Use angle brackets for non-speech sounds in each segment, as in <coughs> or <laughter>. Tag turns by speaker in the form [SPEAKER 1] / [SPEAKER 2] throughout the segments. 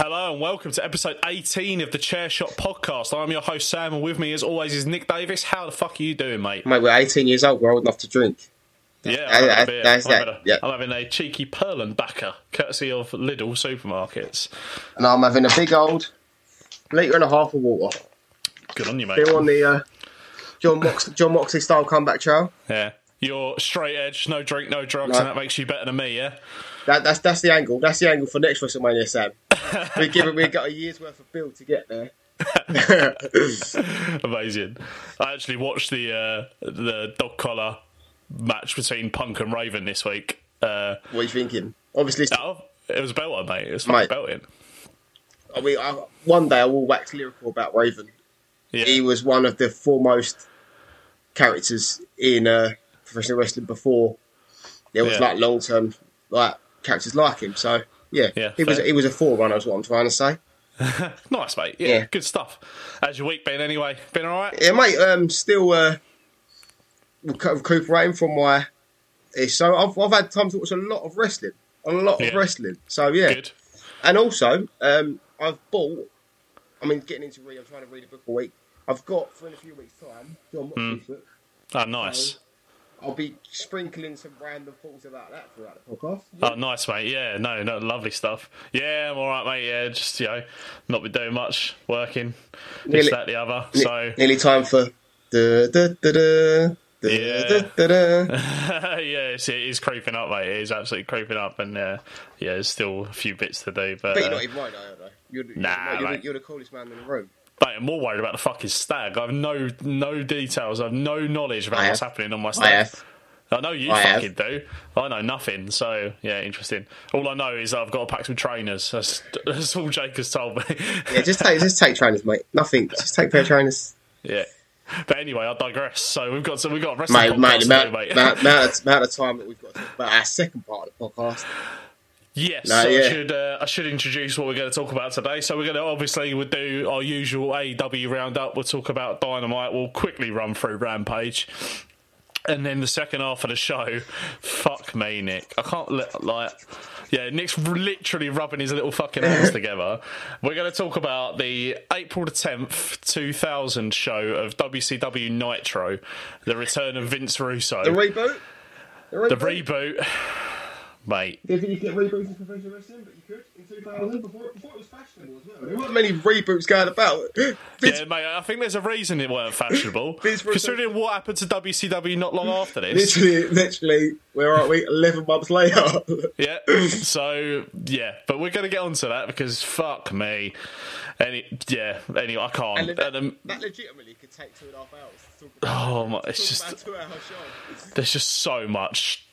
[SPEAKER 1] welcome to episode 18 of the Chair Shot podcast. I'm your host, Sam, and with me, as always, is Nick Davis. How the fuck are you doing, mate?
[SPEAKER 2] Mate, we're 18 years old. We're old enough to drink.
[SPEAKER 1] Yeah,
[SPEAKER 2] I-
[SPEAKER 1] I'm, having
[SPEAKER 2] I-
[SPEAKER 1] a beer.
[SPEAKER 2] that's
[SPEAKER 1] I'm,
[SPEAKER 2] that,
[SPEAKER 1] having a,
[SPEAKER 2] yeah.
[SPEAKER 1] I'm having a cheeky Perlenbacker, courtesy of Lidl supermarkets.
[SPEAKER 2] And I'm having a big old litre and a half of water.
[SPEAKER 1] Good on you, mate.
[SPEAKER 2] Still on the uh, John, Mox- John Moxley style comeback trail.
[SPEAKER 1] Yeah. You're straight edge, no drink, no drugs,
[SPEAKER 2] No.
[SPEAKER 1] and that makes you better than me, yeah? <laughs>
[SPEAKER 2] That, that's that's the angle. That's the angle for next WrestleMania, Sam. we give it. We got a year's worth of build to get there.
[SPEAKER 1] Amazing. I actually watched the uh, the dog collar match between Punk and Raven this week. Uh,
[SPEAKER 2] What are you thinking? Obviously, it's-
[SPEAKER 1] oh, it was a belter, mate. It was fucking
[SPEAKER 2] Mate.
[SPEAKER 1] belting.
[SPEAKER 2] I mean, I, one day I will wax lyrical about Raven.
[SPEAKER 1] Yeah.
[SPEAKER 2] He was one of the foremost characters in uh, professional wrestling before there was
[SPEAKER 1] Yeah.
[SPEAKER 2] like long term like characters like him. So yeah,
[SPEAKER 1] Yeah,
[SPEAKER 2] he was
[SPEAKER 1] fair.
[SPEAKER 2] he was a forerunner. Is what I'm trying to say.
[SPEAKER 1] Nice, mate. Yeah,
[SPEAKER 2] Yeah.
[SPEAKER 1] good stuff. How's your week been anyway? Been all right?
[SPEAKER 2] Yeah, mate. Um, still uh, recu- recuperating from my. So I've I've had time to watch a lot of wrestling, a lot of
[SPEAKER 1] Yeah.
[SPEAKER 2] wrestling. So yeah,
[SPEAKER 1] Good.
[SPEAKER 2] And also, um, I've bought. I mean, getting into reading. I'm trying to read a book a week. I've got for in a few weeks' time. John Moxley's book.
[SPEAKER 1] Oh, nice.
[SPEAKER 2] I'll be sprinkling some random thoughts about that throughout the podcast.
[SPEAKER 1] Oh, nice, mate. Yeah, no, no, lovely stuff. Yeah, I'm all right, mate. Yeah, just, you know, not been doing much, working,
[SPEAKER 2] Nearly-
[SPEAKER 1] this, that, the other.
[SPEAKER 2] Ne-
[SPEAKER 1] So, <laughs>
[SPEAKER 2] nearly time for. Da, da, da, da, da,
[SPEAKER 1] Yeah.
[SPEAKER 2] da, da, da.
[SPEAKER 1] yeah, it's, it is creeping up, mate. It is absolutely creeping up. And, uh, yeah, there's still a few bits to do. But,
[SPEAKER 2] But you're
[SPEAKER 1] uh,
[SPEAKER 2] not even right, are you, though. You're, the-
[SPEAKER 1] Nah,
[SPEAKER 2] you're, the- you're,
[SPEAKER 1] mate.
[SPEAKER 2] the, you're the coolest man in the room.
[SPEAKER 1] mate, I'm more worried about the fucking stag. I have no no details. I have no knowledge about
[SPEAKER 2] I
[SPEAKER 1] what's
[SPEAKER 2] have.
[SPEAKER 1] happening on my stag.
[SPEAKER 2] I have.
[SPEAKER 1] I know you
[SPEAKER 2] I have.
[SPEAKER 1] fucking do. I know nothing. So, yeah, interesting. All I know is that I've got to pack some trainers. That's, that's all Jake has told me. <laughs>
[SPEAKER 2] Yeah, just take just take trainers, mate. Nothing. Just take a pair of trainers.
[SPEAKER 1] Yeah. But anyway, I digress. So we've got so we've got a wrestling
[SPEAKER 2] Mate,
[SPEAKER 1] podcast
[SPEAKER 2] mate,
[SPEAKER 1] to do,
[SPEAKER 2] amount,
[SPEAKER 1] mate.
[SPEAKER 2] amount, amount, of, amount of time that we've got to talk about our second part of the podcast.
[SPEAKER 1] yes,
[SPEAKER 2] No,
[SPEAKER 1] so I
[SPEAKER 2] yeah.
[SPEAKER 1] should uh, I should introduce what we're going to talk about today. So we're going to obviously we'll do our usual AW roundup. We'll talk about Dynamite. We'll quickly run through Rampage. And then the second half of the show, fuck me, Nick. I can't let like, yeah, Nick's literally rubbing his little
[SPEAKER 2] <laughs>
[SPEAKER 1] fucking hands together. We're going to talk about the April the tenth, two thousand show of WCW Nitro, the return of Vince Russo,
[SPEAKER 2] The reboot.
[SPEAKER 1] The reboot, <sighs> mate.
[SPEAKER 2] Do you think you could get reboots in professional wrestling? But you could in 2000 before, before it was fashionable as well. There weren't many reboots going about. Vince,
[SPEAKER 1] Yeah, mate. I think there's a reason it
[SPEAKER 2] <laughs>
[SPEAKER 1] weren't fashionable.
[SPEAKER 2] Vince Russo-
[SPEAKER 1] Considering what happened to WCW not long after this.
[SPEAKER 2] literally, literally, where are we? 11 months later. <laughs>
[SPEAKER 1] Yeah. So yeah, but we're gonna get onto that because fuck me. Any yeah. Anyway, I can't.
[SPEAKER 2] and that,
[SPEAKER 1] And, um,
[SPEAKER 2] that legitimately could take two and a half hours to talk
[SPEAKER 1] <sighs>
[SPEAKER 2] about.
[SPEAKER 1] oh my, it's
[SPEAKER 2] talk
[SPEAKER 1] just
[SPEAKER 2] about a two-hour show.
[SPEAKER 1] there's just so much.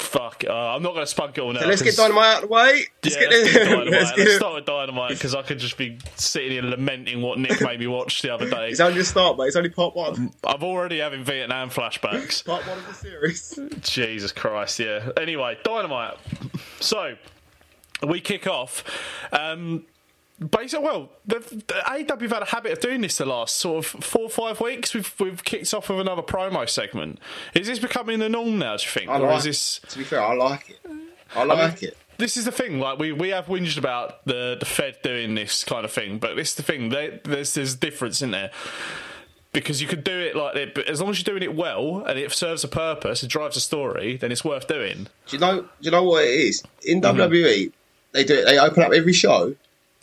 [SPEAKER 1] Fuck. Uh, I'm not gonna spunk it all now.
[SPEAKER 2] Let's get
[SPEAKER 1] 'cause-
[SPEAKER 2] Dynamite out of the way. <laughs> Let's
[SPEAKER 1] Yeah,
[SPEAKER 2] get
[SPEAKER 1] let's,
[SPEAKER 2] the-
[SPEAKER 1] get dynamite.
[SPEAKER 2] let's
[SPEAKER 1] let's,
[SPEAKER 2] get it.
[SPEAKER 1] start with dynamite because I could just be sitting here lamenting
[SPEAKER 2] <laughs>
[SPEAKER 1] what Nick made me watch the other day.
[SPEAKER 2] It's only a start, mate. It's only part one.
[SPEAKER 1] I'm already having Vietnam flashbacks.
[SPEAKER 2] Part one of the series.
[SPEAKER 1] Jesus Christ, yeah. Anyway, Dynamite. So, we kick off. Um, basically, well, the, the AW have had a habit of doing this the last sort of four or five weeks. We've, we've kicked off with another promo segment. Is this becoming the norm now, do you think?
[SPEAKER 2] I
[SPEAKER 1] or
[SPEAKER 2] like,
[SPEAKER 1] is this.
[SPEAKER 2] To be fair, I like it. I like it.
[SPEAKER 1] This is the thing, like we, we have whinged about the, the Fed doing this kind of thing, but this is the thing, they, there's there's a difference in there. Because you could do it like it, but as long as you're doing it well and it serves a purpose, it drives a story, then it's worth doing.
[SPEAKER 2] Do you know? Do you know what it is in WWE? They do. They open up every show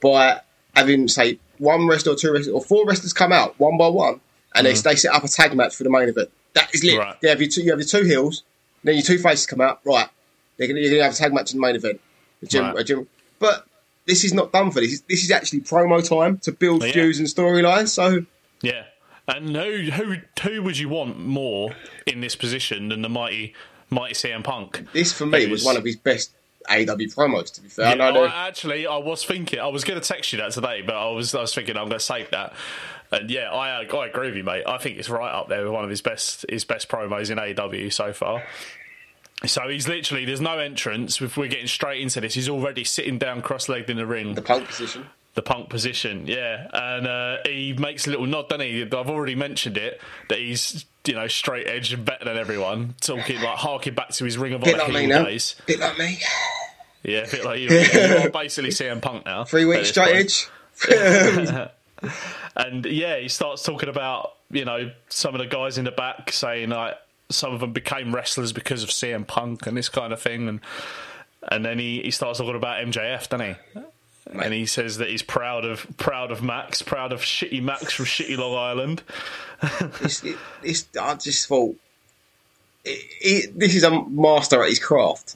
[SPEAKER 2] by having say one wrestler or two wrestlers or four wrestlers come out one by one, and they, they set up a tag match for the main event. That is lit.
[SPEAKER 1] Mm. Right.
[SPEAKER 2] They have your two, you have your two heels, then your two faces come out. Right, they're gonna, you're gonna have a tag match in the main event. A gym,
[SPEAKER 1] Right.
[SPEAKER 2] a gym. But this is not done for this. This is actually promo time to build
[SPEAKER 1] Oh, Yeah.
[SPEAKER 2] views and storylines. So
[SPEAKER 1] Yeah, and who who who would you want more in this position than the mighty mighty CM Punk?
[SPEAKER 2] this for me
[SPEAKER 1] It
[SPEAKER 2] was
[SPEAKER 1] is-
[SPEAKER 2] one of his best AEW promos. To be fair,
[SPEAKER 1] Yeah,
[SPEAKER 2] I know.
[SPEAKER 1] I- actually, I was thinking I was going to text you that today, but I was I was thinking I'm going to save that. And yeah, I I agree with you, mate. I think it's right up there with one of his best his best promos in AEW so far. So he's literally there's no entrance. If we're getting straight into this, he's already sitting down, cross-legged in the ring.
[SPEAKER 2] the punk position.
[SPEAKER 1] the punk position, yeah. And uh, he makes a little nod, doesn't he? I've already mentioned it that he's you know straight edge and better than everyone, talking like harking back to his Ring of Honor
[SPEAKER 2] Bit like me
[SPEAKER 1] heel
[SPEAKER 2] now.
[SPEAKER 1] days.
[SPEAKER 2] Bit like me.
[SPEAKER 1] Yeah, a bit
[SPEAKER 2] <laughs>
[SPEAKER 1] like you. you are basically CM Punk now.
[SPEAKER 2] Three
[SPEAKER 1] at
[SPEAKER 2] weeks
[SPEAKER 1] this
[SPEAKER 2] straight
[SPEAKER 1] point.
[SPEAKER 2] edge. <laughs>
[SPEAKER 1] And yeah, he starts talking about, you know, some of the guys in the back saying like some of them became wrestlers because of CM Punk and this kind of thing. And and then he, he starts talking about MJF, doesn't he? And he says that he's proud of proud of Max, proud of shitty Max from shitty Long Island.
[SPEAKER 2] It's, it, it's, I just thought it, it, this is a master at his craft.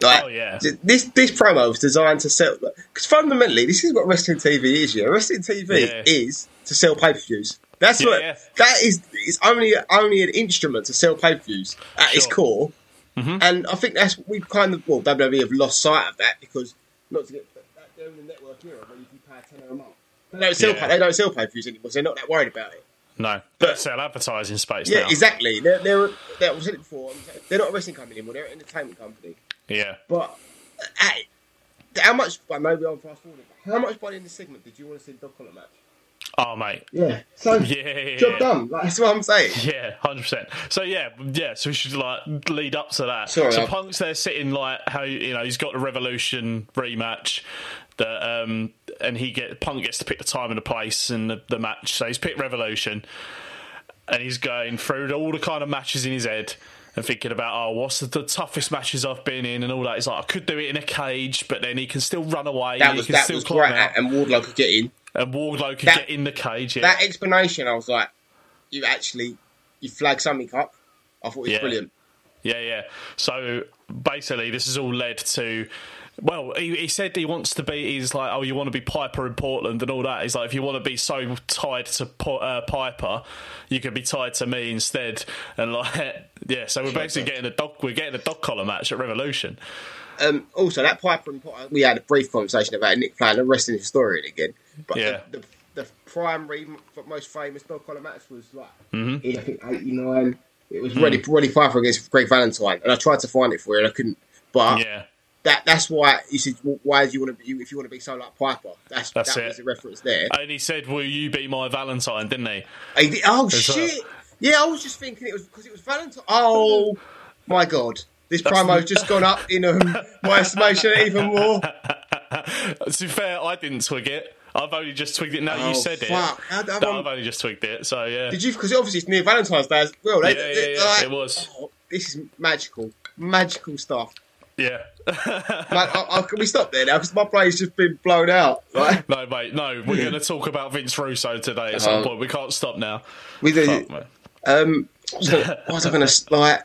[SPEAKER 2] Like,
[SPEAKER 1] Oh, yeah.
[SPEAKER 2] th- This this promo was designed to sell because fundamentally this is what wrestling TV is. Yeah, wrestling TV
[SPEAKER 1] Yeah.
[SPEAKER 2] is to sell pay per views. That's what
[SPEAKER 1] Yeah.
[SPEAKER 2] that is. It's only only an instrument to sell pay per views at its
[SPEAKER 1] Sure. Mm-hmm.
[SPEAKER 2] core. And I think that's we kind of well WWE have lost sight of that because not to get that they're in the network era where you can pay a tenner a month. They don't sell
[SPEAKER 1] Yeah.
[SPEAKER 2] pay, they don't sell pay per views anymore. So they're not that worried about it.
[SPEAKER 1] No, that's sell advertising space
[SPEAKER 2] Yeah,
[SPEAKER 1] now.
[SPEAKER 2] exactly. They're, they're, they're, I've said it before, they're not a wrestling company anymore, they're an entertainment company.
[SPEAKER 1] Yeah.
[SPEAKER 2] But hey, how much, well, maybe I'm fast forwarding, but how much by in the segment did you want to see a dog collar match?
[SPEAKER 1] Oh mate.
[SPEAKER 2] Yeah, so
[SPEAKER 1] <laughs> Yeah.
[SPEAKER 2] job done. Like, that's what I'm saying.
[SPEAKER 1] Yeah, hundred percent. So yeah, yeah. So we should like lead up to that.
[SPEAKER 2] Sorry,
[SPEAKER 1] so
[SPEAKER 2] I-
[SPEAKER 1] Punk's there sitting like how you know he's got the Revolution rematch that um and he get Punk gets to pick the time and the place and the, the match. So he's picked Revolution and he's going through all the kind of matches in his head. And thinking about oh, what's the, the toughest matches I've been in and all that. He's like, I could do it in a cage, but then he can still run away.
[SPEAKER 2] That
[SPEAKER 1] he
[SPEAKER 2] was
[SPEAKER 1] can
[SPEAKER 2] that
[SPEAKER 1] still
[SPEAKER 2] was
[SPEAKER 1] climb
[SPEAKER 2] great,
[SPEAKER 1] out,
[SPEAKER 2] and Wardlow could get in.
[SPEAKER 1] and Wardlow can
[SPEAKER 2] that-
[SPEAKER 1] get in the cage. Yeah,
[SPEAKER 2] That explanation, I was like, you actually you flagged something up. I thought it was
[SPEAKER 1] Yeah.
[SPEAKER 2] brilliant.
[SPEAKER 1] Yeah, yeah. So basically, this has all led to. Well, he, he said he wants to be. He's like, oh, you want to be Piper in Portland and all that. He's like, if you want to be so tied to P- uh, Piper, you could be tied to me instead. And like, <laughs> yeah. So we're basically getting a dog. We're getting a dog collar match at Revolution.
[SPEAKER 2] Um, also, that Piper and Potter, we had a brief conversation about Nick Flan, the wrestling historian again. But
[SPEAKER 1] Yeah.
[SPEAKER 2] the, the, the primary, m- most famous dog collar match was like
[SPEAKER 1] Mm-hmm.
[SPEAKER 2] in I think eighty nine. It was Roddy Roddy Piper against Greg Valentine, and I tried to find it for you, and I couldn't. But
[SPEAKER 1] Yeah,
[SPEAKER 2] that that's why you should. Why do you want to be? If you want to be so like Piper, that's,
[SPEAKER 1] That's
[SPEAKER 2] that
[SPEAKER 1] it.
[SPEAKER 2] was the reference there.
[SPEAKER 1] and he said, "Will you be my Valentine?" Didn't he?
[SPEAKER 2] He did- oh
[SPEAKER 1] well.
[SPEAKER 2] shit! Yeah, I was just thinking it was because it was Valentine. Oh my god, this
[SPEAKER 1] <laughs>
[SPEAKER 2] promo's just gone up in um, my estimation even more.
[SPEAKER 1] to be fair, I didn't twig it. I've only just twigged it. Now
[SPEAKER 2] Oh,
[SPEAKER 1] you said
[SPEAKER 2] fuck.
[SPEAKER 1] it.
[SPEAKER 2] How- how
[SPEAKER 1] No,
[SPEAKER 2] am-
[SPEAKER 1] I've only just twigged it. So yeah.
[SPEAKER 2] Did you? Because obviously it's near Valentine's Day as well. They,
[SPEAKER 1] Yeah,
[SPEAKER 2] they-
[SPEAKER 1] yeah, yeah,
[SPEAKER 2] like,
[SPEAKER 1] it was.
[SPEAKER 2] oh, this is magical, magical stuff.
[SPEAKER 1] yeah.
[SPEAKER 2] Like, I, I, can we stop there now? Because my brain's just been blown out. Right?
[SPEAKER 1] <laughs> No, mate, no. We're going to talk about Vince Russo today at some
[SPEAKER 2] Oh.
[SPEAKER 1] point. We can't stop now.
[SPEAKER 2] We do.
[SPEAKER 1] Fuck, mate.
[SPEAKER 2] Um, so, what was I going to like?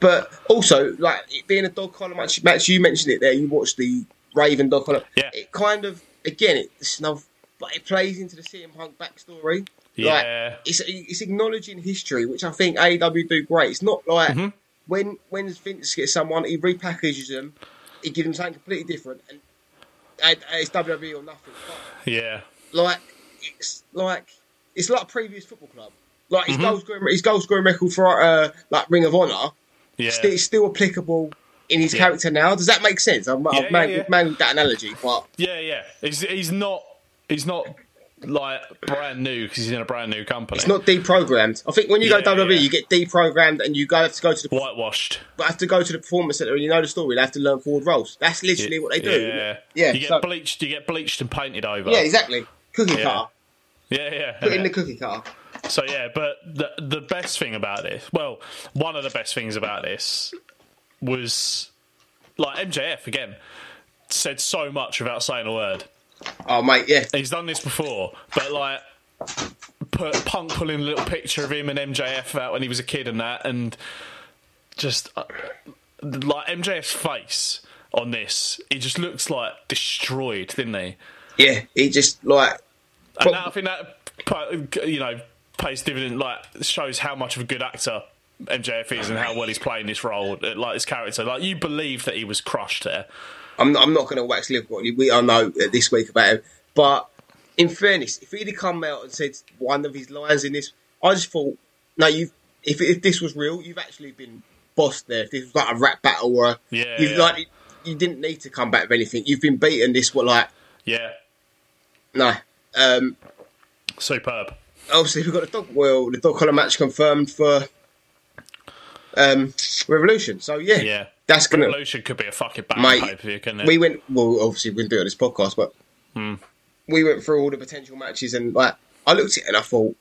[SPEAKER 2] But also, like it being a dog collar match, match. You mentioned it there. You watched the Raven dog collar.
[SPEAKER 1] Yeah.
[SPEAKER 2] It kind of again, it, it's another, but it plays into the CM Punk backstory.
[SPEAKER 1] Yeah.
[SPEAKER 2] Like, it's it's acknowledging history, which I think AEW do great. It's not like
[SPEAKER 1] Mm-hmm.
[SPEAKER 2] when when Vince gets someone, he repackages them, he gives them something completely different, and, and it's WWE or nothing. But,
[SPEAKER 1] Yeah.
[SPEAKER 2] like it's like it's like a previous football club. Like
[SPEAKER 1] Mm-hmm.
[SPEAKER 2] his goal scoring, his goal scoring record for uh, like Ring of Honor
[SPEAKER 1] Yeah.
[SPEAKER 2] sti- is still applicable in his
[SPEAKER 1] Yeah.
[SPEAKER 2] character now. Does that make sense? I've,
[SPEAKER 1] yeah,
[SPEAKER 2] I've man-
[SPEAKER 1] yeah.
[SPEAKER 2] mangled that analogy, but
[SPEAKER 1] yeah, yeah. He's, he's not. He's not like brand new because he's in a brand new company.
[SPEAKER 2] it's not deprogrammed. I think when you
[SPEAKER 1] Yeah,
[SPEAKER 2] go WWE,
[SPEAKER 1] yeah.
[SPEAKER 2] you get deprogrammed and you go have to go to the
[SPEAKER 1] whitewashed.
[SPEAKER 2] have to go to the performance center and you know the story. They have to learn forward roles. That's literally what they do. isn't
[SPEAKER 1] Yeah.
[SPEAKER 2] it? yeah,
[SPEAKER 1] You get
[SPEAKER 2] so-
[SPEAKER 1] bleached. You get bleached and painted over.
[SPEAKER 2] yeah, exactly. Cookie
[SPEAKER 1] Yeah.
[SPEAKER 2] cutter.
[SPEAKER 1] Yeah, yeah.
[SPEAKER 2] Put in the cookie cutter.
[SPEAKER 1] <laughs> So yeah, but the the best thing about this, well, one of the best things about this was like MJF again said so much without saying a word.
[SPEAKER 2] Oh mate, yeah.
[SPEAKER 1] he's done this before, but like put Punk pulling a little picture of him and MJF out when he was a kid and that, and just uh, like MJF's face on this, he just looks like destroyed, didn't he?
[SPEAKER 2] Yeah. He just like
[SPEAKER 1] And
[SPEAKER 2] Well-
[SPEAKER 1] now I think that pu- you know pays dividend, like shows how much of a good actor. MJF is and how well he's playing this role, uh, like his character. Like you believe that he was crushed there.
[SPEAKER 2] I'm not, I'm not going to wax lyrical. We I know uh, this week about him, but in fairness, if he'd have come out and said one of his lines in this, I just thought, no, you. If, if this was real, you've actually been bossed there. If this was like a rap battle or a,
[SPEAKER 1] Yeah,
[SPEAKER 2] you've
[SPEAKER 1] yeah.
[SPEAKER 2] like you didn't need to come back with anything. You've been beaten. This what like
[SPEAKER 1] Yeah,
[SPEAKER 2] no. Um,
[SPEAKER 1] superb.
[SPEAKER 2] obviously, we've got the dog. Well, the dog collar match confirmed for um, Revolution. So yeah,
[SPEAKER 1] Yeah.
[SPEAKER 2] that's gonna.
[SPEAKER 1] Revolution could be a fucking bad
[SPEAKER 2] Mate,
[SPEAKER 1] pay per view, couldn't it? Hmm.
[SPEAKER 2] We went. Well, obviously we can do it on this podcast, but we went through all the potential matches, and like I looked at it and I thought,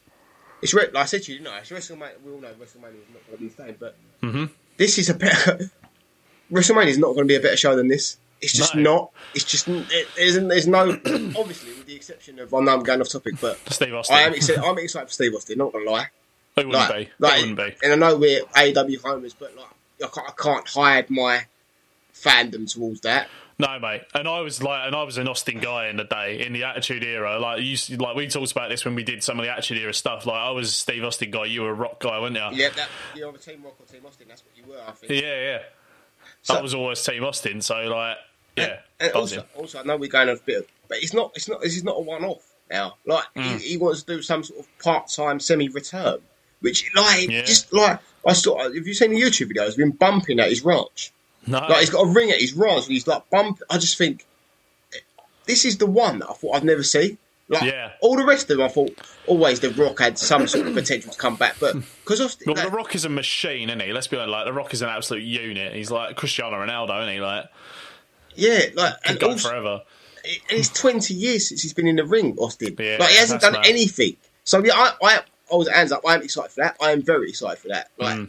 [SPEAKER 2] it's re- like I said to you, didn't I? It's WrestleMania. We all know WrestleMania is not going to be the same, but
[SPEAKER 1] Mm-hmm.
[SPEAKER 2] this is a better. <laughs> WrestleMania is not going to be a better show than this. It's just
[SPEAKER 1] No.
[SPEAKER 2] not. It's just it isn't. There's no. <clears throat> obviously, with the exception of I know I'm going off topic, but
[SPEAKER 1] Steve Austin.
[SPEAKER 2] I am
[SPEAKER 1] <laughs>
[SPEAKER 2] excited. I'm excited for Steve Austin. Not going to lie.
[SPEAKER 1] It wouldn't
[SPEAKER 2] Like-
[SPEAKER 1] be.
[SPEAKER 2] like-
[SPEAKER 1] it wouldn't be.
[SPEAKER 2] And I know we're AEW homers, but like I can't, I can't hide my fandom towards that.
[SPEAKER 1] No, mate. And I was like, and I was an Austin guy in the day in the Attitude Era. Like you, s- like we talked about this when we did some of the Attitude Era stuff. Like I was a Steve Austin guy. You were a Rock guy, weren't you?
[SPEAKER 2] Yeah, that you're on the Team Rock or Team Austin. That's what you were, I think.
[SPEAKER 1] Yeah, yeah. I was always Team Austin, so like, yeah.
[SPEAKER 2] And
[SPEAKER 1] I was
[SPEAKER 2] also,
[SPEAKER 1] him.
[SPEAKER 2] also, I know we're going off a bit, of, but it's not. It's not. This is not a one-off now. Like
[SPEAKER 1] Mm.
[SPEAKER 2] he, he wants to do some sort of part-time semi-return, which like
[SPEAKER 1] Yeah.
[SPEAKER 2] just like I saw. Have you seen the YouTube videos? He's been bumping at his ranch.
[SPEAKER 1] no,
[SPEAKER 2] Like he's got a ring at his ranch, and he's like bump. I just think this is the one that I thought I'd never see. Like
[SPEAKER 1] Yeah.
[SPEAKER 2] all the rest of them, I thought always the Rock had some sort of potential to come back, but because Austin,
[SPEAKER 1] Hmm. Well,
[SPEAKER 2] like,
[SPEAKER 1] The Rock is a machine, isn't he? Let's be honest, like, The Rock is an absolute unit. He's like Cristiano Ronaldo, isn't he? Like,
[SPEAKER 2] yeah, like and,
[SPEAKER 1] go
[SPEAKER 2] also-
[SPEAKER 1] forever.
[SPEAKER 2] and it's twenty years since he's been in the ring, Austin.
[SPEAKER 1] Yeah,
[SPEAKER 2] like he hasn't
[SPEAKER 1] that's
[SPEAKER 2] done
[SPEAKER 1] mad.
[SPEAKER 2] anything. So yeah, I, I, I was hands up. I am excited for that. I am very excited for that. Like,
[SPEAKER 1] Hmm.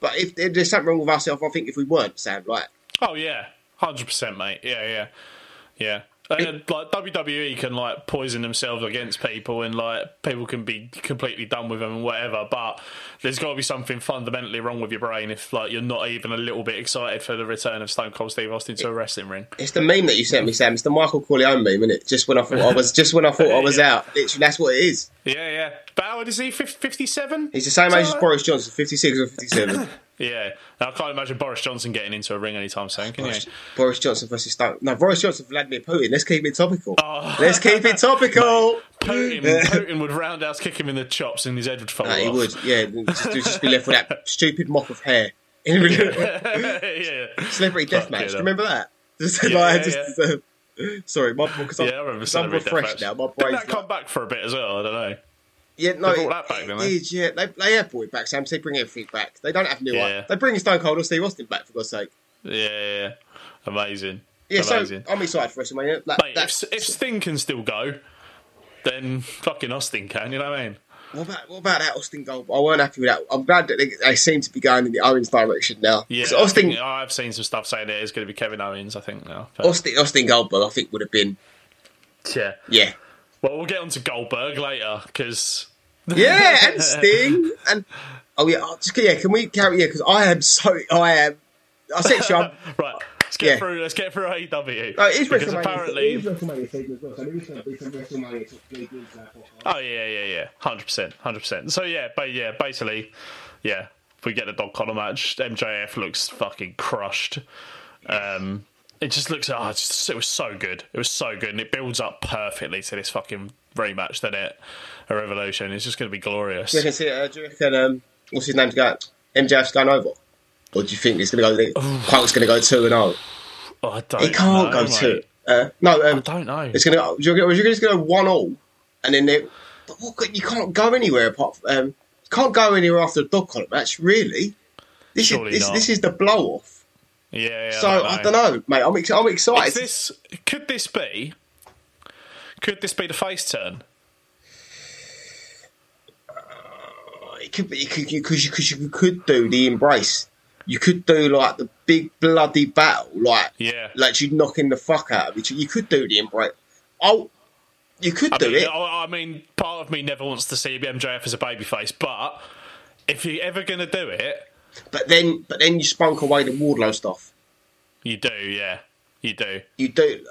[SPEAKER 2] but if there- there's something wrong with ourselves, I think if we weren't Sam, like
[SPEAKER 1] Oh yeah, hundred percent, mate. Yeah, yeah, yeah. And, like WWE can like poison themselves against people, and like people can be completely done with them and whatever. But there's got to be something fundamentally wrong with your brain if like you're not even a little bit excited for the return of Stone Cold Steve Austin to a wrestling ring.
[SPEAKER 2] It's the meme that you sent me, Sam. It's the Michael Corleone meme, isn't it? Just when I thought I was, just when I thought I
[SPEAKER 1] <laughs>
[SPEAKER 2] was out. Literally, that's what it is.
[SPEAKER 1] Yeah, yeah. But how old is he? Fifty-seven.
[SPEAKER 2] He's the same age as
[SPEAKER 1] like-
[SPEAKER 2] Boris Johnson, fifty-six or fifty-seven.
[SPEAKER 1] Yeah. Now, I can't imagine Boris Johnson getting into a ring anytime soon. Can you?
[SPEAKER 2] Boris Johnson versus Stone. No, Boris Johnson, Vladimir Putin. Let's keep it topical. Let's keep it
[SPEAKER 1] <laughs>
[SPEAKER 2] topical.
[SPEAKER 1] Oh. Putin,
[SPEAKER 2] <laughs>
[SPEAKER 1] Putin would roundhouse kick him in the chops, and his head would fall
[SPEAKER 2] No,
[SPEAKER 1] off.
[SPEAKER 2] he would. Yeah, just, just be left with that stupid mop of hair.
[SPEAKER 1] <laughs> yeah.
[SPEAKER 2] Celebrity death
[SPEAKER 1] Fuck, yeah,
[SPEAKER 2] match.
[SPEAKER 1] that-
[SPEAKER 2] remember that? <laughs> Just,
[SPEAKER 1] Yeah,
[SPEAKER 2] like,
[SPEAKER 1] yeah,
[SPEAKER 2] just, um, sorry, my because I'm,
[SPEAKER 1] Yeah, I remember
[SPEAKER 2] I'm
[SPEAKER 1] Celebrity Death
[SPEAKER 2] refreshed
[SPEAKER 1] Match.
[SPEAKER 2] now. My
[SPEAKER 1] Didn't
[SPEAKER 2] brain's
[SPEAKER 1] that
[SPEAKER 2] like-
[SPEAKER 1] come back for a bit as well? I don't know.
[SPEAKER 2] Yeah, no,
[SPEAKER 1] They
[SPEAKER 2] it-
[SPEAKER 1] brought that back, didn't
[SPEAKER 2] it
[SPEAKER 1] they?
[SPEAKER 2] is, yeah, they, they have brought it back, Sam. So they bring everything back. They don't have new
[SPEAKER 1] Yeah.
[SPEAKER 2] one. They bring Stone Cold or Steve Austin back for God's sake.
[SPEAKER 1] Yeah, yeah, yeah. amazing.
[SPEAKER 2] Yeah,
[SPEAKER 1] amazing.
[SPEAKER 2] so I'm excited for WrestleMania. Like,
[SPEAKER 1] Mate, if,
[SPEAKER 2] that's,
[SPEAKER 1] if Sting can still go, then fucking Austin can. You know what I mean?
[SPEAKER 2] what, about, what about that Austin Gold? I weren't happy with that. I'm glad that they, they seem to be going in the Owens direction now.
[SPEAKER 1] Yeah,
[SPEAKER 2] 'Cause
[SPEAKER 1] I
[SPEAKER 2] Austin,
[SPEAKER 1] think- I've seen some stuff saying it is going to be Kevin Owens. I think now. But,
[SPEAKER 2] Austin, Austin Goldberg, I think would have been
[SPEAKER 1] yeah. <laughs>
[SPEAKER 2] yeah,
[SPEAKER 1] Well, we'll get on to Goldberg later because
[SPEAKER 2] yeah, and Sting, and oh yeah, oh, just, yeah. Can we carry? Yeah, because I am so I am. I said to you,
[SPEAKER 1] <laughs>
[SPEAKER 2] I'm,
[SPEAKER 1] right. Let's get
[SPEAKER 2] Yeah.
[SPEAKER 1] through. Let's get through AEW.
[SPEAKER 2] no, it is
[SPEAKER 1] because
[SPEAKER 2] WrestleMania.
[SPEAKER 1] apparently,
[SPEAKER 2] it is WrestleMania segment as well. So there is going to be some WrestleMania talk going on in that podcast.
[SPEAKER 1] Oh yeah, yeah, yeah, hundred percent, hundred percent. So yeah, but yeah, basically, yeah, we get the Don Connor match. MJF looks fucking crushed. Um, it just looks. Oh, it's just- it was so good. It was so good, and it builds up perfectly to this fucking rematch. Then it a revolution. It's just going to be glorious.
[SPEAKER 2] Do you reckon, see, uh, do you reckon um, what's his name's going? MJF's going over, or do you think it's going to go?
[SPEAKER 1] <sighs>
[SPEAKER 2] Punk's going to go two and zero.
[SPEAKER 1] Oh, I don't.
[SPEAKER 2] It can't
[SPEAKER 1] know,
[SPEAKER 2] go
[SPEAKER 1] mate.
[SPEAKER 2] two. Uh, no, um,
[SPEAKER 1] I don't know.
[SPEAKER 2] It's going to. You're going to go one all, and then they, but what, could- you can't go anywhere apart. From, um, can't go anywhere after a dog collar match. Really, this
[SPEAKER 1] Surely
[SPEAKER 2] is this,
[SPEAKER 1] not.
[SPEAKER 2] this is the blow off.
[SPEAKER 1] Yeah. yeah
[SPEAKER 2] So I don't know, mate. I'm ex- I'm excited.
[SPEAKER 1] Is this? Could this be? Could this be the face turn?
[SPEAKER 2] It could be because you, could, you, could, you could do the embrace. You could do like the big bloody battle, like
[SPEAKER 1] Yeah.
[SPEAKER 2] like you knocking the fuck out of each. other. You could do the embrace. Oh, you could do
[SPEAKER 1] mean,
[SPEAKER 2] it.
[SPEAKER 1] I I mean, part of me never wants to see MJF as a babyface, but if you're ever going to do it,
[SPEAKER 2] But then, but then you spunk away the Wardlow stuff.
[SPEAKER 1] you do, yeah. You do.
[SPEAKER 2] You do.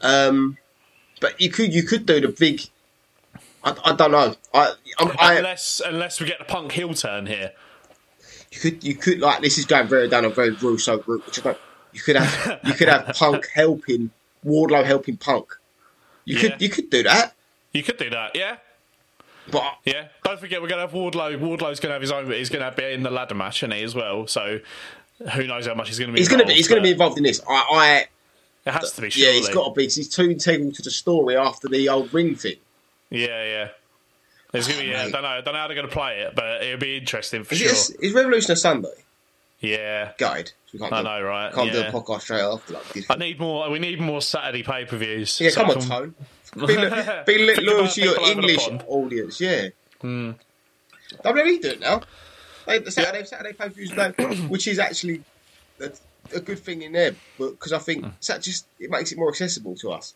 [SPEAKER 2] Um, but you could you could do the big. I, I don't know. I, I'm, I
[SPEAKER 1] Unless unless we get the punk heel turn here.
[SPEAKER 2] you could you could like this is going very down a very Russo route, which I don't. You could have you could
[SPEAKER 1] <laughs>
[SPEAKER 2] have Punk helping Wardlow helping Punk. You
[SPEAKER 1] Yeah.
[SPEAKER 2] could you could do that,
[SPEAKER 1] You could do that, yeah?
[SPEAKER 2] but I-
[SPEAKER 1] Yeah. Don't forget we're gonna have Wardlow Wardlow's gonna have his own he's gonna be in the ladder match, isn't he, as well. So who knows how much he's gonna be
[SPEAKER 2] he's gonna be
[SPEAKER 1] involved,
[SPEAKER 2] he's gonna be
[SPEAKER 1] but
[SPEAKER 2] involved in this. I, I
[SPEAKER 1] it has to be
[SPEAKER 2] yeah,
[SPEAKER 1] surely.
[SPEAKER 2] he's got to be. 'cause He's too integral to the story after the old ring thing.
[SPEAKER 1] Yeah, yeah. It's gonna be. Yeah, I
[SPEAKER 2] Oh, mate.
[SPEAKER 1] don't know. I don't know how they're gonna play it, but it'll be interesting for
[SPEAKER 2] Is,
[SPEAKER 1] sure.
[SPEAKER 2] it a, is Revolution a Sunday
[SPEAKER 1] Yeah,
[SPEAKER 2] guide? So we can't
[SPEAKER 1] I
[SPEAKER 2] do,
[SPEAKER 1] know, right?
[SPEAKER 2] Can't do
[SPEAKER 1] Yeah.
[SPEAKER 2] a podcast straight after. Like, we did.
[SPEAKER 1] I need more. We need more Saturday pay per views.
[SPEAKER 2] yeah, come on, Tone. Be, <laughs> lo- be lo-
[SPEAKER 1] Think
[SPEAKER 2] loyal
[SPEAKER 1] about
[SPEAKER 2] to your
[SPEAKER 1] people over the
[SPEAKER 2] English
[SPEAKER 1] pond.
[SPEAKER 2] audience. Yeah. Hmm. WWE do it now. Like, the Saturday Saturday pay per views now, <coughs> which is actually a, a good thing in there, but because I think that just it makes it more accessible to us.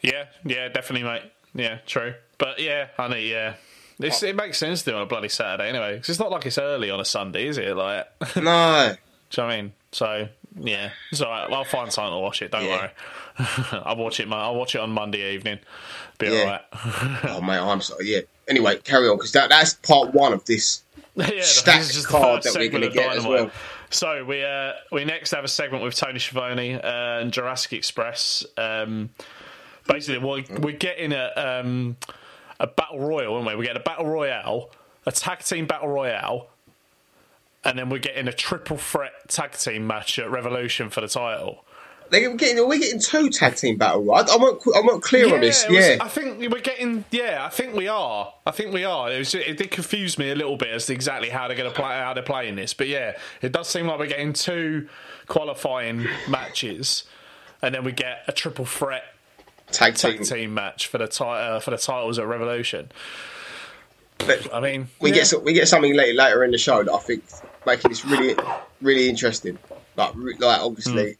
[SPEAKER 1] Yeah, yeah, definitely, mate. Yeah, true. But yeah, I need. Yeah,
[SPEAKER 2] Oh.
[SPEAKER 1] it's, it makes sense to do it on a bloody Saturday anyway, because it's not like it's early on a Sunday, is it? Like, <laughs> do you
[SPEAKER 2] No.
[SPEAKER 1] know what I mean? So yeah, it's all right. I'll find something to watch it. Don't
[SPEAKER 2] Yeah.
[SPEAKER 1] worry. <laughs> I'll watch it. Mo- I'll watch it on Monday evening. Be
[SPEAKER 2] Yeah.
[SPEAKER 1] all right.
[SPEAKER 2] Oh mate, I'm sorry. Yeah. Anyway, carry on because that, that's part one of this.
[SPEAKER 1] <laughs> yeah,
[SPEAKER 2] Stacked
[SPEAKER 1] this is just
[SPEAKER 2] card
[SPEAKER 1] the
[SPEAKER 2] that
[SPEAKER 1] first
[SPEAKER 2] we're
[SPEAKER 1] segment
[SPEAKER 2] gonna
[SPEAKER 1] of
[SPEAKER 2] get as
[SPEAKER 1] Dynamite.
[SPEAKER 2] well.
[SPEAKER 1] So we uh, we next have a segment with Tony Schiavone uh, and Jurassic Express. Um, basically, we're, we're getting a um, a battle royal, aren't we? We're getting a battle royale, a tag team battle royale, and then we're getting a triple threat tag team match at Revolution for the title.
[SPEAKER 2] They, we're getting we're getting two tag team battle. Right? I'm not I'm not clear on this.
[SPEAKER 1] it was-
[SPEAKER 2] Yeah.
[SPEAKER 1] I think we're getting. Yeah, I think we are. I think we are. It, was, it did confuse me a little bit as to exactly how they're going to play how they're playing this, but yeah, it does seem like we're getting two qualifying matches, and then we get a triple threat
[SPEAKER 2] tag team.
[SPEAKER 1] tag team match for the ti- uh, for the titles at Revolution.
[SPEAKER 2] But
[SPEAKER 1] I mean,
[SPEAKER 2] we
[SPEAKER 1] yeah.
[SPEAKER 2] get so, we get something later later in the show that I think making this really really interesting. Like re- like obviously
[SPEAKER 1] Hmm.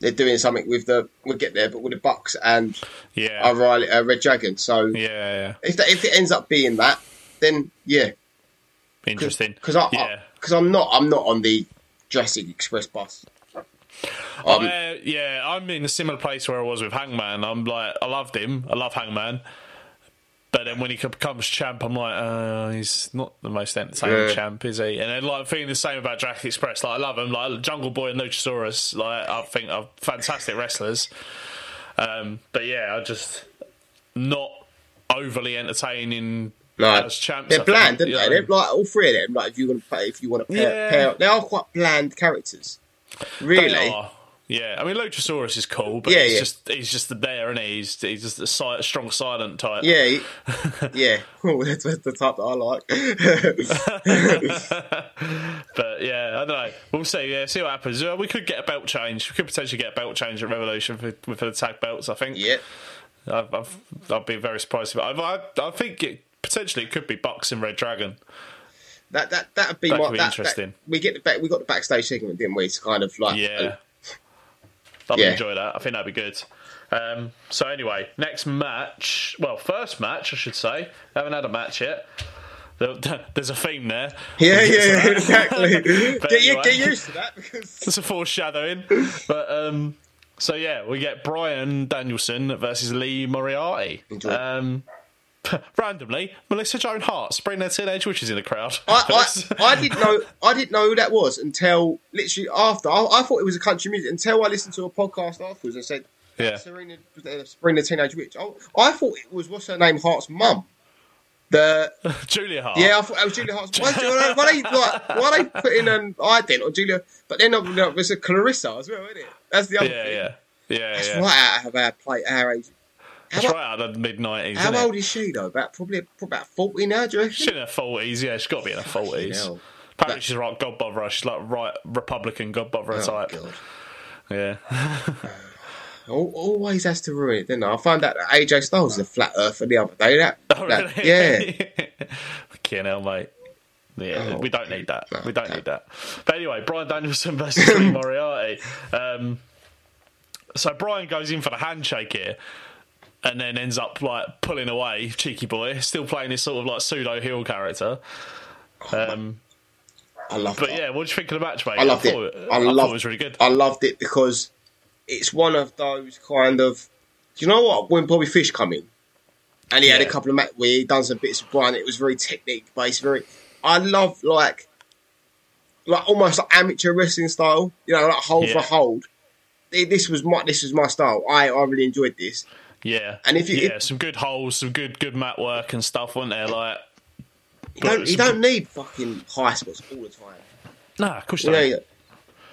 [SPEAKER 2] they're doing something with the we'll get there, but with the Bucks and
[SPEAKER 1] yeah,
[SPEAKER 2] O'Reilly, uh, Red Dragon. So
[SPEAKER 1] yeah, yeah,
[SPEAKER 2] if that, if it ends up being that, then yeah,
[SPEAKER 1] interesting.
[SPEAKER 2] because I
[SPEAKER 1] yeah.
[SPEAKER 2] because I'm not I'm not on the Jurassic Express bus. Um,
[SPEAKER 1] I, yeah, I'm in a similar place where I was with Hangman. I'm like, I loved him. I love Hangman. But then when he becomes champ, I'm like, uh, he's not the most entertaining
[SPEAKER 2] Yeah.
[SPEAKER 1] champ, is he? And then like feeling the same about Jurassic Express. Like I love him. Like Jungle Boy and Luchasaurus. Like I think are fantastic wrestlers. Um, but yeah, I just not overly entertaining
[SPEAKER 2] no,
[SPEAKER 1] as champs.
[SPEAKER 2] they're
[SPEAKER 1] I think.
[SPEAKER 2] bland, aren't
[SPEAKER 1] Yeah.
[SPEAKER 2] they? They're like all three of them. Like if you want to play, if you want to pair,
[SPEAKER 1] Yeah.
[SPEAKER 2] pair, they are quite bland characters.
[SPEAKER 1] They
[SPEAKER 2] Really,
[SPEAKER 1] are. Yeah, I mean Luchasaurus is cool, but
[SPEAKER 2] Yeah,
[SPEAKER 1] he's
[SPEAKER 2] yeah.
[SPEAKER 1] just he's just there, and he's he's just a si- strong silent type.
[SPEAKER 2] Yeah, he- yeah. <laughs> Well, that's, that's the type that I like. <laughs>
[SPEAKER 1] But yeah, I don't know. We'll see. Yeah, see what happens. Uh, We could get a belt change. We could potentially get a belt change at Revolution for, for the tag belts. I think.
[SPEAKER 2] yeah,
[SPEAKER 1] I've, I've, I'd be very surprised. If, I, I, I think it potentially it could be Bucks and Red Dragon.
[SPEAKER 2] that that that'd be
[SPEAKER 1] That
[SPEAKER 2] my,
[SPEAKER 1] could be
[SPEAKER 2] that- that-
[SPEAKER 1] interesting.
[SPEAKER 2] we get the back, we got the backstage segment, didn't we? It's kind of like uh,
[SPEAKER 1] Yeah. I'd
[SPEAKER 2] Yeah.
[SPEAKER 1] enjoy that. I think that'd be good. Um, so anyway, next match. Well, first match, I should say. Haven't had a match yet. There- <laughs> There's a theme there.
[SPEAKER 2] yeah,
[SPEAKER 1] <laughs>
[SPEAKER 2] yeah, yeah, <laughs> exactly.
[SPEAKER 1] But
[SPEAKER 2] get, you,
[SPEAKER 1] anyway.
[SPEAKER 2] get used to that because
[SPEAKER 1] It's a foreshadowing. But um, so yeah, we get Brian Danielson versus Lee Moriarty.
[SPEAKER 2] Enjoy.
[SPEAKER 1] Um, <laughs> randomly, Melissa Joan Hart spraying their teenage witches in the crowd.
[SPEAKER 2] I, I I didn't know I didn't know who that was until literally after I, I thought it was a country music until I listened to a podcast afterwards and said
[SPEAKER 1] <laughs> yeah,
[SPEAKER 2] Serena was there, Serena Teenage Witch. I, I thought it was what's her name Hart's mum. The
[SPEAKER 1] Julia Hart.
[SPEAKER 2] Yeah, I thought it was Julia Hart. Why, why, why, they, like, why they um, put in an ident or Julia? But then no, no, it's a Clarissa as well, isn't it? That's the other
[SPEAKER 1] yeah,
[SPEAKER 2] thing.
[SPEAKER 1] yeah, yeah.
[SPEAKER 2] That's
[SPEAKER 1] yeah.
[SPEAKER 2] right out of our play, our age.
[SPEAKER 1] That's
[SPEAKER 2] How-
[SPEAKER 1] right out of the mid nineties.
[SPEAKER 2] How old is she though? About probably, probably about forty now, do you reckon?
[SPEAKER 1] She's in her forties. Yeah, she's got to be in her forties.
[SPEAKER 2] hell.
[SPEAKER 1] Apparently, she's right god botherer. She's like right Republican god botherer
[SPEAKER 2] Oh,
[SPEAKER 1] type.
[SPEAKER 2] God.
[SPEAKER 1] Yeah. <laughs>
[SPEAKER 2] Al- Always has to ruin it, didn't I? I found out that AJ Styles is a flat earther the other day. That,
[SPEAKER 1] Oh,
[SPEAKER 2] that-
[SPEAKER 1] really? <laughs>
[SPEAKER 2] yeah,
[SPEAKER 1] Fucking hell, mate. Yeah,
[SPEAKER 2] Oh,
[SPEAKER 1] we don't need that.
[SPEAKER 2] no,
[SPEAKER 1] we don't
[SPEAKER 2] no.
[SPEAKER 1] need that. But anyway, Brian Danielson versus
[SPEAKER 2] <laughs>
[SPEAKER 1] Lee Moriarty. Um, so Brian goes in for the handshake here. And then ends up like pulling away, cheeky boy, still playing this sort of like pseudo heel character. Um,
[SPEAKER 2] I love
[SPEAKER 1] but
[SPEAKER 2] that.
[SPEAKER 1] yeah, what do you think of the match, mate?
[SPEAKER 2] Oh I loved
[SPEAKER 1] thought,
[SPEAKER 2] it.
[SPEAKER 1] I
[SPEAKER 2] I
[SPEAKER 1] thought
[SPEAKER 2] loved
[SPEAKER 1] it was really good.
[SPEAKER 2] I loved it because it's one of those kind of. Do you know what? When Bobby Fish come in, and he had
[SPEAKER 1] Yeah.
[SPEAKER 2] a couple of match where he done some bits of Brian. It was very technique based. Very. I love like, like almost like amateur wrestling style. You know, like hold
[SPEAKER 1] Yeah.
[SPEAKER 2] for hold. Th- This was my this was my style. I I really enjoyed this.
[SPEAKER 1] Yeah,
[SPEAKER 2] And if you-
[SPEAKER 1] yeah,
[SPEAKER 2] if-
[SPEAKER 1] some good holes, some good good mat work and stuff, weren't there? Like,
[SPEAKER 2] You
[SPEAKER 1] But
[SPEAKER 2] don't
[SPEAKER 1] it's
[SPEAKER 2] you
[SPEAKER 1] a
[SPEAKER 2] don't need fucking high spots all the time.
[SPEAKER 1] nah, of course
[SPEAKER 2] You know,
[SPEAKER 1] not.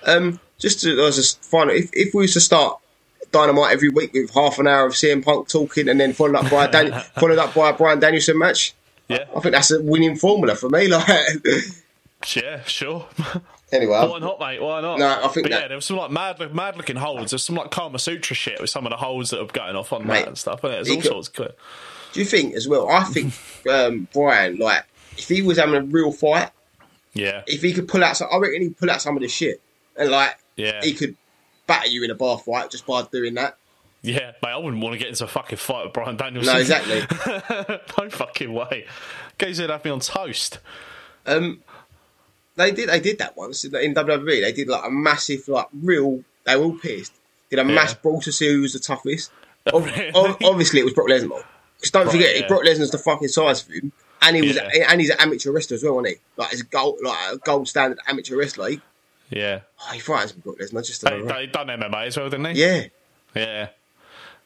[SPEAKER 2] yeah. um, just to, as a final, if if we was to start Dynamite every week with half an hour of CM Punk talking, and then followed up by a Dan- followed up by a Brian Danielson match.
[SPEAKER 1] Yeah,
[SPEAKER 2] I think that's a winning formula for me. <laughs> Like
[SPEAKER 1] yeah, sure. <laughs>
[SPEAKER 2] anyway,
[SPEAKER 1] Why not, mate? Why not?
[SPEAKER 2] Uh, No, I think
[SPEAKER 1] But
[SPEAKER 2] that-
[SPEAKER 1] yeah, there was some like mad, mad looking holds. There's some like Kama Sutra shit with some of the holds that are going off on
[SPEAKER 2] Mate,
[SPEAKER 1] that and stuff. And it's
[SPEAKER 2] he
[SPEAKER 1] all
[SPEAKER 2] could-
[SPEAKER 1] sorts of clear.
[SPEAKER 2] do you think as well? I think um, Brian, like if he was having a real fight,
[SPEAKER 1] Yeah,
[SPEAKER 2] if he could pull out, some, I reckon he'd pull out some of the shit, and like
[SPEAKER 1] yeah,
[SPEAKER 2] he could batter you in a bar fight just by doing that.
[SPEAKER 1] yeah, mate. I wouldn't want to get into a fucking fight with Brian Danielson.
[SPEAKER 2] No, exactly.
[SPEAKER 1] <laughs> no fucking way. Guys, would have me on toast.
[SPEAKER 2] Um, they did. They did that once in in WWE. They did like a massive, like real. They were all pissed. Did a mass brawl to see who was the toughest. Ob-
[SPEAKER 1] <laughs> Really?
[SPEAKER 2] ob- obviously, it was Brock Lesnar. Because don't
[SPEAKER 1] Right,
[SPEAKER 2] forget,
[SPEAKER 1] yeah.
[SPEAKER 2] Brock Lesnar's the fucking size for him, and he was,
[SPEAKER 1] Yeah.
[SPEAKER 2] and he's an amateur wrestler as well, wasn't he? Like he's a gold, like a gold standard amateur wrestler. He,
[SPEAKER 1] Yeah,
[SPEAKER 2] oh, he frightens me, Brock Lesnar. Just
[SPEAKER 1] he,
[SPEAKER 2] another,
[SPEAKER 1] he done MMA as well, didn't he?
[SPEAKER 2] yeah.
[SPEAKER 1] yeah,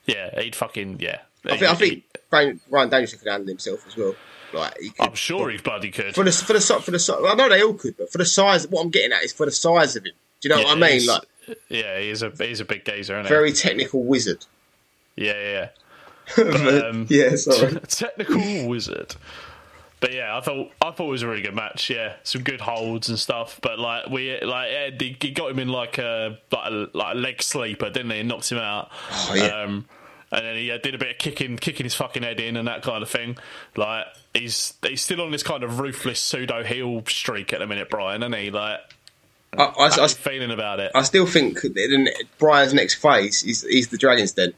[SPEAKER 1] yeah. He'd fucking yeah.
[SPEAKER 2] I think I think Brian, Brian Danielson could handle himself as well. Like he could.
[SPEAKER 1] I'm sure he bloody could.
[SPEAKER 2] for the for the si- for the si- I know they all could, but for the size, what I'm getting at is for the size of him. Do you know what Oh, I
[SPEAKER 1] Yeah,
[SPEAKER 2] mean?
[SPEAKER 1] he's-
[SPEAKER 2] Like
[SPEAKER 1] yeah, he's a he's a big gazer, isn't
[SPEAKER 2] very technical wizard.
[SPEAKER 1] he?
[SPEAKER 2] <laughs>
[SPEAKER 1] Yeah, yeah. yeah. um,
[SPEAKER 2] yeah, sorry.
[SPEAKER 1] <laughs> technical wizard. But yeah, I thought I thought it was a really good match. Yeah, some good holds and stuff. But like we like Ed, he, he got him in like a like a, like a leg sleeper, didn't he? And knocked him out.
[SPEAKER 2] Oh, yeah.
[SPEAKER 1] Um, and then he uh, did a bit of kicking, kicking his fucking head in and that kind of thing. Like he's he's still on this kind of ruthless pseudo heel streak at the minute, Brian, isn't he? Like
[SPEAKER 2] I, I, I,
[SPEAKER 1] feeling about it.
[SPEAKER 2] I still think that in Brian's next phase is, is the Dragon's Den,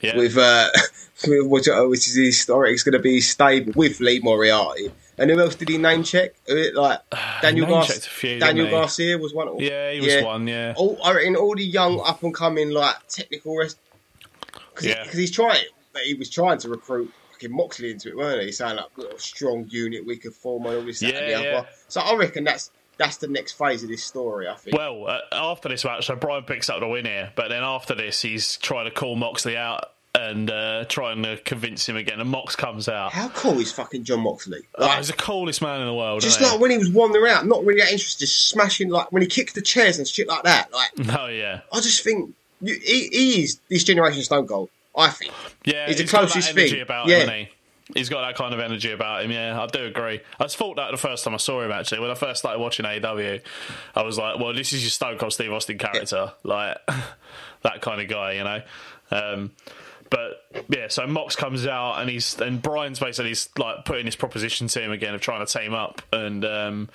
[SPEAKER 1] yeah.
[SPEAKER 2] with uh, <laughs> with- which, uh, which is historic. It's going to be stable with Lee Moriarty. And who else did he name check? Uh,
[SPEAKER 1] <sighs>
[SPEAKER 2] Like Daniel
[SPEAKER 1] name
[SPEAKER 2] Garcia.
[SPEAKER 1] checked a few,
[SPEAKER 2] Daniel
[SPEAKER 1] didn't he?
[SPEAKER 2] Garcia was one.
[SPEAKER 1] yeah, he was one. Yeah,
[SPEAKER 2] All, I reckon all the young up and coming like technical rest because
[SPEAKER 1] Yeah.
[SPEAKER 2] he's trying. But he was trying to recruit fucking Moxley into it, weren't he? He's Saying like, we a strong unit we could form and all this that, and
[SPEAKER 1] Yeah,
[SPEAKER 2] the
[SPEAKER 1] yeah.
[SPEAKER 2] other. So I reckon that's that's the next phase of this story. I think.
[SPEAKER 1] Well, uh, after this match, so Brian picks up the win here, but then after this, he's trying to call Moxley out and uh, trying to convince him again. And Mox comes out.
[SPEAKER 2] How cool is fucking John Moxley?
[SPEAKER 1] Oh,
[SPEAKER 2] Like,
[SPEAKER 1] he's the coolest man in the world.
[SPEAKER 2] just
[SPEAKER 1] isn't
[SPEAKER 2] like when he was wandering out, not really that interested, just smashing like when he kicked the chairs and shit like that. Like
[SPEAKER 1] he? oh yeah,
[SPEAKER 2] I just think you, he, he is this generation's Stone Cold. I think.
[SPEAKER 1] yeah.
[SPEAKER 2] He's the
[SPEAKER 1] got that
[SPEAKER 2] closest
[SPEAKER 1] energy
[SPEAKER 2] thing.
[SPEAKER 1] about
[SPEAKER 2] Yeah.
[SPEAKER 1] him, hasn't he? He's got that kind of energy about him. Yeah, I do agree. I just thought that the first time I saw him. Actually, when I first started watching AEW, I was like, "Well, this is your Stone Cold Steve Austin character, like <laughs> that kind of guy," you know. Um, But yeah, so Mox comes out and he's and Brian's basically s- like putting his proposition to him again of trying to team up, and um,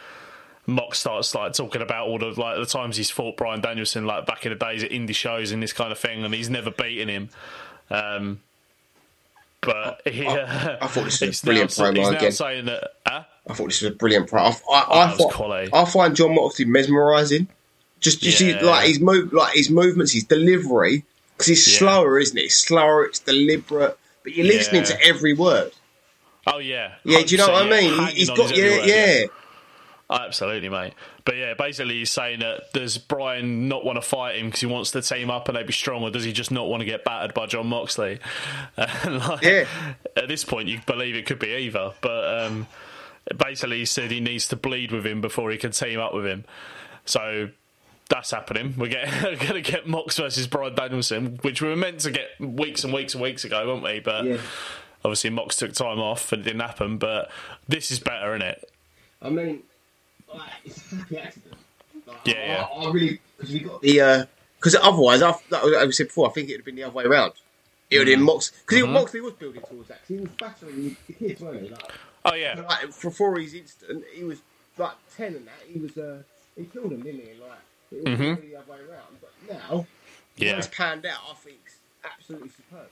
[SPEAKER 1] Mox starts like talking about all the like the times he's fought Brian Danielson like back in the days at indie shows and this kind of thing, and he's never beaten him. Um, but he, uh,
[SPEAKER 2] I thought this was a
[SPEAKER 1] he's
[SPEAKER 2] brilliant
[SPEAKER 1] now,
[SPEAKER 2] promo
[SPEAKER 1] he's now
[SPEAKER 2] again.
[SPEAKER 1] saying that. Huh?
[SPEAKER 2] I thought this was a brilliant product. I, I, I,
[SPEAKER 1] Oh, that was
[SPEAKER 2] thought-
[SPEAKER 1] quality.
[SPEAKER 2] I find John Moxley mesmerising. Just, just his,
[SPEAKER 1] Yeah.
[SPEAKER 2] like his move, like his movements, his delivery, because he's
[SPEAKER 1] Yeah.
[SPEAKER 2] slower, isn't it? He's slower, it's deliberate, but you're listening
[SPEAKER 1] Yeah.
[SPEAKER 2] to every word.
[SPEAKER 1] Oh yeah,
[SPEAKER 2] Yeah, do you know
[SPEAKER 1] 100%,
[SPEAKER 2] what I
[SPEAKER 1] yeah,
[SPEAKER 2] mean?
[SPEAKER 1] hanging
[SPEAKER 2] he's
[SPEAKER 1] on
[SPEAKER 2] got,
[SPEAKER 1] his
[SPEAKER 2] yeah,
[SPEAKER 1] every
[SPEAKER 2] yeah,
[SPEAKER 1] word, Oh, Absolutely, mate. But yeah, basically, he's saying that does Brian not want to fight him because he wants to team up and they be strong, or does he just not want to get battered by John Moxley? <laughs> And like,
[SPEAKER 2] Yeah.
[SPEAKER 1] At this point, you believe it could be either. But um, basically, he said he needs to bleed with him before he can team up with him. So that's happening. We're getting going to get <laughs> Mox versus Brian Danielson, which we were meant to get weeks and weeks and weeks ago, weren't we? But
[SPEAKER 2] Yeah.
[SPEAKER 1] obviously, Mox took time off and it didn't happen. But this is better, isn't it?
[SPEAKER 2] I mean, like, it's a fucking accident. Like,
[SPEAKER 1] Yeah, yeah.
[SPEAKER 2] I, I really because we got the because uh, otherwise, I, like I said before, I think it'd have been the other way around. It
[SPEAKER 1] Mm.
[SPEAKER 2] would have been Mox because
[SPEAKER 1] Mm-hmm.
[SPEAKER 2] Moxley was building towards that. 'cause he was battering the kids, weren't he? Like,
[SPEAKER 1] Oh yeah.
[SPEAKER 2] like for for his instant, he was like ten and that. He was uh, he killed him, didn't he? Like it was
[SPEAKER 1] Mm-hmm.
[SPEAKER 2] really the other way around. But now, yeah.
[SPEAKER 1] Yeah.
[SPEAKER 2] when it's panned out, I think it's absolutely superb.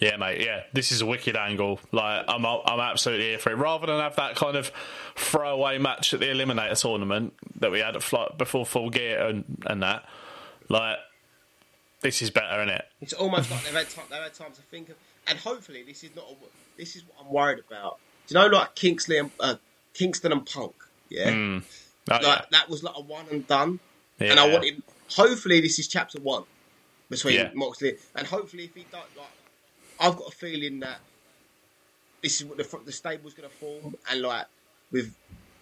[SPEAKER 1] Yeah, mate. Yeah, this is a wicked angle. Like, I'm I'm absolutely here for it. Rather than have that kind of throwaway match at the Eliminator tournament that we had at Flight before Full Gear and and that, like, this is better, isn't it?
[SPEAKER 2] It's almost like they've had time, they've had time to think of, and hopefully this is not a, this is what I'm worried about. Do you know like Kingsley and uh, Kingston and Punk? Yeah,
[SPEAKER 1] Oh,
[SPEAKER 2] like
[SPEAKER 1] yeah.
[SPEAKER 2] that was like a one and done,
[SPEAKER 1] Yeah.
[SPEAKER 2] and I wanted. Hopefully this is chapter one between
[SPEAKER 1] Yeah.
[SPEAKER 2] Moxley, and hopefully if he don't like, I've got a feeling that this is what the fr- the stable's going to form, and like with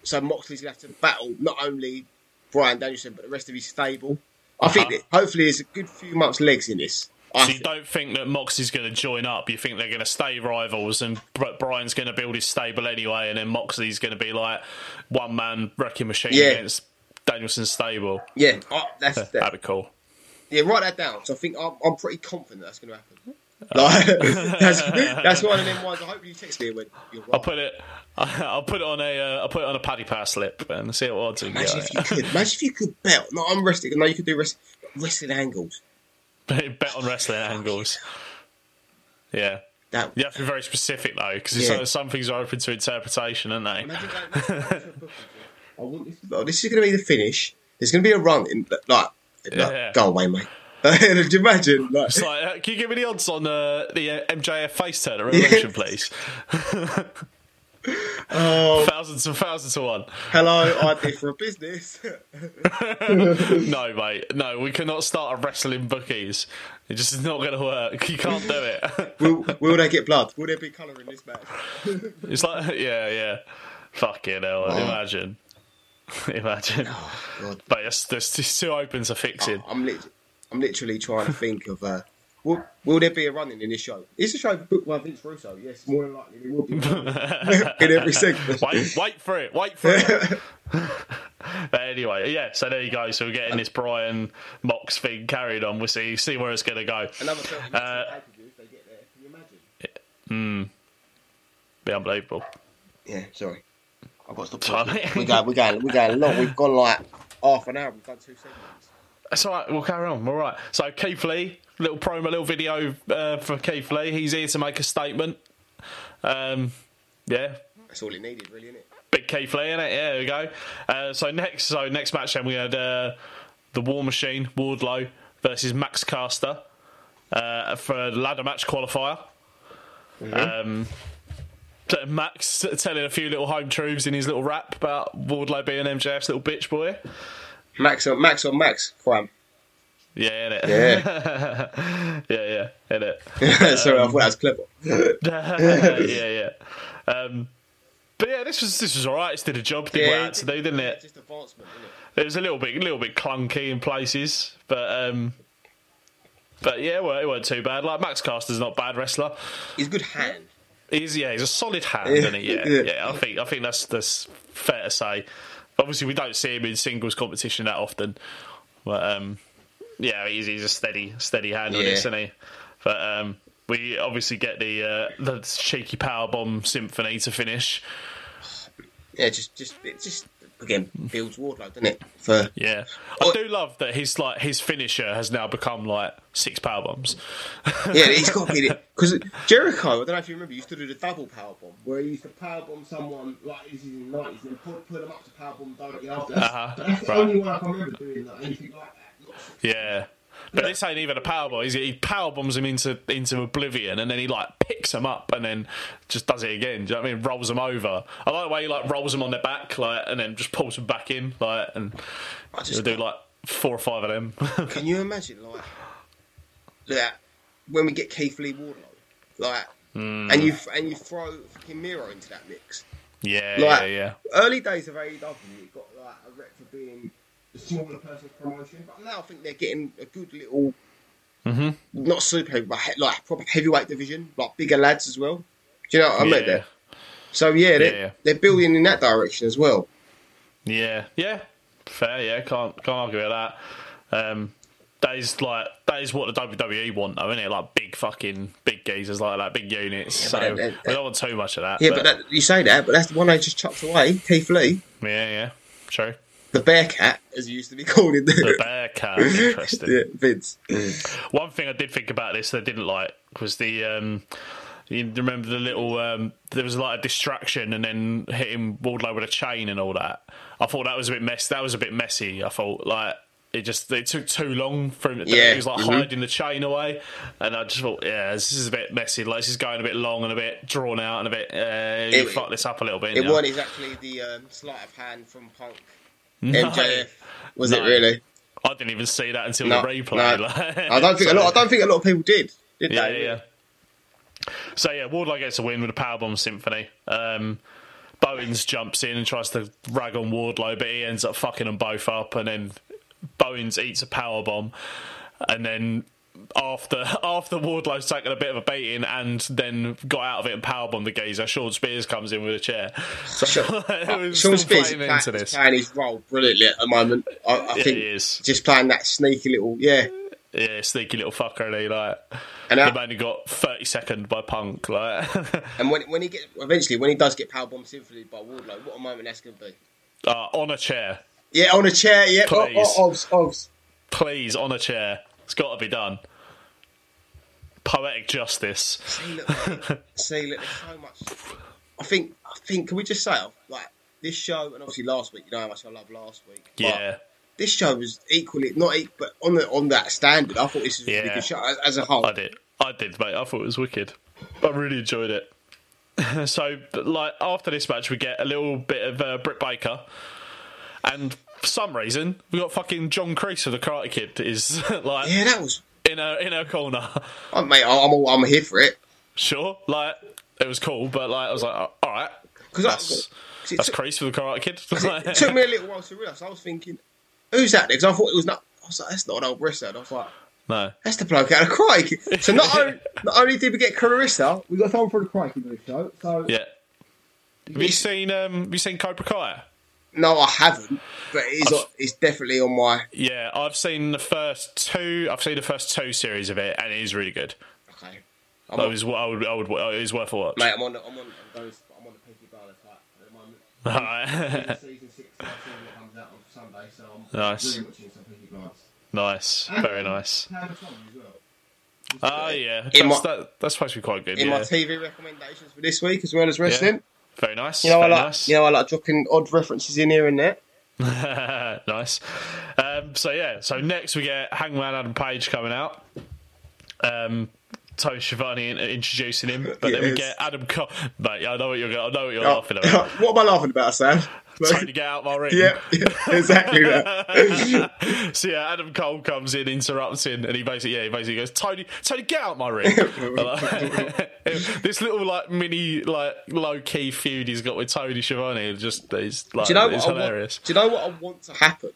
[SPEAKER 2] so Moxley's going to have to battle not only Brian Danielson but the rest of his stable. I think
[SPEAKER 1] Uh-huh.
[SPEAKER 2] that hopefully there's a good few months legs in this. I
[SPEAKER 1] So you don't think that Moxie's going to join up. You think they're going to stay rivals, and Br- Brian's going to build his stable anyway, and then Moxie's going to be like one man wrecking machine
[SPEAKER 2] Yeah.
[SPEAKER 1] against Danielson's stable. <laughs>
[SPEAKER 2] yeah, I, that's that,
[SPEAKER 1] That'd be cool.
[SPEAKER 2] yeah. Write that down. So I think I'm, I'm pretty confident that's going to happen. Like <laughs> that's that's one of them ones. I hope you text me when you're
[SPEAKER 1] I'll
[SPEAKER 2] right.
[SPEAKER 1] put it. <laughs> I'll put it on a. Uh, I'll put it on a paddy power slip and see what odds we can
[SPEAKER 2] Imagine
[SPEAKER 1] get.
[SPEAKER 2] if
[SPEAKER 1] <laughs>
[SPEAKER 2] you could. Imagine if you could bet. No, I'm wrestling. No, you could do wrestling, wrestling angles.
[SPEAKER 1] Bet on wrestling angles. Yeah.
[SPEAKER 2] That
[SPEAKER 1] You have to be very specific though, because
[SPEAKER 2] Yeah.
[SPEAKER 1] like some things are open to interpretation, aren't they?
[SPEAKER 2] Imagine that. I want this. Oh, this is going to be the finish. There's going to be a run in like, like
[SPEAKER 1] Yeah.
[SPEAKER 2] go away, mate. <laughs> Do you imagine? Like,
[SPEAKER 1] It's like, uh, can you give me the odds on uh, the uh, MJF face turn at Revolution, please?
[SPEAKER 2] <laughs>
[SPEAKER 1] <laughs>
[SPEAKER 2] oh,
[SPEAKER 1] Thousands and thousands to one.
[SPEAKER 2] hello, I did for a business. <laughs>
[SPEAKER 1] No, mate, no, we cannot start a wrestling bookies. It just is not going to work. You can't do it. <laughs>
[SPEAKER 2] will, will they get blood? Will there be colour in this match?
[SPEAKER 1] It's like, <laughs> yeah, yeah. Fucking hell, imagine. <laughs> Imagine.
[SPEAKER 2] God.
[SPEAKER 1] But it's, it's, it's too open to fixing.
[SPEAKER 2] I'm lit- I'm literally trying to think of. Uh, will, will there be a running in this show? Is the show booked by Vince Russo?
[SPEAKER 1] <laughs>
[SPEAKER 2] Yes, more than likely there will be
[SPEAKER 3] Oh,
[SPEAKER 2] in every segment.
[SPEAKER 1] Wait, wait for it. Wait
[SPEAKER 2] <laughs>
[SPEAKER 1] for it. but anyway, yeah. So there you go. So we're getting this Brian Mox thing carried on. We'll see see where it's going to go.
[SPEAKER 2] Another 30 minutes
[SPEAKER 1] Uh,
[SPEAKER 2] of pay-per-view if they get there. Can you imagine?
[SPEAKER 1] Be unbelievable.
[SPEAKER 2] Yeah, sorry. I've got to stop.
[SPEAKER 1] Sorry, mate.
[SPEAKER 2] We're going, we're going, we're going long. We've gone like half an hour. We've done two segments.
[SPEAKER 1] It's all right. We'll carry on. We're all right. So Keith Lee, little promo, little video uh, for Keith Lee. He's here to make a statement. Um, yeah,
[SPEAKER 2] That's all it needed, really, isn't it?
[SPEAKER 1] Big Keith Lee in it. Yeah, there we go. Uh, so next, so next match, then we had uh, the War Machine Wardlow versus Max Caster uh, for the ladder match qualifier.
[SPEAKER 2] Mm-hmm.
[SPEAKER 1] Um, so Max telling a few little home truths in his little rap about Wardlow being MJF's little bitch boy.
[SPEAKER 2] Max on Max on Max crime.
[SPEAKER 1] Yeah, innit?
[SPEAKER 2] Yeah.
[SPEAKER 1] <laughs> yeah, yeah,
[SPEAKER 2] <laughs>
[SPEAKER 1] innit? <laughs>
[SPEAKER 2] sorry, I thought that was clever.
[SPEAKER 1] yeah, yeah. Um, but yeah, this was this was alright. It did a job. Did what it
[SPEAKER 2] Yeah.
[SPEAKER 1] had to do, didn't it?
[SPEAKER 2] Just advancement, isn't it?
[SPEAKER 1] It was a little bit, little bit clunky in places, but um, but yeah, well, it weren't too bad. Like Max Caster's not a bad wrestler.
[SPEAKER 2] He's good hand.
[SPEAKER 1] He's yeah, he's a solid hand,
[SPEAKER 2] Yeah,
[SPEAKER 1] isn't he? Yeah,
[SPEAKER 2] yeah.
[SPEAKER 1] yeah, I think I think that's that's fair to say. Obviously, we don't see him in singles competition that often, but um, yeah, he's he's a steady steady hand on
[SPEAKER 2] Yeah.
[SPEAKER 1] this, isn't he? But um, we obviously get the uh, the cheeky power bomb symphony to finish.
[SPEAKER 2] Yeah, just just it just again builds Wardlow, doesn't it? For
[SPEAKER 1] Mm. Yeah, I
[SPEAKER 2] Well-
[SPEAKER 1] do love that his like his finisher has now become like six power bombs.
[SPEAKER 2] yeah, he's got to be because Jericho. I don't know if you remember, used to do the double power bomb where he used to power bomb someone like this is in the nineties and put, put them up to power bomb directly after. That's,
[SPEAKER 1] Uh-huh,
[SPEAKER 2] but that's
[SPEAKER 1] right.
[SPEAKER 2] the only one I can remember doing like, anything like that. Not
[SPEAKER 1] Yeah. But this ain't even a power bomb. He's- He power bombs him into into oblivion, and then he like picks him up, and then just does it again. Do you know what I mean? Rolls him over. I like the way he like rolls him on their back, like, and then just pulls him back in, like, and
[SPEAKER 2] I
[SPEAKER 1] he'll
[SPEAKER 2] just
[SPEAKER 1] do like four or five of them. <laughs>
[SPEAKER 2] Can you imagine, like, that when we get Keith Lee Wardlow, like,
[SPEAKER 1] Hmm.
[SPEAKER 2] and you and you throw fucking Miro into that mix?
[SPEAKER 1] yeah,
[SPEAKER 2] Like,
[SPEAKER 1] yeah, yeah.
[SPEAKER 2] early days of AEW, you got like a rep for being the smaller person's promotion, but now I think they're getting a good little,
[SPEAKER 1] Mm-hmm.
[SPEAKER 2] not super heavy, but he- like proper heavyweight division, like bigger lads as well. Do you know what I mean?
[SPEAKER 1] Yeah.
[SPEAKER 2] There, so yeah, they're,
[SPEAKER 1] Yeah, yeah.
[SPEAKER 2] they're building in that direction as well.
[SPEAKER 1] Yeah, yeah, fair. Yeah, can't can't argue with that. Um, that is like that is what the WWE want, though, isn't it? Like big fucking big geezers like that, big units. so
[SPEAKER 2] but that- that-
[SPEAKER 1] we don't want too much of that.
[SPEAKER 2] Yeah, but, that, you say that, but that's the one they just chucked away, Keith Lee,
[SPEAKER 1] yeah, yeah, true.
[SPEAKER 2] the Bear Cat, as he used to be called in
[SPEAKER 1] The bear cat,
[SPEAKER 2] <laughs>
[SPEAKER 1] interesting.
[SPEAKER 2] yeah, Vince.
[SPEAKER 1] One thing I did think about this that I didn't like was the. Um, you remember the little? Um, there was a lot of distraction, and then hitting Wardlow with a chain and all that. I thought that was a bit mess. That was a bit messy. I thought like it just it took too long for him. To do.
[SPEAKER 2] Yeah,
[SPEAKER 1] it was like
[SPEAKER 2] mhm.
[SPEAKER 1] hiding the chain away, and I just thought, yeah, this is a bit messy. Like this is going a bit long and a bit drawn out and a bit. Uh, you
[SPEAKER 2] It-
[SPEAKER 1] fucked this up a little bit.
[SPEAKER 2] It
[SPEAKER 1] now.
[SPEAKER 2] wasn't exactly the um, sleight of hand from Punk.
[SPEAKER 1] Mm-hmm.
[SPEAKER 2] MJF was
[SPEAKER 1] No.
[SPEAKER 2] it really?
[SPEAKER 1] I didn't even see that until
[SPEAKER 2] No,
[SPEAKER 1] the replay.
[SPEAKER 2] no.
[SPEAKER 1] <laughs> like-
[SPEAKER 2] I don't think a
[SPEAKER 1] So-
[SPEAKER 2] lot. I don't think a lot of people did. Did
[SPEAKER 1] Yeah,
[SPEAKER 2] they?
[SPEAKER 1] yeah. So yeah, Wardlow gets a win with a powerbomb symphony. Um, Bowens jumps in and tries to rag on Wardlow, but he ends up fucking them both up, and then Bowens eats a powerbomb, and then after <laughs> after Wardlow's taken a bit of a beating and then got out of it and powerbombed the geezer, Sean Spears comes in with a chair. <laughs> So
[SPEAKER 2] Sean-
[SPEAKER 1] it was
[SPEAKER 2] uh, Sean
[SPEAKER 1] still
[SPEAKER 2] Spears
[SPEAKER 1] playing
[SPEAKER 2] is
[SPEAKER 1] into
[SPEAKER 2] pla- is
[SPEAKER 1] this.
[SPEAKER 2] playing his role brilliantly at the moment. I, I
[SPEAKER 1] Yeah,
[SPEAKER 2] think
[SPEAKER 1] he is.
[SPEAKER 2] just playing that sneaky little yeah.
[SPEAKER 1] Yeah, sneaky little fucker, and he like
[SPEAKER 2] And uh,
[SPEAKER 1] the
[SPEAKER 2] I,
[SPEAKER 1] man who got thirty second by Punk, like <laughs>
[SPEAKER 2] and when when he get eventually when he does get power bombed symphony by Wardlow, what a moment that's going to be.
[SPEAKER 1] uh, on a chair.
[SPEAKER 2] Yeah, on a chair. Yeah, oh,
[SPEAKER 1] Please.
[SPEAKER 2] oh, obs, obs.
[SPEAKER 1] Please, on a chair. It's got to be done. Poetic justice.
[SPEAKER 2] See, look, see, look, there's so much. I think, I think, can we just say, like, this show, and obviously last week, you know how much I love last week. but
[SPEAKER 1] Yeah,
[SPEAKER 2] this show was equally, not equal, but on the on that standard, I thought this was a really
[SPEAKER 1] Yeah.
[SPEAKER 2] good show as, as a whole.
[SPEAKER 1] I did. I did, mate. I thought it was wicked. I really enjoyed it. <laughs> so, like after this match, we get a little bit of uh, Britt Baker, and for some reason, we got fucking John Kreese of the Karate Kid is <laughs> like
[SPEAKER 2] Yeah, that was,
[SPEAKER 1] in her in her corner. <laughs>
[SPEAKER 2] oh, mate, I- I'm, all, I'm here for it.
[SPEAKER 1] sure, like it was cool, but like I was like, all right,
[SPEAKER 2] Because
[SPEAKER 1] that's
[SPEAKER 2] it,
[SPEAKER 1] that's
[SPEAKER 2] took-
[SPEAKER 1] Kreese for the
[SPEAKER 2] <laughs>
[SPEAKER 1] Karate Kid. <laughs>
[SPEAKER 2] it took me a little while to realise. I was thinking, who's that? Because I thought it was not, I was like, that's not an old wrestler. And I was like,
[SPEAKER 1] no,
[SPEAKER 2] that's the bloke out of Karate Kid. So not
[SPEAKER 1] <laughs>
[SPEAKER 2] only, not only did we get Clarissa, we got someone from the Karate Kid on the show. So
[SPEAKER 1] yeah. Have you seen um? Have you seen Cobra Kai?
[SPEAKER 2] No, I haven't. But it's,
[SPEAKER 1] I've-
[SPEAKER 2] it's definitely on my.
[SPEAKER 1] Yeah, I've seen the first two. I've seen the first two series of it, and it is really good.
[SPEAKER 2] Okay. I'm
[SPEAKER 1] I
[SPEAKER 2] on,
[SPEAKER 1] was, I would, I would, it is worth a watch.
[SPEAKER 2] mate, I'm on. the- I'm on. I'm, those, I'm on the Peaky Blinders like, at the moment.
[SPEAKER 1] Alright.
[SPEAKER 2] Season six, I've seen what comes out on Sunday, so I'm
[SPEAKER 1] Nice.
[SPEAKER 2] really watching some Peaky Blinders.
[SPEAKER 1] <laughs> nice, very nice.
[SPEAKER 2] Pam Tom as well.
[SPEAKER 1] Oh yeah,
[SPEAKER 2] <laughs> In
[SPEAKER 1] that's,
[SPEAKER 2] my-
[SPEAKER 1] that, that's supposed to be quite good.
[SPEAKER 2] In my
[SPEAKER 1] Yeah.
[SPEAKER 2] TV recommendations for this week, as well as
[SPEAKER 1] Yeah.
[SPEAKER 2] wrestling,
[SPEAKER 1] Very nice.
[SPEAKER 2] you know I
[SPEAKER 1] very
[SPEAKER 2] like
[SPEAKER 1] nice.
[SPEAKER 2] you know I like dropping odd references in here and there.
[SPEAKER 1] <laughs> nice. Um, so yeah, so next we get Hangman Adam Page coming out. Um, Tony Schiavone in- introducing him, but then we
[SPEAKER 2] Yes. Oh.
[SPEAKER 1] get Adam Cole. Mate, I know what you're. go- I know what you're laughing
[SPEAKER 2] <laughs>
[SPEAKER 1] about.
[SPEAKER 2] what am I laughing about,
[SPEAKER 1] <laughs>
[SPEAKER 2] Sam?
[SPEAKER 1] Trying to get out of my ring.
[SPEAKER 2] <laughs>
[SPEAKER 1] <laughs>
[SPEAKER 2] yeah, yeah, exactly that.
[SPEAKER 1] so yeah, uh, Adam Cole comes in, interrupts him, and he basically yeah, he basically goes, Tony, Tony, get out
[SPEAKER 2] <laughs>
[SPEAKER 1] my ring. And, like, <laughs> this little like mini like low key feud he's got with Tony Schiavone just is like
[SPEAKER 2] Do you know
[SPEAKER 1] it's
[SPEAKER 2] what? I want,
[SPEAKER 1] hilarious.
[SPEAKER 2] do you know what I want to happen?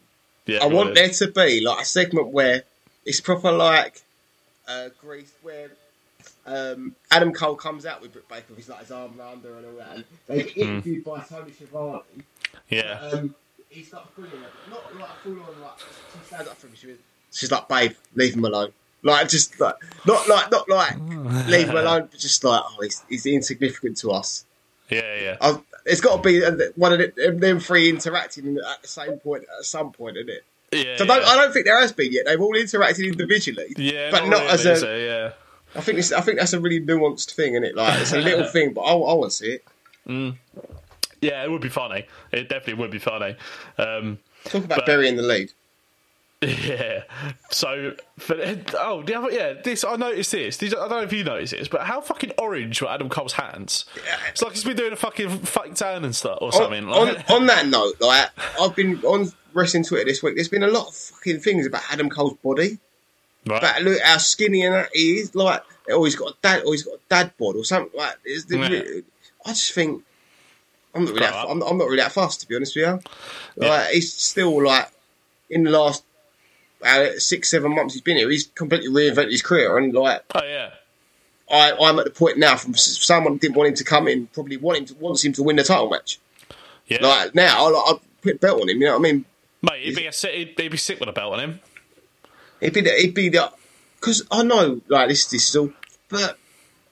[SPEAKER 1] yeah,
[SPEAKER 2] I
[SPEAKER 1] go
[SPEAKER 2] want
[SPEAKER 1] on.
[SPEAKER 2] there to be like a segment where it's proper like uh, Greece, where um, Adam Cole comes out with Britt Baker, he's like his arm round her and all that. And they get
[SPEAKER 1] Hmm.
[SPEAKER 2] interviewed by Tony Schiavone.
[SPEAKER 1] yeah,
[SPEAKER 2] Um, he starts bullying her, but not like full on like she stands up for him. She was, she's like, babe, leave him alone. Like just like not like not like leave him alone, but just like oh, he's, he's insignificant to us.
[SPEAKER 1] yeah, yeah.
[SPEAKER 2] i it's got to be uh, one of the, them three interacting at the same point at some point, isn't it?
[SPEAKER 1] yeah
[SPEAKER 2] So I
[SPEAKER 1] yeah.
[SPEAKER 2] don't, I don't think there has been yet. They've all interacted individually,
[SPEAKER 1] yeah,
[SPEAKER 2] but not,
[SPEAKER 1] really,
[SPEAKER 2] as
[SPEAKER 1] is
[SPEAKER 2] a.
[SPEAKER 1] it? yeah.
[SPEAKER 2] I think this, I think that's a really nuanced thing, isn't it? Like it's a little thing, but I, I want to see it.
[SPEAKER 1] Yeah, it would be funny. It definitely would be funny. Um,
[SPEAKER 2] Talk about burying the lead.
[SPEAKER 1] Yeah. So, for, oh, the other, yeah, this, I noticed this. These, I don't know if you noticed this, but how fucking orange were Adam Cole's hands? It's like he's been doing a fucking fucking tan and stuff or
[SPEAKER 2] On,
[SPEAKER 1] something.
[SPEAKER 2] on,
[SPEAKER 1] like,
[SPEAKER 2] on that note, like I've been on wrestling Twitter this week. There's been a lot of fucking things about Adam Cole's body.
[SPEAKER 1] right.
[SPEAKER 2] But look how skinny and that he is. Like, oh, he's got a dad, or he's got a dad bod, or something like. It's the,
[SPEAKER 1] Yeah.
[SPEAKER 2] I just think I'm not really. That,
[SPEAKER 1] Grow up.
[SPEAKER 2] I'm, I'm not really that fast, to be honest with you. Like, he's still like in the last uh, six, seven months he's been here. He's completely reinvented his career, and like
[SPEAKER 1] oh, yeah.
[SPEAKER 2] I, I'm at the point now from s- someone who didn't want him to come in, probably want him to, wants him to win the title match.
[SPEAKER 1] Yeah.
[SPEAKER 2] Like now, I like, I'd put a belt on him. You know what I mean?
[SPEAKER 1] Mate, he'd be, a, si- he'd, he'd be sick with a belt on him.
[SPEAKER 2] It'd be the, it'd be the, because I know like this this is all, but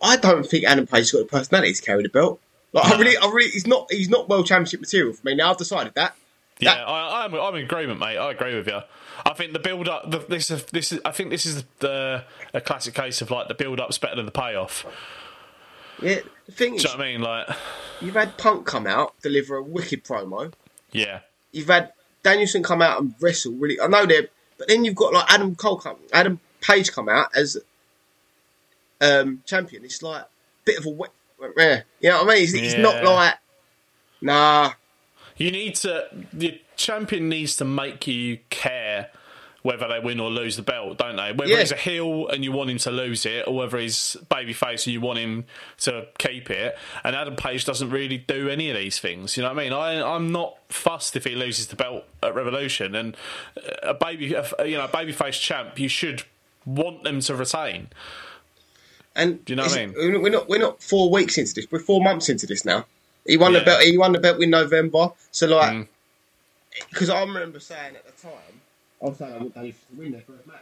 [SPEAKER 2] I don't think Adam Page's got the personality to carry the belt. Like I really, I really, he's not he's not world championship material for me. Now I've decided that.
[SPEAKER 1] Yeah,
[SPEAKER 2] That-
[SPEAKER 1] I, I'm, I'm in agreement, mate. I agree with you. I think the build up, the, this, is- this is, I think this is the, a classic case of like the build up's better than the payoff.
[SPEAKER 2] Yeah, the thing is,
[SPEAKER 1] Do you know what I mean? Like,
[SPEAKER 2] you've had Punk come out deliver a wicked promo.
[SPEAKER 1] yeah,
[SPEAKER 2] You've had Danielson come out and wrestle really. I know they're, but then you've got like Adam Cole come, Adam Page come out as um champion. It's like a bit of a wet, yeah. You know what I mean? It's, it's not
[SPEAKER 1] Yeah.
[SPEAKER 2] like nah.
[SPEAKER 1] You need to. The champion needs to make you care whether they win or lose the belt, don't they? Whether
[SPEAKER 2] Yeah.
[SPEAKER 1] he's a heel and you want him to lose it, or whether he's babyface and you want him to keep it. And Adam Page doesn't really do any of these things. You know what I mean? I, I'm not fussed if he loses the belt at Revolution. And a baby, a, you know, a babyface champ, you should want them to retain.
[SPEAKER 2] And
[SPEAKER 1] Do you know what I
[SPEAKER 2] it's- We're not we're not four weeks into this. We're four months into this now. He won
[SPEAKER 1] Yeah.
[SPEAKER 2] the
[SPEAKER 1] Mm.
[SPEAKER 2] belt. He won the belt in November. So like, because I remember saying at the time, I was saying I want Dave to win their first match.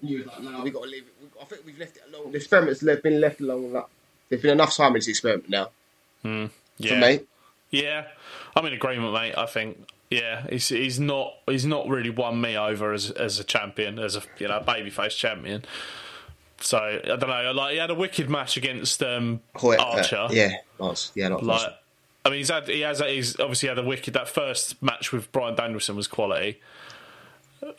[SPEAKER 2] And you was like, no, we got to leave it. We, I think we've left it alone. The experiment's le- been left alone. enough. there's been enough time in this experiment now
[SPEAKER 1] Yeah.
[SPEAKER 2] for me.
[SPEAKER 1] Yeah, I'm in agreement, mate. I think yeah, he's he's not he's not really won me over as as a champion, as a you know babyface champion. So I don't know. Like he had a wicked match against um,
[SPEAKER 2] Hoyt, uh,
[SPEAKER 1] Archer.
[SPEAKER 2] yeah, Lance, yeah, not
[SPEAKER 1] like
[SPEAKER 2] Lance.
[SPEAKER 1] I mean, he's had he has he's obviously had a wicked that first match with Brian Danielson was quality.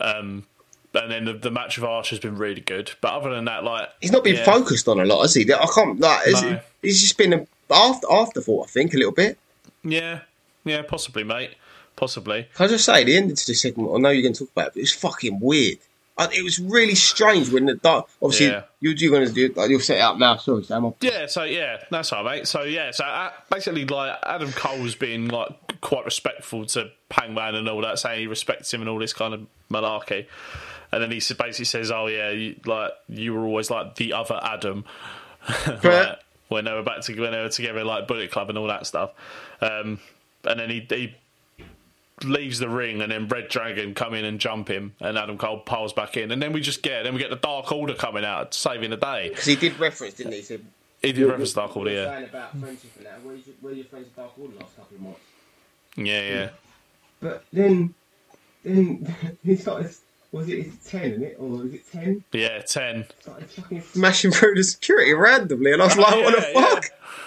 [SPEAKER 1] Um, and then the, the match with Archer has been really good. But other than that, like
[SPEAKER 2] He's not been
[SPEAKER 1] yeah.
[SPEAKER 2] focused on a lot, has he? I can't like. Is
[SPEAKER 1] No.
[SPEAKER 2] He's just been an after afterthought, I think, a little bit.
[SPEAKER 1] Yeah, yeah, possibly, mate, possibly.
[SPEAKER 2] Can I just say the end of the segment? I know you're going to talk about it, but it's fucking weird. I, it was really strange when the dark. Obviously,
[SPEAKER 1] Yeah.
[SPEAKER 2] you, you're going to do. Like, you'll set it up now. Sorry, Sam. I'll-
[SPEAKER 1] Yeah, so yeah, that's all right, mate. So yeah, so uh, basically, like Adam Cole's being like quite respectful to Hangman and all that, saying he respects him and all this kind of malarkey. And then he s- basically says, "Oh yeah, you, like you were always like the other Adam." <laughs>
[SPEAKER 2] Right.
[SPEAKER 1] like, when they were back to when they were together, like Bullet Club and all that stuff. Um, and then he, he leaves the ring, and then Red Dragon come in and jump him, and Adam Cole piles back in, and then we just get then we get the Dark Order coming out, saving the day.
[SPEAKER 2] 'Cause he did reference, didn't he? He said,
[SPEAKER 1] He did reference Dark Order, yeah.
[SPEAKER 2] Saying about friendship and that. Where, you, where your friends Dark Order last couple of months.
[SPEAKER 1] Yeah, yeah.
[SPEAKER 2] But then, then <laughs> he started. Was it his ten? Isn't it or was it ten?
[SPEAKER 1] Yeah, 10.
[SPEAKER 2] Started fucking smashing through the security randomly, and I was like, "What the
[SPEAKER 1] Oh,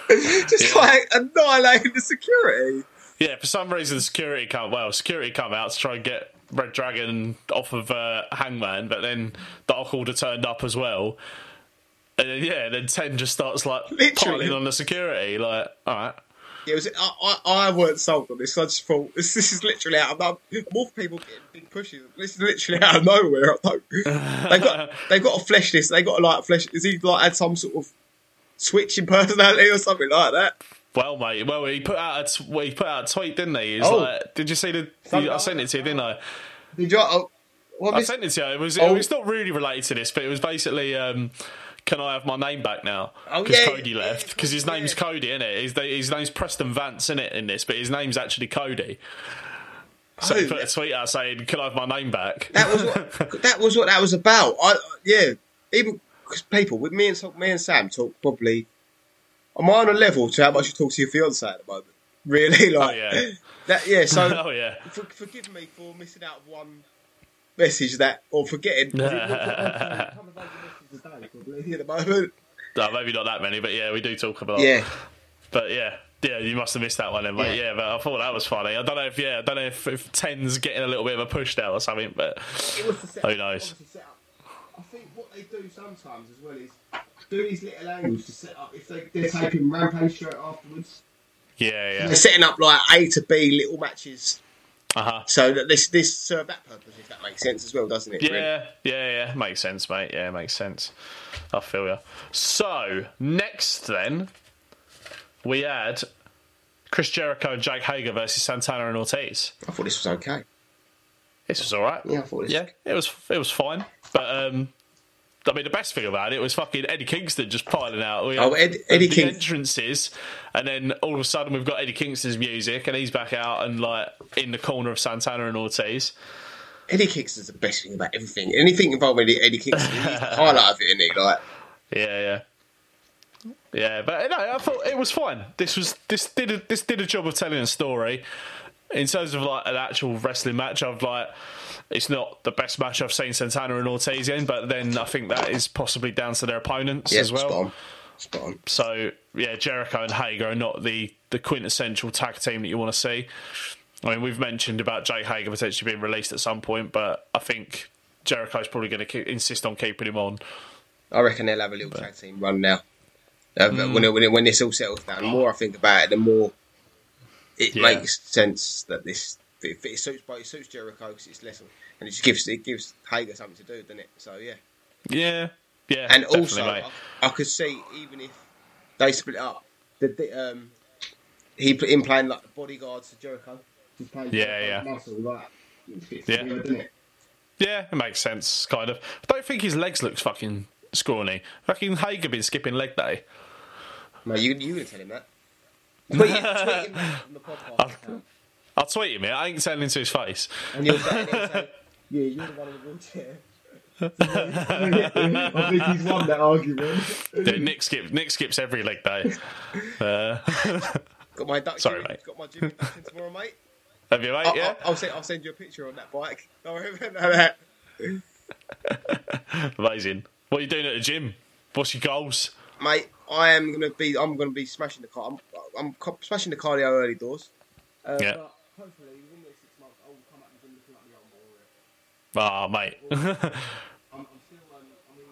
[SPEAKER 1] yeah,
[SPEAKER 2] fuck?" <laughs> just like annihilating the security.
[SPEAKER 1] Yeah, for some reason, security come well, security come out to try and get Red Dragon off of uh, Hangman, but then Dark Order turned up as well. And then, yeah, then 10 just starts like
[SPEAKER 2] Literally.
[SPEAKER 1] piling on the security. Like, all right.
[SPEAKER 2] Yeah, it was, I, I, I weren't sold on this. I just thought this, this is literally out of nowhere. More people getting big pushes. This is literally out of nowhere. I don't. They
[SPEAKER 1] <laughs>
[SPEAKER 2] got they got to flesh this. They got to like flesh. Is he like had some sort of switch in personality or something like that?
[SPEAKER 1] Well, mate. Well, he put out a t- well, he put out a tweet, didn't he? He's
[SPEAKER 2] Oh.
[SPEAKER 1] like, did you see the?
[SPEAKER 2] Some-
[SPEAKER 1] I sent it to you, didn't I?
[SPEAKER 2] Did you? Oh, what
[SPEAKER 1] I
[SPEAKER 2] was,
[SPEAKER 1] sent it to you. It was.
[SPEAKER 2] Oh.
[SPEAKER 1] It's not really related to this, but it was basically. Um, can I have my name back now?
[SPEAKER 2] Oh,
[SPEAKER 1] Because
[SPEAKER 2] yeah,
[SPEAKER 1] Cody
[SPEAKER 2] yeah,
[SPEAKER 1] left.
[SPEAKER 2] yeah,
[SPEAKER 1] Because his
[SPEAKER 2] yeah.
[SPEAKER 1] name's Cody, isn't it? His, his name's Preston Vance, in it? In this, but his name's actually Cody. So he
[SPEAKER 2] Oh,
[SPEAKER 1] put
[SPEAKER 2] yeah.
[SPEAKER 1] a tweet out saying, "Can I have my name back?"
[SPEAKER 2] that
[SPEAKER 1] <laughs>
[SPEAKER 2] was what that was what that was about. I yeah, even because people with me and Sa- me and Sam talk probably. Am I on a level to how much you talk to your fiance at the moment? Really, like
[SPEAKER 1] Oh, yeah.
[SPEAKER 2] that? Yeah, so.
[SPEAKER 1] <laughs>
[SPEAKER 2] <laughs>
[SPEAKER 1] oh yeah.
[SPEAKER 2] For, forgive me for missing out one message that, or forgetting. at the moment.
[SPEAKER 1] No, maybe not that many, but yeah, we do talk about.
[SPEAKER 2] Yeah,
[SPEAKER 1] But yeah, yeah, you must have missed that one then, mate. Yeah,
[SPEAKER 2] Yeah.
[SPEAKER 1] but I thought that was funny. I don't know if yeah, I don't know if, if ten's getting a little bit of a push now or something, but
[SPEAKER 2] it was the setup.
[SPEAKER 1] Who knows?
[SPEAKER 2] obviously set up. I think what they do sometimes as well is do these little angles to set up. If they, they're taking rampage straight afterwards,
[SPEAKER 1] yeah,
[SPEAKER 2] they're
[SPEAKER 1] yeah,
[SPEAKER 2] setting up like A to B little matches,
[SPEAKER 1] uh huh.
[SPEAKER 2] so that this this serve that purpose. If that makes sense as well, doesn't it? really?
[SPEAKER 1] Yeah, yeah, yeah. Makes sense, mate. Yeah, makes sense. I feel you. So next, then we had Chris Jericho and Jake Hager versus Santana and Ortiz.
[SPEAKER 2] I thought this was okay.
[SPEAKER 1] This was all right.
[SPEAKER 2] Yeah, I thought this.
[SPEAKER 1] Yeah, it was. It was fine. But um, I mean, the best thing about it was fucking Eddie Kingston just piling out. We had
[SPEAKER 2] Oh, Ed-
[SPEAKER 1] the-
[SPEAKER 2] Eddie
[SPEAKER 1] the
[SPEAKER 2] King-
[SPEAKER 1] entrances, and then all of a sudden we've got Eddie Kingston's music, and he's back out and like in the corner of Santana and Ortiz.
[SPEAKER 2] Eddie Kingston's the best thing about everything. Anything involving Eddie, Eddie Kingston, he's the highlight of it, isn't he? Like.
[SPEAKER 1] Yeah, yeah, yeah. But no, I thought it was fine. This was this did a, this did a job of telling a story. In terms of like an actual wrestling match, I've like it's not the best match I've seen Santana and Ortiz in, but then I think that is possibly down to their opponents
[SPEAKER 2] Yeah,
[SPEAKER 1] as well.
[SPEAKER 2] Spot on. Spot on.
[SPEAKER 1] So yeah, Jericho and Hager are not the the quintessential tag team that you want to see. I mean, we've mentioned about Jake Hager potentially being released at some point, but I think Jericho's probably going to keep, insist on keeping him on.
[SPEAKER 2] I reckon they'll have a little tag team run now. Uh, but
[SPEAKER 1] Hmm.
[SPEAKER 2] when, when, when this all settles down, the more I think about it, the more it
[SPEAKER 1] Yeah.
[SPEAKER 2] makes sense that this that it, it suits both. It suits Jericho 'cause it's less, and it just gives it gives Hager something to do, doesn't it? So yeah,
[SPEAKER 1] Yeah, yeah,
[SPEAKER 2] and
[SPEAKER 1] definitely,
[SPEAKER 2] also
[SPEAKER 1] mate.
[SPEAKER 2] I, I could see even if they split up, the, the um, he put him playing like the bodyguards to Jericho.
[SPEAKER 1] Yeah, yeah.
[SPEAKER 2] Muscle, like,
[SPEAKER 1] Yeah.
[SPEAKER 2] yeah.
[SPEAKER 1] Yeah, it makes sense, kind of. I don't think his legs look fucking scrawny. Fucking Hager been skipping leg day.
[SPEAKER 2] No, you you gonna tell him
[SPEAKER 1] <laughs>
[SPEAKER 2] that? Tweet him, tweet him that on the podcast, account.
[SPEAKER 1] I'll tweet him it. I ain't telling to his face.
[SPEAKER 2] and you'll say, and he'll say, "Yeah, you're the one in the wheelchair." <laughs> I think he's won that <laughs> argument.
[SPEAKER 1] Dude, Nick skips. Nick skips every leg day. Uh,
[SPEAKER 2] Got my duck.
[SPEAKER 1] Sorry,
[SPEAKER 2] gym-
[SPEAKER 1] mate.
[SPEAKER 2] Got my gym induction tomorrow, <laughs> mate.
[SPEAKER 1] have you, mate?
[SPEAKER 2] I'll,
[SPEAKER 1] yeah.
[SPEAKER 2] I'll, I'll send. I'll send you a picture on that bike. <laughs> Don't worry about that.
[SPEAKER 1] Amazing. What are you doing at the gym? What's your goals?
[SPEAKER 2] mate. I am gonna be. I'm gonna be smashing the car. I'm, I'm co- smashing the cardio early doors. Uh,
[SPEAKER 1] Yeah.
[SPEAKER 2] But hopefully, within the six months, I will come out and gym looking like the old boy.
[SPEAKER 1] Ah, mate. <laughs>
[SPEAKER 2] I'm, I'm still. Um, I mean,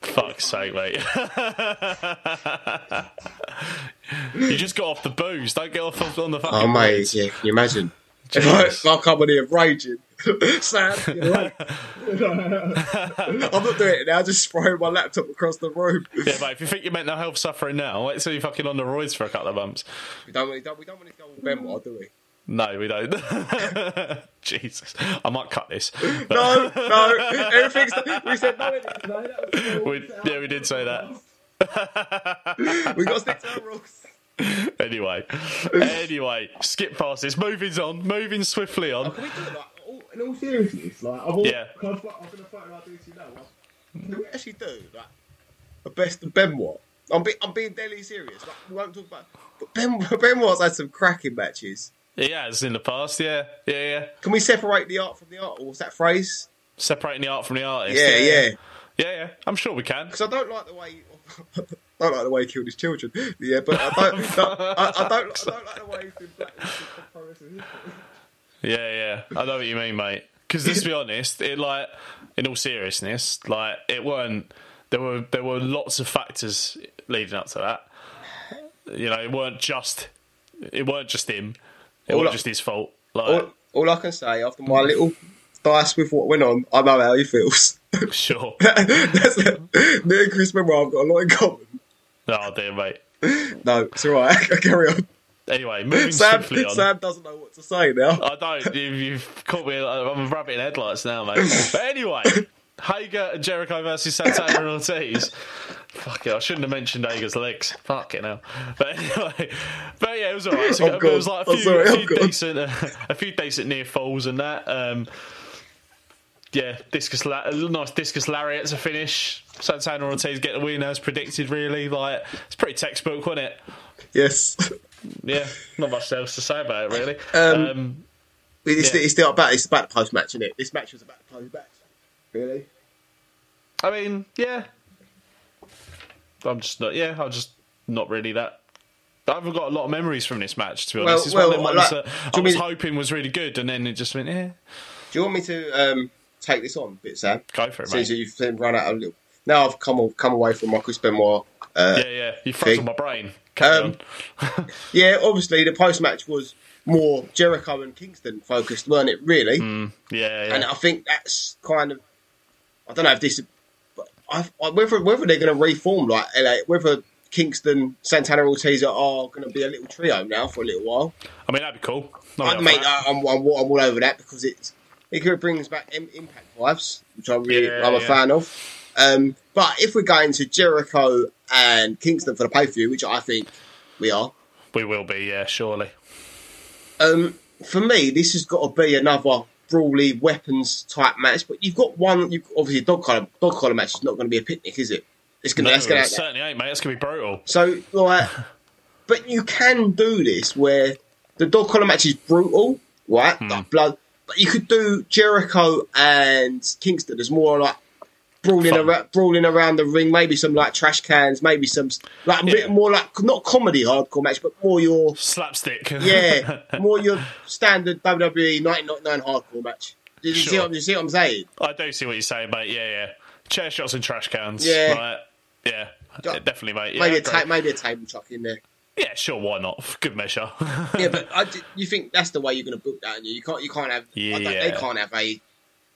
[SPEAKER 1] Fuck's sake, mate. you just got off the booze. Don't get off on the fucking.
[SPEAKER 2] oh mate,
[SPEAKER 1] booze.
[SPEAKER 2] yeah. Can you imagine? <laughs> If
[SPEAKER 1] Jesus.
[SPEAKER 2] I, I come in here raging, <laughs> Sam, get <laughs> away. I'm not doing it now. Just spraying my laptop across the room. <laughs>
[SPEAKER 1] Yeah, mate. If you think your mental health suffering now, wait till you're fucking on the roids for a couple of months.
[SPEAKER 2] We don't, we don't, we don't want to go all memoir, do we?
[SPEAKER 1] No, we don't. <laughs> Jesus, I might cut this.
[SPEAKER 2] <laughs> No, no. <laughs> Everything's. We said no. edits, no, that was cool.
[SPEAKER 1] We, yeah, we did say that.
[SPEAKER 2] We got to stick to our rules.
[SPEAKER 1] Anyway, anyway, skip past this. Moving on, moving swiftly on.
[SPEAKER 2] Can we do it like, all, in all seriousness? Like, I've all,
[SPEAKER 1] Yeah.
[SPEAKER 2] can I, fi- I'm gonna fight an idea to you now. Like, can we actually do like a best of Benoit? I'm, be, I'm being deadly serious. Like, we won't talk about. But ben, <laughs> Benoit's had some cracking matches.
[SPEAKER 1] He has in the past, yeah, yeah, yeah.
[SPEAKER 2] Can we separate the art from the art? Or what's that phrase?
[SPEAKER 1] Separating the art from the artist.
[SPEAKER 2] Yeah, yeah.
[SPEAKER 1] yeah, yeah. I'm sure we can.
[SPEAKER 2] Because I don't like the way. <laughs> I don't like the way he killed his children. Yeah, but I don't. no, I, I don't. I don't like the way he's been blacklisted from pro wrestling history.
[SPEAKER 1] Yeah, yeah. I know what you mean, mate. Because let's be honest, it like, in all seriousness, like it weren't. There were there were lots of factors leading up to that. You know, it weren't just it weren't just him. It
[SPEAKER 2] All
[SPEAKER 1] wasn't
[SPEAKER 2] I-
[SPEAKER 1] just his fault. Like,
[SPEAKER 2] All, all I can say after my little dice with what went on, I know how he feels. <laughs>
[SPEAKER 1] sure.
[SPEAKER 2] That's me and Chris Benoit have got a lot in common.
[SPEAKER 1] oh dear, mate.
[SPEAKER 2] No, it's all right. <laughs> I carry on.
[SPEAKER 1] Anyway, moving
[SPEAKER 2] Sam,
[SPEAKER 1] swiftly on. Oh.
[SPEAKER 2] Sam doesn't know what to say now.
[SPEAKER 1] I don't. You, you've caught me. I'm a rabbit in headlights now, mate. But anyway, Hager and Jericho versus Santana and Ortiz. Fuck it. I shouldn't have mentioned Hager's legs. Fuck it now. But anyway, but yeah, it was alright. So
[SPEAKER 2] I'm
[SPEAKER 1] it was
[SPEAKER 2] gone.
[SPEAKER 1] like a
[SPEAKER 2] I'm
[SPEAKER 1] few,
[SPEAKER 2] Oh, sorry,
[SPEAKER 1] a
[SPEAKER 2] I'm
[SPEAKER 1] few
[SPEAKER 2] gone.
[SPEAKER 1] decent, uh, a few decent near falls and that. Um, yeah, discus, la- a little nice discus lariat to finish. Santana and Ortiz get the win as predicted. Really, like it's pretty textbook, wasn't it?
[SPEAKER 2] Yes,
[SPEAKER 1] Yeah, not much else to say about it, really.
[SPEAKER 2] Um,
[SPEAKER 1] um,
[SPEAKER 2] it's,
[SPEAKER 1] Yeah.
[SPEAKER 2] it's still about it's about the post match, isn't it? This match was about the post match. Really?
[SPEAKER 1] I mean, yeah. I'm just not. Yeah, I'm just not really that. I haven't got a lot of memories from this match, to be
[SPEAKER 2] Well-
[SPEAKER 1] honest. It's
[SPEAKER 2] well,
[SPEAKER 1] one of the ones
[SPEAKER 2] like,
[SPEAKER 1] that
[SPEAKER 2] do
[SPEAKER 1] I
[SPEAKER 2] you
[SPEAKER 1] was
[SPEAKER 2] mean-
[SPEAKER 1] hoping was really good, and then it just went, yeah,
[SPEAKER 2] Do you want me to um, take this on, a bit Sam?
[SPEAKER 1] go for it,
[SPEAKER 2] Since
[SPEAKER 1] mate.
[SPEAKER 2] you've then run out of little. Now I've come a- come away from my Chris Benoit. Uh,
[SPEAKER 1] yeah, yeah, you froze
[SPEAKER 2] Big.
[SPEAKER 1] my brain. Carry
[SPEAKER 2] Um,
[SPEAKER 1] on.
[SPEAKER 2] yeah. obviously the post match was more Jericho and Kingston focused, weren't it? Really?
[SPEAKER 1] Yeah, Mm, yeah.
[SPEAKER 2] And uh, I think that's kind of I don't know if this, but I, I, whether whether they're going to reform like LA, whether Kingston, Santana, Ortiz are going to be a little trio now for a little while.
[SPEAKER 1] I mean, that'd be cool. Not
[SPEAKER 2] I,
[SPEAKER 1] really
[SPEAKER 2] mate, uh,
[SPEAKER 1] for that.
[SPEAKER 2] I, I'm, I'm, I'm all over that because it's it could bring us back im- Impact vibes, which I'm really
[SPEAKER 1] Yeah,
[SPEAKER 2] I'm a
[SPEAKER 1] yeah.
[SPEAKER 2] fan of. Um, but if we're going to Jericho and Kingston for the pay per view, which I think we are,
[SPEAKER 1] we will be. Yeah, surely.
[SPEAKER 2] um, for me, this has got to be another brawly weapons type match. But you've got one. You obviously dog collar dog collar match is not going to be a picnic, is it? It's going to
[SPEAKER 1] No,
[SPEAKER 2] that's going
[SPEAKER 1] it
[SPEAKER 2] to
[SPEAKER 1] certainly ain't, mate. That's gonna be brutal.
[SPEAKER 2] so
[SPEAKER 1] <laughs>
[SPEAKER 2] like. But you can do this where the dog collar match is brutal, right?
[SPEAKER 1] Hmm.
[SPEAKER 2] Like blood. But you could do Jericho and Kingston as more like. Brawling
[SPEAKER 1] Fun.
[SPEAKER 2] around, brawling around the ring, maybe some like trash cans, maybe some like a bit
[SPEAKER 1] Yeah.
[SPEAKER 2] more like not comedy hardcore match, but more your
[SPEAKER 1] Slapstick.
[SPEAKER 2] yeah, more your standard E WWE 1999 hardcore match. You, see,
[SPEAKER 1] Sure.
[SPEAKER 2] what, you see what I'm saying?
[SPEAKER 1] <laughs> I do see what you're saying, mate. Yeah, yeah. Chair shots and trash cans.
[SPEAKER 2] Yeah.
[SPEAKER 1] right. yeah.
[SPEAKER 2] Yeah.
[SPEAKER 1] Definitely, mate. Yeah,
[SPEAKER 2] Maybe a
[SPEAKER 1] agree.
[SPEAKER 2] ta- maybe a table chuck in there.
[SPEAKER 1] yeah, sure. Why not? Good measure. <laughs>
[SPEAKER 2] Yeah, but I d you think that's the way you're going to book that? And you? you can't you can't have I don't- they
[SPEAKER 1] Yeah.
[SPEAKER 2] can't have a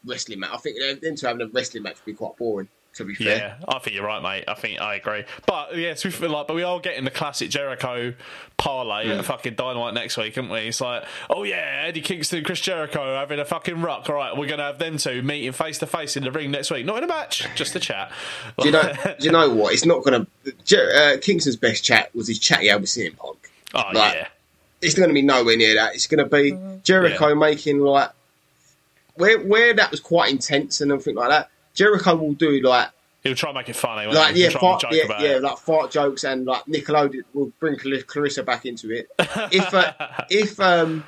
[SPEAKER 2] wrestling match. I think them them two having a wrestling match would be quite boring. To be fair,
[SPEAKER 1] Yeah, I think you're right, mate. I think I agree. But yes, we feel like, but we are getting the classic Jericho parlay at fucking Dynamite next week, aren't we? It's like, oh yeah, Eddie Kingston, Chris Jericho having a fucking ruck. All right, we're gonna have them two meeting face to face in the ring next week, not in a match, just a chat.
[SPEAKER 2] do you
[SPEAKER 1] <laughs>
[SPEAKER 2] know, do you know what? It's not going to. Jer- uh, Kingston's best chat was his chat he had with CM Punk.
[SPEAKER 1] oh
[SPEAKER 2] like,
[SPEAKER 1] yeah,
[SPEAKER 2] It's going to be nowhere near that. It's going to be Jericho
[SPEAKER 1] Yeah.
[SPEAKER 2] making like where where that was quite intense and everything like that. Jericho will do like
[SPEAKER 1] he'll try and make it funny. won't
[SPEAKER 2] like
[SPEAKER 1] he?
[SPEAKER 2] yeah,
[SPEAKER 1] He'll try
[SPEAKER 2] fart,
[SPEAKER 1] and joke
[SPEAKER 2] yeah,
[SPEAKER 1] about
[SPEAKER 2] yeah,
[SPEAKER 1] it.
[SPEAKER 2] like fart jokes and like Nickelodeon will bring Cla- Clarissa back into
[SPEAKER 1] <laughs>
[SPEAKER 2] it. If uh, if um,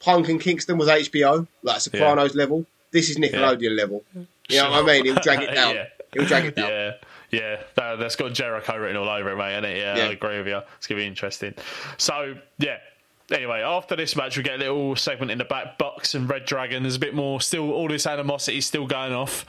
[SPEAKER 2] Punk and Kingston was HBO, like Sopranos level, this is Nickelodeon level. You know what I mean? He'll
[SPEAKER 1] <laughs>
[SPEAKER 2] drag it down.
[SPEAKER 1] Yeah.
[SPEAKER 2] He'll drag it down.
[SPEAKER 1] Yeah, yeah, that, that's got Jericho written all over it, mate, isn't it? Yeah,
[SPEAKER 2] Yeah.
[SPEAKER 1] I agree with you. It's gonna be interesting. So, yeah. Anyway, after this match, we get a little segment in the back. Bucks and Red Dragon. There's a bit more. Still, all this animosity still going off.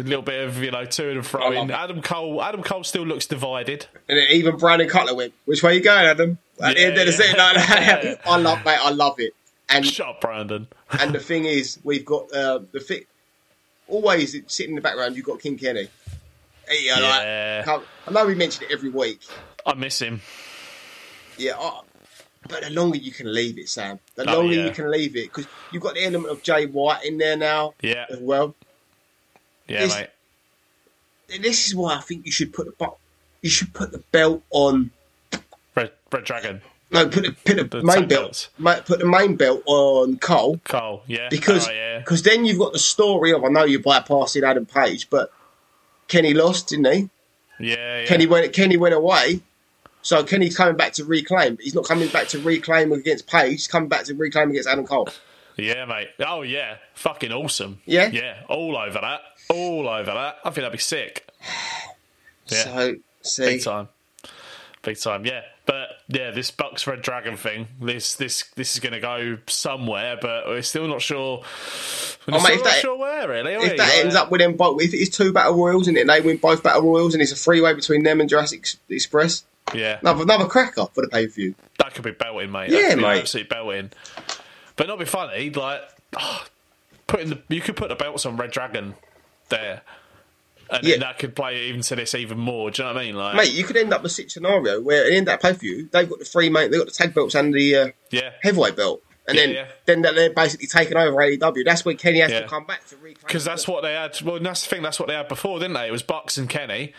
[SPEAKER 1] A little bit of you know to and fro.
[SPEAKER 2] I love
[SPEAKER 1] In
[SPEAKER 2] it.
[SPEAKER 1] Adam Cole, Adam Cole still looks divided.
[SPEAKER 2] And then even Brandon Cutler went, "Which way you going, Adam?" At
[SPEAKER 1] Yeah,
[SPEAKER 2] the end of the
[SPEAKER 1] yeah.
[SPEAKER 2] scene, like <laughs> that. I love, mate. I love it. And
[SPEAKER 1] Shut up, Brandon.
[SPEAKER 2] and the thing is, we've got uh, the fit. Always sitting in the background, you've got King Kenny. He, uh, like,
[SPEAKER 1] Yeah.
[SPEAKER 2] can't- I know we mention it every week,
[SPEAKER 1] I miss him.
[SPEAKER 2] Yeah, I, but the longer you can leave it, Sam, the
[SPEAKER 1] Oh,
[SPEAKER 2] longer
[SPEAKER 1] yeah.
[SPEAKER 2] you can leave it, because you've got the element of Jay White in there now
[SPEAKER 1] Yeah.
[SPEAKER 2] as well.
[SPEAKER 1] Yeah,
[SPEAKER 2] This-
[SPEAKER 1] mate.
[SPEAKER 2] And this is why I think you should put the bu- you should put the belt on.
[SPEAKER 1] Red, Red Dragon.
[SPEAKER 2] No, put the, put the,
[SPEAKER 1] The
[SPEAKER 2] main
[SPEAKER 1] tag
[SPEAKER 2] belt.
[SPEAKER 1] belts.
[SPEAKER 2] ma- Put the main belt on Cole
[SPEAKER 1] Cole. Yeah.
[SPEAKER 2] because
[SPEAKER 1] Alright, Oh, yeah.
[SPEAKER 2] because then you've got the story of I know you're bypassing Adam Page, but Kenny lost, didn't he?
[SPEAKER 1] Yeah. yeah.
[SPEAKER 2] Kenny went Kenny went away. So Kenny's coming back to reclaim. He's not coming back to reclaim against Page. He's coming back to reclaim against Adam Cole.
[SPEAKER 1] Yeah, mate. Oh, yeah. Fucking awesome.
[SPEAKER 2] Yeah?
[SPEAKER 1] Yeah. All over that. All over that. I think that'd
[SPEAKER 2] <sighs>
[SPEAKER 1] be sick. Yeah.
[SPEAKER 2] So see,
[SPEAKER 1] Big time. Big time. Yeah. But yeah, this Bucks Red Dragon thing. This this this is gonna go somewhere, but we're still not sure. We're
[SPEAKER 2] Oh,
[SPEAKER 1] still
[SPEAKER 2] mate, if
[SPEAKER 1] not
[SPEAKER 2] that-
[SPEAKER 1] sure where really. are we?
[SPEAKER 2] if that
[SPEAKER 1] Like,
[SPEAKER 2] ends up with them both, if it is two battle royals and it, they win both battle royals and it's a three way between them and Jurassic Ex- Express,
[SPEAKER 1] yeah,
[SPEAKER 2] another another cracker for the pay per view.
[SPEAKER 1] that could be belting, mate.
[SPEAKER 2] Yeah,
[SPEAKER 1] that could
[SPEAKER 2] mate.
[SPEAKER 1] Be absolute belting. But not be funny. Like ah, putting the you could put the belts on Red Dragon there, and
[SPEAKER 2] Yeah.
[SPEAKER 1] then that could play even to this even more. Do you know what I mean? Like,
[SPEAKER 2] Mate, you could end up with a scenario where at the end of that pay per view, they've got the three mate, they've got the tag belts and the uh,
[SPEAKER 1] yeah,
[SPEAKER 2] heavyweight belt, and
[SPEAKER 1] Yeah,
[SPEAKER 2] then
[SPEAKER 1] yeah.
[SPEAKER 2] then that they're basically taking over AEW. That's when Kenny has to
[SPEAKER 1] Yeah.
[SPEAKER 2] come back to reclaim.
[SPEAKER 1] Because that's what they had. Well, that's the thing. That's what they had before, didn't they? It was Bucks and Kenny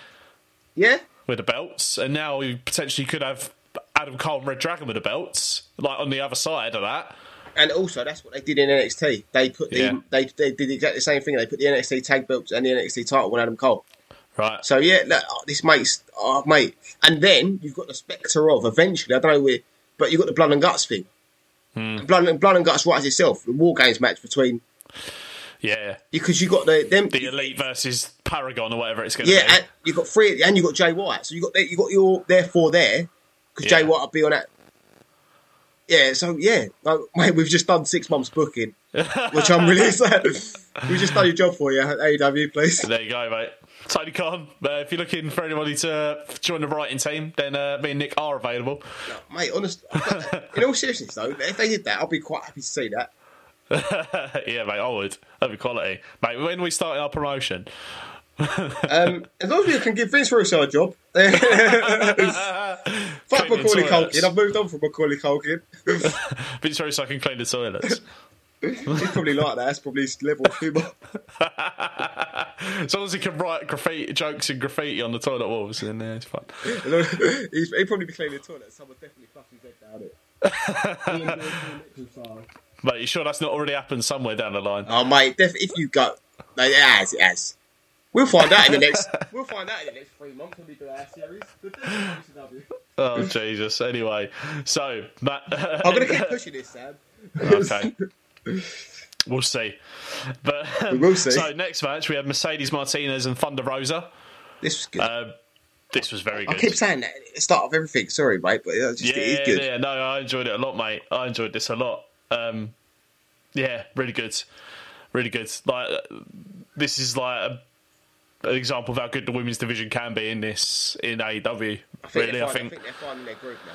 [SPEAKER 2] yeah,
[SPEAKER 1] with the belts, and now you potentially could have Adam Cole and Red Dragon with the belts, like on the other side of that.
[SPEAKER 2] and also that's what they did in NXT. They put the
[SPEAKER 1] Yeah.
[SPEAKER 2] they they did exactly the same thing. They put the NXT tag belts and the NXT title on Adam Cole.
[SPEAKER 1] Right.
[SPEAKER 2] So yeah, look, oh, this makes oh, mate, and then you've got the spectre of eventually. I don't know where, but you've got the blood and guts thing.
[SPEAKER 1] Hmm.
[SPEAKER 2] Blood, and, blood and guts writes itself. The war games match between
[SPEAKER 1] yeah.
[SPEAKER 2] because you got the them.
[SPEAKER 1] The Elite versus Paragon or whatever it's going to
[SPEAKER 2] yeah,
[SPEAKER 1] be.
[SPEAKER 2] and you got three, and you got Jay White. So you got you got your therefore there because Jay
[SPEAKER 1] Yeah.
[SPEAKER 2] White will be on that. Yeah, so yeah, like, <laughs> mate, we've just done six months booking, which I'm
[SPEAKER 1] <laughs>
[SPEAKER 2] really excited. We've just done your job for you, AW, please.
[SPEAKER 1] there you go, mate. Tony Khan, uh, if you're looking for anybody to join the writing team, then uh, me and Nick are available. <laughs>
[SPEAKER 2] Mate, honestly, in all seriousness though, if they did that, I'll be quite happy to see that.
[SPEAKER 1] yeah, mate, I would. That'd be quality. Mate, when we started our promotion,
[SPEAKER 2] Um, as long as you can give Vince Russo a
[SPEAKER 1] <laughs>
[SPEAKER 2] job. <laughs> Fuck
[SPEAKER 1] Cleaning
[SPEAKER 2] Macaulay
[SPEAKER 1] toilets.
[SPEAKER 2] Culkin. I've moved on from Macaulay Culkin.
[SPEAKER 1] Vince Russo can clean
[SPEAKER 2] <laughs>
[SPEAKER 1] the toilets.
[SPEAKER 2] He's probably like that. That's probably his level of humour. <laughs>
[SPEAKER 1] As long as he can write graffiti jokes and graffiti on the toilet walls, then yeah, it's fine.
[SPEAKER 2] He's, he'd probably be cleaning the toilet. Someone definitely fucking dead down it.
[SPEAKER 1] Mate, you sure that's not already happened somewhere down the line?
[SPEAKER 2] Oh, mate, def- if you go, no, it has, it has. We'll find out in the
[SPEAKER 1] <laughs>
[SPEAKER 2] next. we'll find out in the next three months when we do our series. <laughs> The WCW.
[SPEAKER 1] Oh Jesus! Anyway, so <laughs> that
[SPEAKER 2] I'm gonna keep pushing this, Sam.
[SPEAKER 1] okay. We'll see, but we
[SPEAKER 2] will see.
[SPEAKER 1] <laughs> So next match we had Mercedes Martinez and Thunder Rosa.
[SPEAKER 2] This was good.
[SPEAKER 1] Um, this was very
[SPEAKER 2] I
[SPEAKER 1] good.
[SPEAKER 2] keep saying that at the start of everything. Sorry, mate, but it's just,
[SPEAKER 1] Uh, yeah,
[SPEAKER 2] it is good.
[SPEAKER 1] yeah, no, I enjoyed it a lot, mate. I enjoyed this a lot. Um, yeah, really good, really good. Like uh, this is like a, an example of how good the women's division can be in this in
[SPEAKER 2] I
[SPEAKER 1] AEW.
[SPEAKER 2] think
[SPEAKER 1] Really,
[SPEAKER 2] they're
[SPEAKER 1] I
[SPEAKER 2] fin-
[SPEAKER 1] think
[SPEAKER 2] I think they're finding their group now.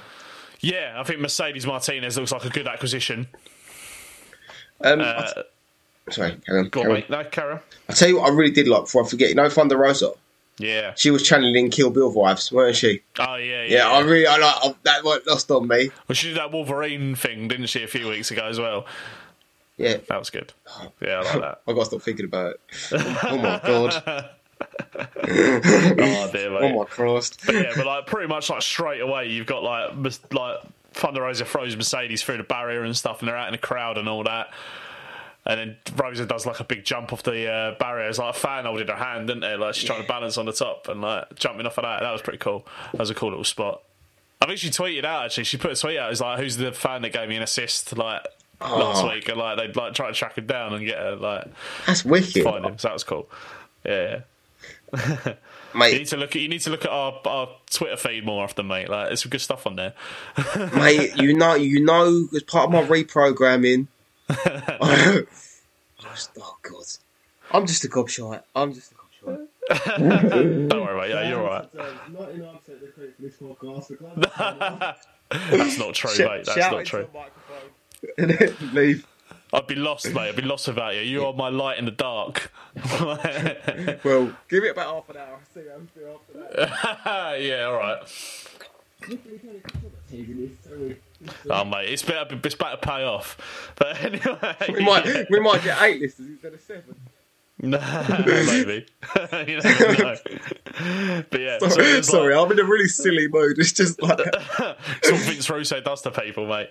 [SPEAKER 1] Yeah, I think Mercedes Martinez looks like a good acquisition.
[SPEAKER 2] Um, I
[SPEAKER 1] Uh,
[SPEAKER 2] t- Sorry, carry on.
[SPEAKER 1] Go on,
[SPEAKER 2] carry on.
[SPEAKER 1] mate. No, carry on.
[SPEAKER 2] I tell you what, I really did like before I forget. You know, Thunder Rosa.
[SPEAKER 1] Yeah.
[SPEAKER 2] She was channeling Kill Bill vibes, weren't she?
[SPEAKER 1] Oh yeah, yeah.
[SPEAKER 2] Yeah, I really, I like I, that. Like, lost on me.
[SPEAKER 1] Well, she did that Wolverine thing, didn't she, a few weeks ago as well?
[SPEAKER 2] Yeah,
[SPEAKER 1] That was good.
[SPEAKER 2] Oh.
[SPEAKER 1] Yeah, I
[SPEAKER 2] <laughs>
[SPEAKER 1] like that.
[SPEAKER 2] I gotta stop thinking about it. Oh my
[SPEAKER 1] <laughs>
[SPEAKER 2] god.
[SPEAKER 1] Oh dear, mate.
[SPEAKER 2] Oh my Christ.
[SPEAKER 1] But yeah, but like pretty much like straight away, you've got like Mes- like Thunder Rosa throws Mercedes through the barrier and stuff, and they're out in the crowd and all that. And then Rosa does like a big jump off the uh, barrier. It's like a fan holding her hand, didn't it? Like she's trying to balance on the top and like jumping off of that. That was pretty cool. That was a cool little spot. I think she tweeted out actually. She put a tweet out. It was like, "Who's the fan that gave me an assist like last week?" And like they like try to track him down and get her like
[SPEAKER 2] That's wicked,
[SPEAKER 1] find him. So that was cool. Yeah. You need
[SPEAKER 2] mate.
[SPEAKER 1] to look at you need to look at our, our Twitter feed more often, mate. Like there's some good stuff on there.
[SPEAKER 2] mate, you know, you know, as part of my
[SPEAKER 1] <laughs>
[SPEAKER 2] reprogramming. I was- oh god, I'm just a gobshite. I'm just a gobshite.
[SPEAKER 1] Don't worry, mate. Yeah, you're all right.
[SPEAKER 3] Ninety-nine percent of the credit for this podcast. The glad
[SPEAKER 1] <laughs> That's not true,
[SPEAKER 2] Shout-
[SPEAKER 1] mate. That's
[SPEAKER 2] shout
[SPEAKER 1] not
[SPEAKER 2] it
[SPEAKER 1] true.
[SPEAKER 2] <laughs> Leave.
[SPEAKER 1] I'd be lost, mate. I'd be lost without you. You are my light in the dark. <laughs>
[SPEAKER 2] Well,
[SPEAKER 3] Give it about half an hour. See how I'm still after that.
[SPEAKER 1] yeah, all right. Oh, mate, it's better. It's better pay off. But <laughs> anyway,
[SPEAKER 2] we might,
[SPEAKER 1] <laughs>
[SPEAKER 2] we might get eight.
[SPEAKER 3] Listeners instead of seven.
[SPEAKER 1] maybe. <laughs> you
[SPEAKER 2] <laughs>
[SPEAKER 1] never know. But yeah, so it was
[SPEAKER 2] Sorry,
[SPEAKER 1] like,
[SPEAKER 2] I'm in a really silly mood. It's just
[SPEAKER 1] <laughs>
[SPEAKER 2] like,
[SPEAKER 1] it's what Vince Russo does to people, mate.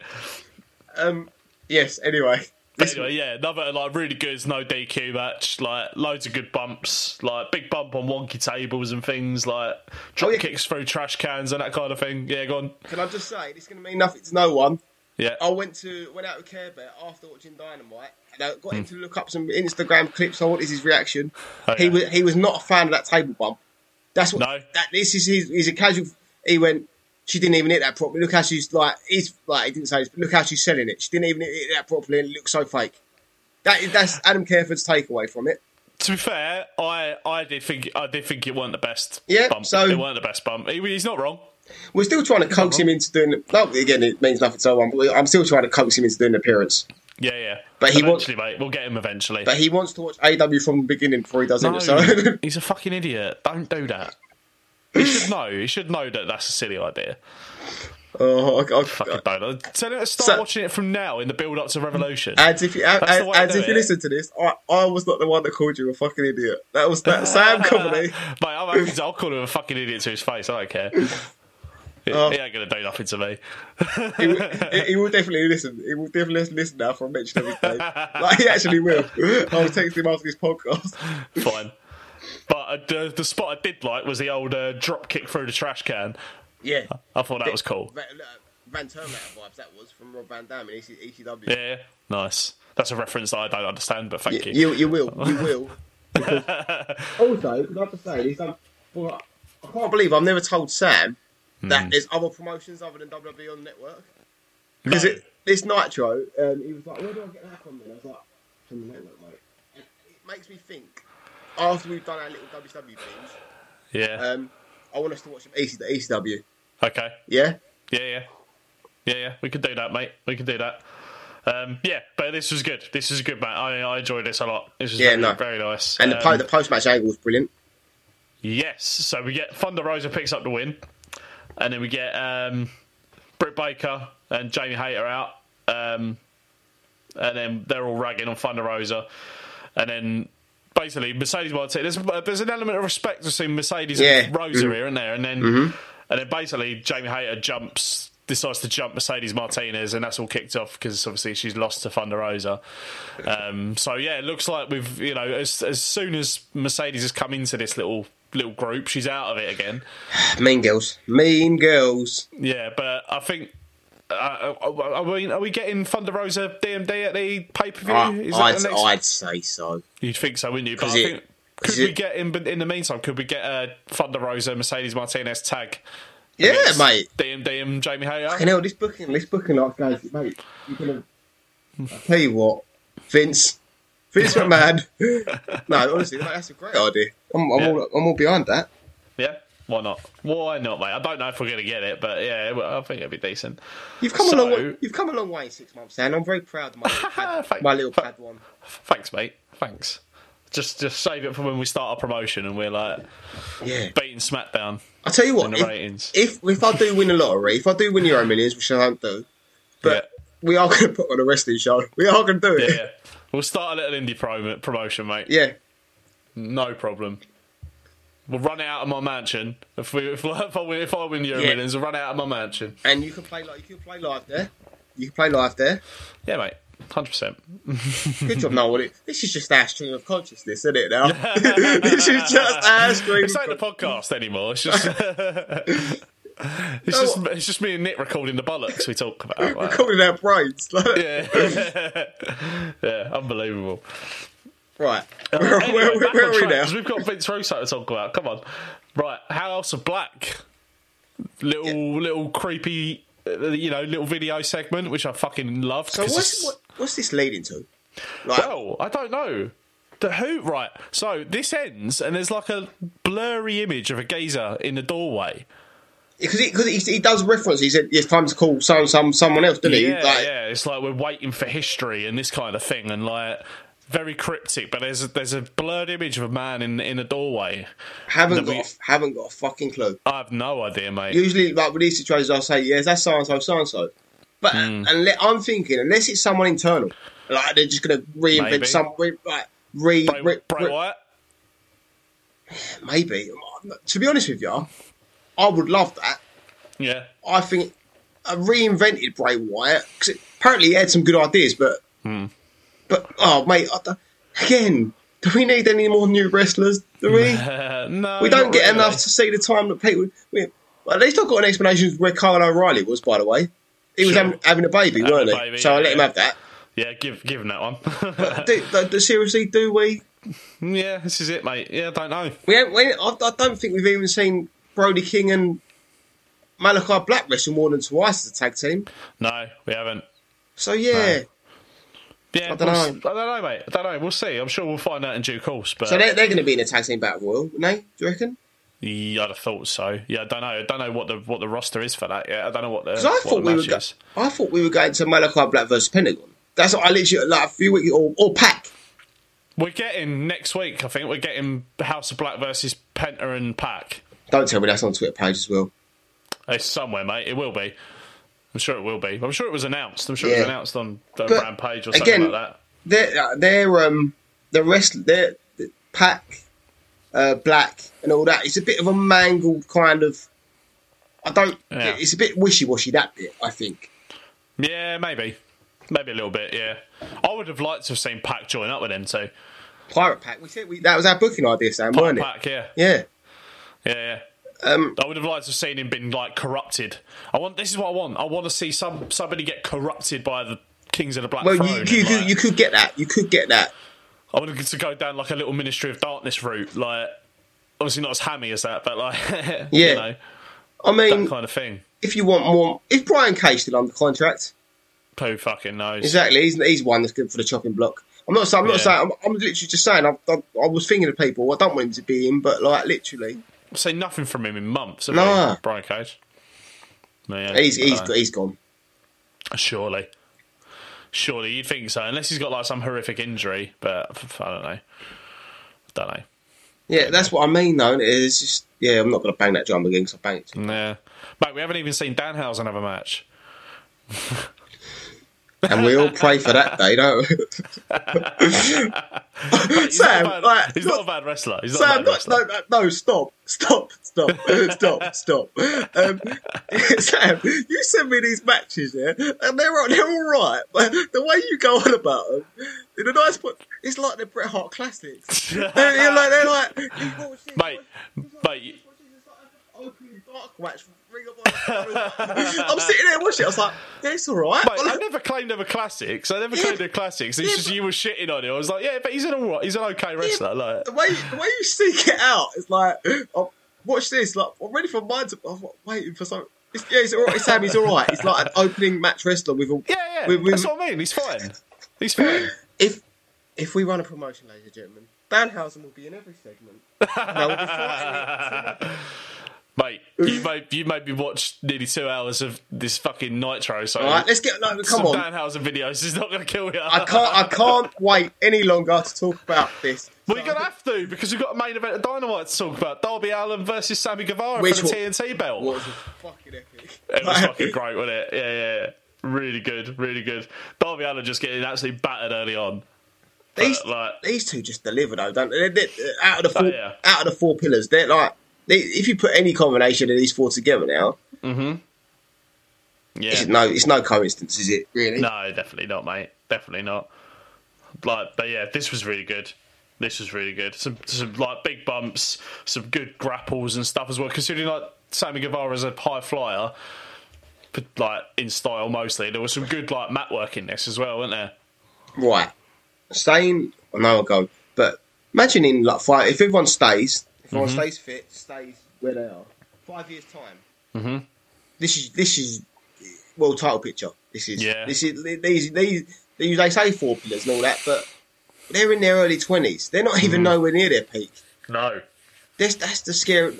[SPEAKER 2] um, yes. Anyway,
[SPEAKER 1] But anyway, yeah, another like really good no DQ match, like loads of good bumps, like big bump on wonky tables and things, like drop
[SPEAKER 2] Oh, yeah.
[SPEAKER 1] kicks through trash cans and that kind of thing. Yeah, go on.
[SPEAKER 2] can I just say it's going to mean nothing to no one?
[SPEAKER 1] Yeah,
[SPEAKER 2] I went to went out with Care Bear after watching Dynamite, and I got him to look up some Instagram clips. I wanted his reaction.
[SPEAKER 1] Oh,
[SPEAKER 2] He
[SPEAKER 1] Hmm. yeah.
[SPEAKER 2] was he was not a fan of that table bump. That's what
[SPEAKER 1] No.
[SPEAKER 2] that this is. His, he's a casual. He went. She didn't even hit that properly. Look how she's like. He's like. He didn't say this, but look how she's selling it. She didn't even hit that properly, and it looks so fake. That is that's Adam Careford's takeaway from it.
[SPEAKER 1] to be fair, I I did think I did think it weren't the best.
[SPEAKER 2] Yeah,
[SPEAKER 1] bump.
[SPEAKER 2] so-
[SPEAKER 1] it weren't the best bump. He, he's not wrong.
[SPEAKER 2] We're still trying to coax
[SPEAKER 1] Uh-huh.
[SPEAKER 2] him into doing. No, again, it means nothing to no one. But we- I'm still trying to coax him into doing an appearance.
[SPEAKER 1] Yeah, yeah.
[SPEAKER 2] But he wants-
[SPEAKER 1] eventually, mate, we'll get him eventually.
[SPEAKER 2] But he wants to watch AW from the beginning before he does
[SPEAKER 1] No,
[SPEAKER 2] it. So
[SPEAKER 1] he's a fucking idiot. Don't do that. He should know. He should know that that's a silly idea.
[SPEAKER 2] <laughs> oh, I, I,
[SPEAKER 1] Fucking don't. Tell him to start
[SPEAKER 2] So- Uh,
[SPEAKER 1] watching it from now in the build up to Revolution.
[SPEAKER 2] And if you, and,
[SPEAKER 1] That's the way
[SPEAKER 2] and
[SPEAKER 1] to
[SPEAKER 2] if
[SPEAKER 1] do
[SPEAKER 2] you
[SPEAKER 1] it.
[SPEAKER 2] listen to this, I, I was not the one that called you a fucking idiot. That was that Sam Comedy.
[SPEAKER 1] Mate, I'm happy to, I'll call him a fucking idiot to his face. I don't care. He-
[SPEAKER 2] Oh.
[SPEAKER 1] he ain't gonna do nothing to me.
[SPEAKER 2] He, will- he, he will definitely listen. He will definitely listen now for a mention of his
[SPEAKER 1] <laughs>
[SPEAKER 2] name. Like he actually will. I'll text him after this podcast.
[SPEAKER 1] Fine. But uh, the, the spot I did like was the old uh, drop kick through the trash can.
[SPEAKER 2] Yeah,
[SPEAKER 1] I thought that was cool.
[SPEAKER 2] Van, uh, Van Termac vibes. That was from Rob Van Dam in E EC, ECW.
[SPEAKER 1] Yeah, nice. That's a reference that I don't understand, but thank you.
[SPEAKER 2] You, you will, you will.
[SPEAKER 3] Also, can I just say this? I'm, well,
[SPEAKER 2] I can't believe I've never told Sam
[SPEAKER 1] Hmm.
[SPEAKER 2] that there's other promotions other than WWE on the network. Because
[SPEAKER 1] No.
[SPEAKER 2] it this Nitro,
[SPEAKER 3] um, he was like, "Where do I get that from?" Then I was like, "From the network, mate."
[SPEAKER 2] it makes me think. After we've done our little WW things,
[SPEAKER 1] Yeah.
[SPEAKER 2] Um, I want us to watch some EC, the ECW.
[SPEAKER 1] okay.
[SPEAKER 2] Yeah,
[SPEAKER 1] Yeah, yeah, yeah, yeah. We could do that, mate. We could do that. Um, yeah, but this was good. This was good, mate. I, I enjoyed this a lot. This was
[SPEAKER 2] Yeah,
[SPEAKER 1] very,
[SPEAKER 2] no.
[SPEAKER 1] very nice.
[SPEAKER 2] and the, po-
[SPEAKER 1] Um,
[SPEAKER 2] the post match angle was brilliant.
[SPEAKER 1] Yes. So we get Thunder Rosa picks up the win, and then we get um, Britt Baker and Jamie Hayter out, um, and then they're all ragging on Thunder Rosa, and then. Basically, Mercedes Martinez. There's, there's an element of respect between Mercedes
[SPEAKER 2] Yeah.
[SPEAKER 1] and Rosa here, isn't there? And then, and then basically, Jamie Hayter jumps, decides to jump Mercedes Martinez, and that's all kicked off because obviously she's lost to Thunder Rosa. Um, so yeah, it looks like we've you know as as soon as Mercedes has come into this little little group, she's out of it again.
[SPEAKER 2] Mean girls, mean girls.
[SPEAKER 1] Yeah, but I think. Uh, are, we, are we getting Thunder Rosa DMD at the pay per view?
[SPEAKER 2] Uh, I, Ah, I'd, I'd say so.
[SPEAKER 1] You'd think so, wouldn't you? But I
[SPEAKER 2] 'Cause it-
[SPEAKER 1] think could
[SPEAKER 2] 'cause
[SPEAKER 1] we
[SPEAKER 2] it-
[SPEAKER 1] get in? But in the meantime, could we get uh, Thunder Rosa Mercedes Martinez tag?
[SPEAKER 2] Yeah,
[SPEAKER 1] against
[SPEAKER 2] mate.
[SPEAKER 1] DMD and Jamie
[SPEAKER 2] You
[SPEAKER 1] Hayter.
[SPEAKER 2] know this booking, this booking. Like,
[SPEAKER 3] Guys, mate, you could have.
[SPEAKER 2] I tell you what, Vince, Vince
[SPEAKER 1] <laughs>
[SPEAKER 2] McMahon. no, honestly, like, that's a great idea. I'm, I'm,
[SPEAKER 1] Yeah.
[SPEAKER 2] all, I'm all behind that.
[SPEAKER 1] Yeah, Why not? Why not, mate? I don't know if we're going to get it, but yeah, well, I think it'd be decent.
[SPEAKER 2] You've come a
[SPEAKER 1] So-
[SPEAKER 2] long way. You've come a long way in six months, and I'm very proud of
[SPEAKER 1] <laughs>
[SPEAKER 2] my little pad,
[SPEAKER 1] Thank-
[SPEAKER 2] my little
[SPEAKER 1] fu-
[SPEAKER 2] pad one.
[SPEAKER 1] Thanks, mate. Thanks. Just just save it for when we start our promotion and we're like
[SPEAKER 2] Yeah.
[SPEAKER 1] beating SmackDown.
[SPEAKER 2] I'll tell you what.
[SPEAKER 1] And the ratings.
[SPEAKER 2] If, if if I do win the lottery, if I do win Euro Millions, which I don't do, but
[SPEAKER 1] Yeah.
[SPEAKER 2] we are going to put on a wrestling show. <laughs> We are going to do it.
[SPEAKER 1] Yeah. We'll start a little indie promo promotion, mate.
[SPEAKER 2] <laughs> Yeah.
[SPEAKER 1] No problem. We'll run it out of my mansion. If we if, <laughs> I win if I win the Euro
[SPEAKER 2] Yeah.
[SPEAKER 1] Millions, we'll run it out of my mansion.
[SPEAKER 2] And you can play like you can play live there. You can play live there.
[SPEAKER 1] Yeah, mate. Hundred percent.
[SPEAKER 2] Good job, Noel. This is just our stream of consciousness, isn't it?
[SPEAKER 1] <laughs>
[SPEAKER 2] Now this is just our stream.
[SPEAKER 1] It's
[SPEAKER 2] of
[SPEAKER 1] not the
[SPEAKER 2] con-
[SPEAKER 1] podcast anymore. It's just <laughs> it's
[SPEAKER 2] No,
[SPEAKER 1] just it's just me and Nick recording the bollocks we talk
[SPEAKER 2] <laughs>
[SPEAKER 1] about. like.
[SPEAKER 2] Recording our brains. <laughs> Like,
[SPEAKER 1] yeah. <laughs> yeah, unbelievable.
[SPEAKER 2] Right. Where,
[SPEAKER 1] Anyway,
[SPEAKER 2] where, where,
[SPEAKER 1] back
[SPEAKER 2] where
[SPEAKER 1] on
[SPEAKER 2] are we
[SPEAKER 1] track,
[SPEAKER 2] now?
[SPEAKER 1] 'cause We've got Vince Russo to talk about. Come on, right? House of Black, little little creepy, uh, you know, little video segment which I fucking loved.
[SPEAKER 2] So
[SPEAKER 1] 'cause
[SPEAKER 2] what's
[SPEAKER 1] it's-
[SPEAKER 2] what, what's this leading to? Like,
[SPEAKER 1] well, I don't know. The who, right? So this ends, and there's like a blurry image of a geezer in the doorway.
[SPEAKER 2] because he, 'cause he, he does reference. He said it's time to call some some someone else, doesn't
[SPEAKER 1] Yeah,
[SPEAKER 2] he? Like,
[SPEAKER 1] yeah. It's like we're waiting for history and this kind of thing, and like very cryptic. But there's a, there's a blurred image of a man in in a doorway.
[SPEAKER 2] haven't
[SPEAKER 1] That we-
[SPEAKER 2] got a- haven't got a fucking clue.
[SPEAKER 1] I have no idea, mate.
[SPEAKER 2] Usually, like with these situations, I'll say yes, that's so and so, so and so.
[SPEAKER 1] Hmm.
[SPEAKER 2] But unless, I'm thinking unless it's someone internal, like they're just gonna reinvent
[SPEAKER 1] Maybe.
[SPEAKER 2] some re, like re,
[SPEAKER 1] Bray,
[SPEAKER 2] re-
[SPEAKER 1] Bray
[SPEAKER 2] re-
[SPEAKER 1] Wyatt.
[SPEAKER 2] maybe. To be honest with you, I would love that.
[SPEAKER 1] Yeah. <laughs>
[SPEAKER 2] I think a reinvented Bray Wyatt 'cause it- apparently he had some good ideas, but
[SPEAKER 1] Hmm.
[SPEAKER 2] but oh mate, I don't- again, do we need any more new wrestlers? Do we?
[SPEAKER 1] Uh, no,
[SPEAKER 2] we don't
[SPEAKER 1] not
[SPEAKER 2] get
[SPEAKER 1] really.
[SPEAKER 2] enough to see the time that people. We, well, at least I've got an explanation of where Kyle O'Reilly was. By the way, he was
[SPEAKER 1] Sure.
[SPEAKER 2] having, having a baby, weren't
[SPEAKER 1] a
[SPEAKER 2] he?
[SPEAKER 1] baby,
[SPEAKER 2] so I
[SPEAKER 1] yeah,
[SPEAKER 2] let him
[SPEAKER 1] yeah.
[SPEAKER 2] have
[SPEAKER 1] <laughs>
[SPEAKER 2] that.
[SPEAKER 1] Yeah, give give him that one. <laughs>
[SPEAKER 2] Do, do- do- seriously, do we?
[SPEAKER 1] yeah, this is it, mate. Yeah, I don't know.
[SPEAKER 2] We, ain't, we ain't- I, I don't think we've even seen Brody King and Malachi Black wrestle more than twice as a tag team.
[SPEAKER 1] No, we haven't.
[SPEAKER 2] So yeah.
[SPEAKER 1] Yeah,
[SPEAKER 2] I dunno.
[SPEAKER 1] we'll s- I don't know, mate. I don't know. We'll see. I'm sure we'll find out in due course. But
[SPEAKER 2] So they're, they're going to be in a tag team battle royal, aren't they? Do you reckon?
[SPEAKER 1] yeah, I'd have thought so. Yeah, I don't know. I don't know what the what the roster is for that. Yeah, I don't know what the.
[SPEAKER 2] 'Cause I
[SPEAKER 1] what
[SPEAKER 2] thought
[SPEAKER 1] the
[SPEAKER 2] we were.
[SPEAKER 1] match
[SPEAKER 2] go-
[SPEAKER 1] is.
[SPEAKER 2] I thought we were going to Malachi Black versus Pentagon. That's what I literally like a few weeks or, or Pack.
[SPEAKER 1] We're getting next week. I think we're getting House of Black versus Penta and Pack.
[SPEAKER 2] Don't tell me that's on Twitter page as well.
[SPEAKER 1] It's somewhere, mate. It will be. I'm sure it will be. I'm sure it was announced. I'm sure it was
[SPEAKER 2] Yeah.
[SPEAKER 1] announced on the
[SPEAKER 2] But,
[SPEAKER 1] Rampage or something
[SPEAKER 2] again,
[SPEAKER 1] like that.
[SPEAKER 2] they're, uh, they're um the rest they're the pack uh, black and all that it's a bit of a mangled kind of i don't
[SPEAKER 1] Yeah.
[SPEAKER 2] it's a bit wishy-washy that bit i think
[SPEAKER 1] Yeah, maybe. Maybe a little bit, yeah. I would have liked to have seen Pac join up with him too.
[SPEAKER 2] pirate pack we said we, that was our booking idea sam weren't it
[SPEAKER 1] Pac, yeah.
[SPEAKER 2] yeah
[SPEAKER 1] Yeah, yeah.
[SPEAKER 2] um
[SPEAKER 1] I would have liked to have seen him been like corrupted. I want this is what I want. I want to see some somebody get corrupted by the Kings of the Black
[SPEAKER 2] well
[SPEAKER 1] Throne.
[SPEAKER 2] you, you, you,
[SPEAKER 1] and,
[SPEAKER 2] could,
[SPEAKER 1] like,
[SPEAKER 2] you could get that you could get that
[SPEAKER 1] I want to go down like a little Ministry of Darkness route, like obviously not as hammy as that, but like <laughs>
[SPEAKER 2] Yeah.
[SPEAKER 1] you know,
[SPEAKER 2] i mean
[SPEAKER 1] that kind of thing.
[SPEAKER 2] if you want more is brian Cage still under contract
[SPEAKER 1] Who fucking knows?
[SPEAKER 2] exactly he's, he's one that's good for the chopping block I'm not saying. I'm not
[SPEAKER 1] Yeah.
[SPEAKER 2] saying. I'm, I'm literally just saying. I, I, I was thinking of people. I don't want him to be him, but like literally,
[SPEAKER 1] Say nothing from him in months, have
[SPEAKER 2] Nah.
[SPEAKER 1] we, Brian Cage. Yeah,
[SPEAKER 2] he's he's,
[SPEAKER 1] I-
[SPEAKER 2] he's gone.
[SPEAKER 1] Surely. Surely you'd think so, unless he's got like some horrific injury, but f- f- I don't know. Don't know.
[SPEAKER 2] Yeah, that's what I mean, though. innit? It's just, yeah, I'm not going to bang that drum again because I banged it.
[SPEAKER 1] Yeah. Mate, we haven't even seen Danhausen have a match.
[SPEAKER 2] And we all pray for that day, don't we?
[SPEAKER 1] He's
[SPEAKER 2] Sam,
[SPEAKER 1] not a bad,
[SPEAKER 2] like,
[SPEAKER 1] he's
[SPEAKER 2] look-
[SPEAKER 1] not a bad wrestler. He's
[SPEAKER 2] <laughs>
[SPEAKER 1] not a
[SPEAKER 2] Sam,
[SPEAKER 1] bad
[SPEAKER 2] no,
[SPEAKER 1] wrestler.
[SPEAKER 2] no, no, no, stop, stop, stop, <laughs> stop, stop. Um, <laughs> Sam, you send me these matches, yeah, and they're, all- they're all right, but the way you go on about them, in a nice point, it's like the Bret Hart
[SPEAKER 3] <laughs>
[SPEAKER 2] classics. they're, they're like, they're like, you watch this,
[SPEAKER 1] <laughs> Mate, mate,
[SPEAKER 2] watch this, it's like an opening dark match from Ring of Honor. I'm sitting there watching it, I was like, yeah, it's all right.
[SPEAKER 1] mate, I never claimed ever classics. I never claimed
[SPEAKER 2] but-
[SPEAKER 1] a classics. It's
[SPEAKER 2] yeah,
[SPEAKER 1] just
[SPEAKER 2] but-
[SPEAKER 1] you were shitting on it. I was like, yeah, but he's an all right, he's an okay wrestler. like,
[SPEAKER 2] the way the way you seek it out is like, oh, watch this. Like, I'm ready for mine to. I'm waiting for something. It's, yeah, he's all right. Sam, he's all right. He's like an opening match wrestler with a.
[SPEAKER 1] yeah, yeah.
[SPEAKER 2] With, with-
[SPEAKER 1] that's what I mean. He's fine.
[SPEAKER 2] <laughs>
[SPEAKER 1] He's fine.
[SPEAKER 2] if if we run a promotion,
[SPEAKER 1] <laughs>
[SPEAKER 2] ladies and gentlemen, Danhausen will be in every segment. They'll be fighting it.
[SPEAKER 1] Mate, you made you made me watch nearly two hours of this fucking nitro. So
[SPEAKER 2] All right, let's get no. Come
[SPEAKER 1] some
[SPEAKER 2] on,
[SPEAKER 1] Danhausen videos is not going to kill you.
[SPEAKER 2] I can't. I can't wait any longer to talk about this.
[SPEAKER 1] Well, you're going to have to because we've got a main event of Dynamite to talk about: Darby Allen versus Sammy Guevara
[SPEAKER 2] Which
[SPEAKER 1] for the
[SPEAKER 2] one-
[SPEAKER 1] TNT belt.
[SPEAKER 2] What was it? fucking epic? <laughs>
[SPEAKER 1] It was fucking great, wasn't it? Yeah, yeah, yeah. Really good, really good. Darby Allen just getting absolutely battered early on.
[SPEAKER 2] these,
[SPEAKER 1] like- Oh,
[SPEAKER 2] these two just deliver though, don't they? They're- they're- out of the four,
[SPEAKER 1] yeah.
[SPEAKER 2] out of the four pillars, they're like they, if you put any combination of these four together now,
[SPEAKER 1] Yeah,
[SPEAKER 2] it's no, it's no coincidence, is it? Really?
[SPEAKER 1] No, definitely not, mate. Definitely not. Like, but yeah, this was really good. This was really good. Some some like big bumps, some good grapples and stuff as well. Considering like Sammy Guevara's a high flyer, but like in style mostly. There was some good like mat work in this as well, wasn't there?
[SPEAKER 2] Right. Staying. I know I'll go, but imagine in like five. If everyone stays, if everyone stays fit, stays where they are. Five years time. Mm-hmm. This is this is world title picture. This is
[SPEAKER 1] Yeah.
[SPEAKER 2] this is these these these they say four pillars and all that, but they're in their early twenties. They're not even nowhere near their peak.
[SPEAKER 1] No.
[SPEAKER 2] That's that's the scary.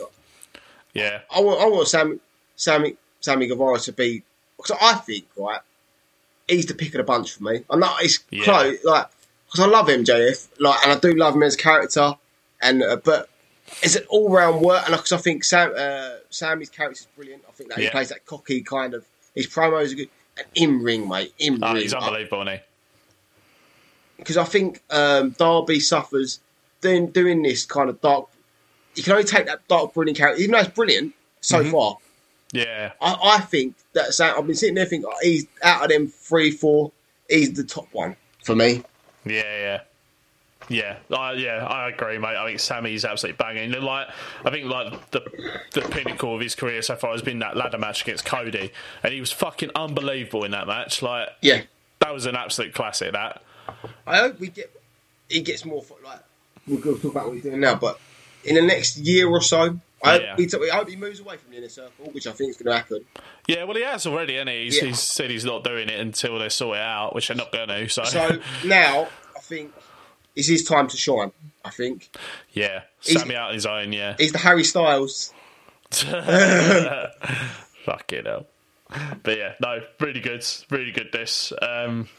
[SPEAKER 1] Yeah.
[SPEAKER 2] I want I want Sammy Sammy Sammy Guevara to be because I think right, he's the pick of the bunch for me. I know it's
[SPEAKER 1] Yeah.
[SPEAKER 2] close, like because I love MJF, like and I do love him as a character, and uh, but it's an all round work, and because I think Sam uh, Sammy's character is brilliant. I think that
[SPEAKER 1] Yeah.
[SPEAKER 2] he plays that cocky kind of his promos are good. And in ring, mate, in
[SPEAKER 1] Oh,
[SPEAKER 2] ring,
[SPEAKER 1] he's unbelievable, isn't
[SPEAKER 2] because I think um, Darby suffers doing doing this kind of dark. You can only take that dark, brilliant character, even though it's brilliant
[SPEAKER 1] Mm-hmm.
[SPEAKER 2] so far.
[SPEAKER 1] he? Yeah.
[SPEAKER 2] I, I think that Sam, I've been sitting there thinking oh, he's out of them three, four, he's the top one for me.
[SPEAKER 1] Yeah, yeah, yeah. I yeah, I agree, mate. I think Sammy's absolutely banging. And, Like, I think like the the pinnacle of his career so far has been that ladder match against Cody, and he was fucking unbelievable in that match. Like,
[SPEAKER 2] Yeah,
[SPEAKER 1] that was an absolute classic. That
[SPEAKER 2] I hope we get he gets more fo- like we're going to talk about what he's doing now, but in the next year or so, I,
[SPEAKER 1] Yeah.
[SPEAKER 2] hope, he, t- I hope he moves away from the inner circle, which I think is going to happen.
[SPEAKER 1] yeah. Well, he has already, and he's,
[SPEAKER 2] Yeah.
[SPEAKER 1] he's said he's not doing it until they sort it out, which they're not going to. So,
[SPEAKER 2] So <laughs> now I think it's his time to shine. I think
[SPEAKER 1] <laughs> yeah,
[SPEAKER 2] He's-
[SPEAKER 1] Sammy out on his own. Yeah,
[SPEAKER 2] he's the Harry Styles.
[SPEAKER 1] Fucking hell. But yeah, no, really good, really good. This, um,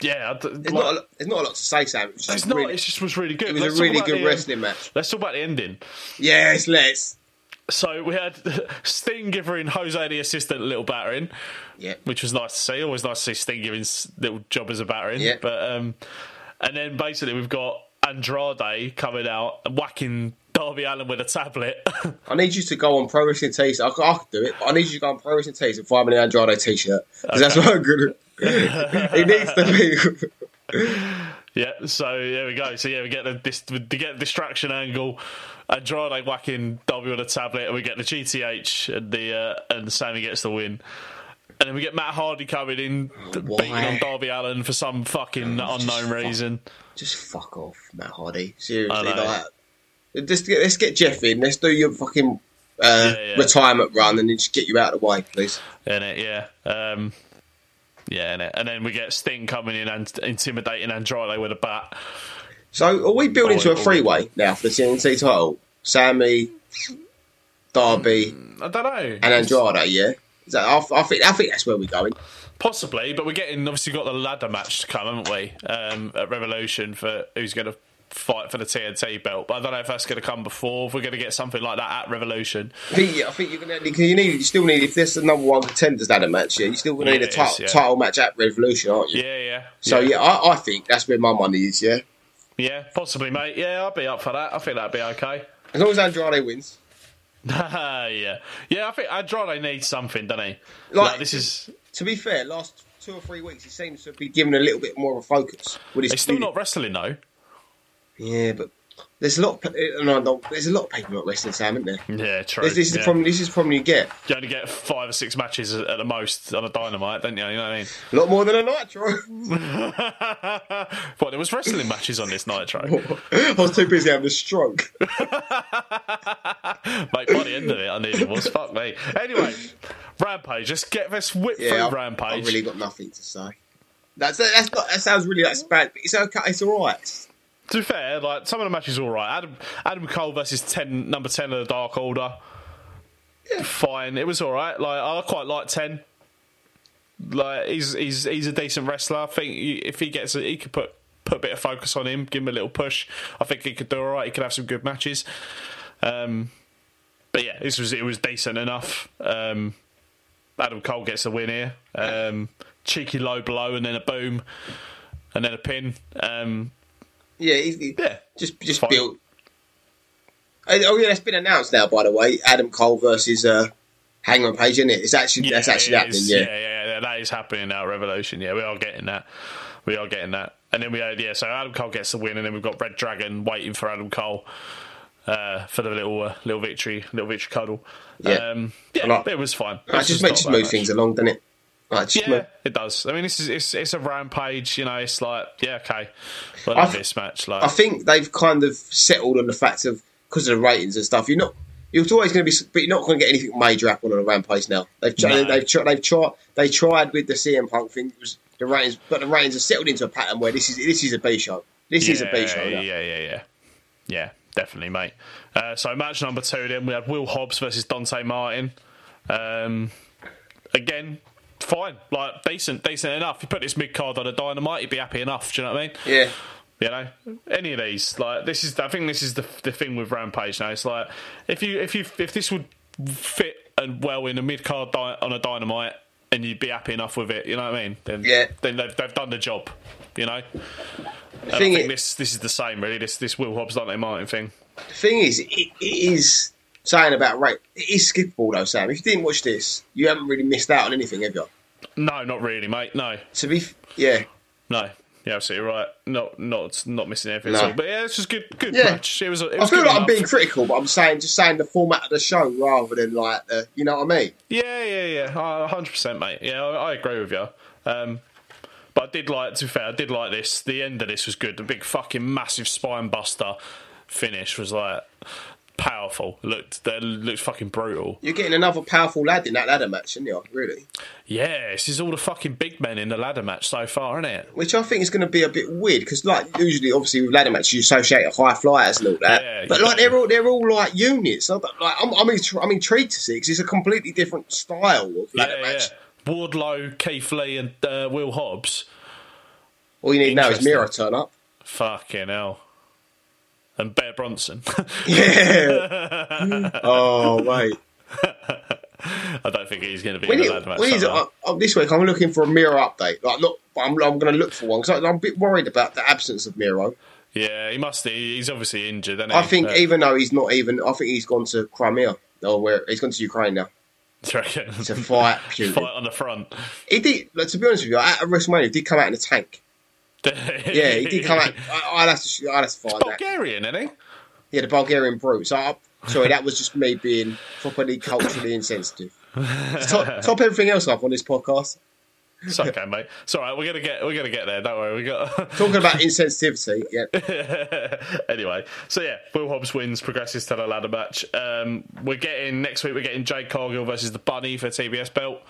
[SPEAKER 1] yeah, I d-
[SPEAKER 2] There's
[SPEAKER 1] like-
[SPEAKER 2] not a, lo- there's not a lot to say, Sam. It's,
[SPEAKER 1] It's
[SPEAKER 2] just
[SPEAKER 1] not.
[SPEAKER 2] really-
[SPEAKER 1] It just was really good.
[SPEAKER 2] it was
[SPEAKER 1] Let's
[SPEAKER 2] a
[SPEAKER 1] talk
[SPEAKER 2] really
[SPEAKER 1] about
[SPEAKER 2] good
[SPEAKER 1] the, um,
[SPEAKER 2] wrestling match.
[SPEAKER 1] Let's talk about the ending.
[SPEAKER 2] Yes, let's.
[SPEAKER 1] So we had <laughs> Sting giving Jose the assistant a little battering,
[SPEAKER 2] Yeah.
[SPEAKER 1] which was nice to see. Always nice to see Sting giving s- little jobbers a battering.
[SPEAKER 2] Yeah.
[SPEAKER 1] But um, and then basically we've got Andrade coming out and whacking Darby Allen with a tablet. <laughs>
[SPEAKER 2] I need you to go on Pro Wrestling Tees. I, I could do it, but I need you to go on Pro Wrestling Tees and find me an Andrade t-shirt. 'Cause That's what I'm good
[SPEAKER 1] <laughs>
[SPEAKER 2] at. it needs to be. <laughs>
[SPEAKER 1] yeah. So there we go. So yeah, we get the dis- we get the distraction angle. Andrade whacking Darby with a tablet, and we get the GTH and the uh, and Sammy gets the win. And then we get Matt Hardy coming in,
[SPEAKER 2] Why?
[SPEAKER 1] beating on Darby Allen for some fucking unknown
[SPEAKER 2] fuck.
[SPEAKER 1] reason.
[SPEAKER 2] Just fuck off, Matt Hardy. Seriously,
[SPEAKER 1] I know.
[SPEAKER 2] like, just get, let's get Jeff in. Let's do your fucking uh,
[SPEAKER 1] Yeah, yeah.
[SPEAKER 2] retirement run and then just get you out of the way, please.
[SPEAKER 1] In it, yeah, um, yeah, in it. And then we get Sting coming in and intimidating Andrade with a bat.
[SPEAKER 2] So, are we building
[SPEAKER 1] Oh,
[SPEAKER 2] to a
[SPEAKER 1] oh.
[SPEAKER 2] three-way now for the TNT title? Sammy, Darby,
[SPEAKER 1] I don't know,
[SPEAKER 2] and Andrade. Yeah, Is that, I, I think I think that's where we're going.
[SPEAKER 1] possibly, but we're getting obviously got the ladder match to come, haven't we? Um, at Revolution for who's going to fight for the TNT belt. But I don't know if that's going to come before. If we're going to get something like that at Revolution,
[SPEAKER 2] I think, I think you're gonna because you need you still need if there's the number one contenders ladder match, yeah, you still gonna
[SPEAKER 1] Yeah,
[SPEAKER 2] need a
[SPEAKER 1] it
[SPEAKER 2] ti-
[SPEAKER 1] is, yeah.
[SPEAKER 2] title match at Revolution, aren't you?
[SPEAKER 1] yeah, yeah.
[SPEAKER 2] So yeah, I, I think that's where my money is. Yeah,
[SPEAKER 1] yeah, possibly, mate. Yeah, I'd be up for that. I think that'd be okay. <laughs>
[SPEAKER 2] as long as Andrade wins,
[SPEAKER 1] yeah, yeah. I think Andrade needs something, doesn't he? Like,
[SPEAKER 2] Like-
[SPEAKER 1] this is
[SPEAKER 2] to be fair, last two or three weeks he seems to be given a little bit more of a focus. With his
[SPEAKER 1] he's still
[SPEAKER 2] unit.
[SPEAKER 1] not wrestling though.
[SPEAKER 2] Yeah, but there's a lot. Of, pe- no, no, there's a lot of people not wrestling Sam, isn't there?
[SPEAKER 1] Yeah, true.
[SPEAKER 2] This, this is
[SPEAKER 1] yeah.
[SPEAKER 2] the problem. This is the problem you get
[SPEAKER 1] You only get five or six matches at the most on a dynamite, don't you? You know what I mean?
[SPEAKER 2] a lot more than a nitro. <laughs>
[SPEAKER 1] <laughs> What there was wrestling matches on this nitro,
[SPEAKER 2] I was too busy having a
[SPEAKER 1] <laughs>
[SPEAKER 2] stroke.
[SPEAKER 1] mate. By the end of it, I nearly was. Fuck me. Anyway, rampage. Let's get this whip
[SPEAKER 2] Yeah,
[SPEAKER 1] through
[SPEAKER 2] I've,
[SPEAKER 1] rampage.
[SPEAKER 2] I've really got nothing to say. That's that's not that sounds really that's bad, but it's okay. It's all right.
[SPEAKER 1] to be fair, like some of the matches were all right. Adam Adam Cole versus ten number ten of the Dark Order. Fine, it was all right. Like I quite like ten. Like he's he's he's a decent wrestler. I think you- if he gets it, he could put put a bit of focus on him, give him a little push. I think he could do all right. He could have some good matches. Um, but yeah, this was it was decent enough. Um, Adam Cole gets the win here. Um, cheeky low blow and then a boom and then a pin. Um,
[SPEAKER 2] Yeah, he, he-
[SPEAKER 1] Yeah.
[SPEAKER 2] Just just
[SPEAKER 1] Fine.
[SPEAKER 2] built. Oh yeah, that's been announced now. By the way, Adam Cole versus uh, Hangman Page, isn't it? It's actually that's actually
[SPEAKER 1] it
[SPEAKER 2] happening.
[SPEAKER 1] is.
[SPEAKER 2] yeah.
[SPEAKER 1] yeah, yeah, yeah, that is happening now. Revolution. Yeah, we are getting that. We are getting that. And then we had yeah. So Adam Cole gets the win, and then we've got Red Dragon waiting for Adam Cole uh, for the little uh, little victory, little victory cuddle.
[SPEAKER 2] Yeah.
[SPEAKER 1] um, yeah,
[SPEAKER 2] I like-
[SPEAKER 1] it was fine.
[SPEAKER 2] Right,
[SPEAKER 1] It's
[SPEAKER 2] just
[SPEAKER 1] not
[SPEAKER 2] makes just
[SPEAKER 1] that
[SPEAKER 2] move
[SPEAKER 1] much.
[SPEAKER 2] things along, doesn't it? Right, just
[SPEAKER 1] Yeah,
[SPEAKER 2] move-
[SPEAKER 1] it does. I mean, this is it's it's a rampage. You know, it's like yeah, okay, but not
[SPEAKER 2] th-
[SPEAKER 1] this match, like
[SPEAKER 2] I think they've kind of settled on the fact of because of the ratings and stuff. You're not. You're always going to be, but you're not going to get anything major happen on a rampage now. They've tried,
[SPEAKER 1] No.
[SPEAKER 2] they've tried, they've tried, they tried with the CM Punk thing. It was the ratings, but the ratings have settled into a pattern where this is this is a B show. This is a B show.
[SPEAKER 1] Yeah,
[SPEAKER 2] now.
[SPEAKER 1] yeah, yeah, yeah. Yeah, definitely, mate. Uh, so match number two, then we had Will Hobbs versus Dante Martin. Um, again, fine, like decent, decent enough. You put this mid card on a dynamite, you'd be happy enough. Do you know what I mean?
[SPEAKER 2] yeah.
[SPEAKER 1] You know, any of these, like this is. I think this is the the thing with Rampage now. It's like if you if you if this would fit and well in a mid card di- on a Dynamite, and you'd be happy enough with it. You know what I mean? Then
[SPEAKER 2] Yeah.
[SPEAKER 1] Then they've, they've done the job. You know. And I
[SPEAKER 2] thing
[SPEAKER 1] think
[SPEAKER 2] i-
[SPEAKER 1] this this is the same really. This this Will Hobbs Dante Martin thing.
[SPEAKER 2] thing is, it, it is saying about right. It is skippable though, Sam. If you didn't watch this, you haven't really missed out on anything, have you?
[SPEAKER 1] No, not really, mate. No,
[SPEAKER 2] To be, f- yeah,
[SPEAKER 1] no. Yeah, absolutely right. Not not not missing anything.
[SPEAKER 2] No.
[SPEAKER 1] at all. But yeah, it's just good good
[SPEAKER 2] Yeah.
[SPEAKER 1] match. It was. a- It
[SPEAKER 2] I
[SPEAKER 1] was
[SPEAKER 2] feel
[SPEAKER 1] good
[SPEAKER 2] like I'm
[SPEAKER 1] enough.
[SPEAKER 2] being critical, but I'm saying just saying the format of the show rather than like the, you know what I mean.
[SPEAKER 1] Yeah, yeah, yeah. hundred percent, mate. Yeah, I, I agree with you. Um, but I did like, to be fair, I did like this. The end of this was good. The big fucking massive spine buster finish was like powerful. Looked that looked fucking brutal.
[SPEAKER 2] You're getting another powerful lad in that ladder match, aren't you? Really,
[SPEAKER 1] Yeah, this is all the fucking big men in the ladder match so far, isn't it?
[SPEAKER 2] which I think is going to be a bit weird because, like, usually, obviously, with ladder matches, you associate high flyers and all that.
[SPEAKER 1] Yeah,
[SPEAKER 2] but
[SPEAKER 1] yeah.
[SPEAKER 2] like, they're all they're all like units. I don't- Like, I'm I'm, intri- I'm intrigued to see because it's a completely different style of ladder
[SPEAKER 1] yeah,
[SPEAKER 2] match.
[SPEAKER 1] yeah. Wardlow, Keith Lee, and uh, Will Hobbs.
[SPEAKER 2] All you need now is
[SPEAKER 1] Interesting.
[SPEAKER 2] Miro turn up.
[SPEAKER 1] Fucking hell. And Bear Bronson. <laughs>
[SPEAKER 2] Yeah. oh wait.
[SPEAKER 1] I don't think he's going to be
[SPEAKER 2] When
[SPEAKER 1] in
[SPEAKER 2] is,
[SPEAKER 1] the ladder match.
[SPEAKER 2] when is,
[SPEAKER 1] somehow.
[SPEAKER 2] uh, uh, this week, I'm looking for a Miro update. Like, not, but I'm, I'm going to look for one because I'm a bit worried about the absence of Miro.
[SPEAKER 1] Yeah, he must. He, he's obviously injured. Isn't he?
[SPEAKER 2] I think
[SPEAKER 1] Uh, <laughs>
[SPEAKER 2] even though he's not even, I think he's gone to Crimea or where he's gone to Ukraine now
[SPEAKER 1] do you reckon? <laughs>
[SPEAKER 2] to fight Putin.
[SPEAKER 1] fight on the front. <laughs>
[SPEAKER 2] He did. Like, to be honest with you, at WrestleMania, he did come out in a tank. Yeah, he did come
[SPEAKER 1] <laughs>
[SPEAKER 2] out. I, I'll have to. I'll have to find that.
[SPEAKER 1] Bulgarian, isn't he?
[SPEAKER 2] Yeah, the Bulgarian brute. So, I, sorry, that was just me being properly culturally insensitive. Top, top everything else up on this podcast.
[SPEAKER 1] It's okay, <laughs> mate. It's all right. We're gonna get. We're gonna get there. Don't worry. We got. <laughs>
[SPEAKER 2] Talking about insensitivity, yeah.
[SPEAKER 1] anyway, so yeah, Will Hobbs wins, progresses to the ladder match. Um, we're getting next week. We're getting Jake Cargill versus the Bunny for TBS belt.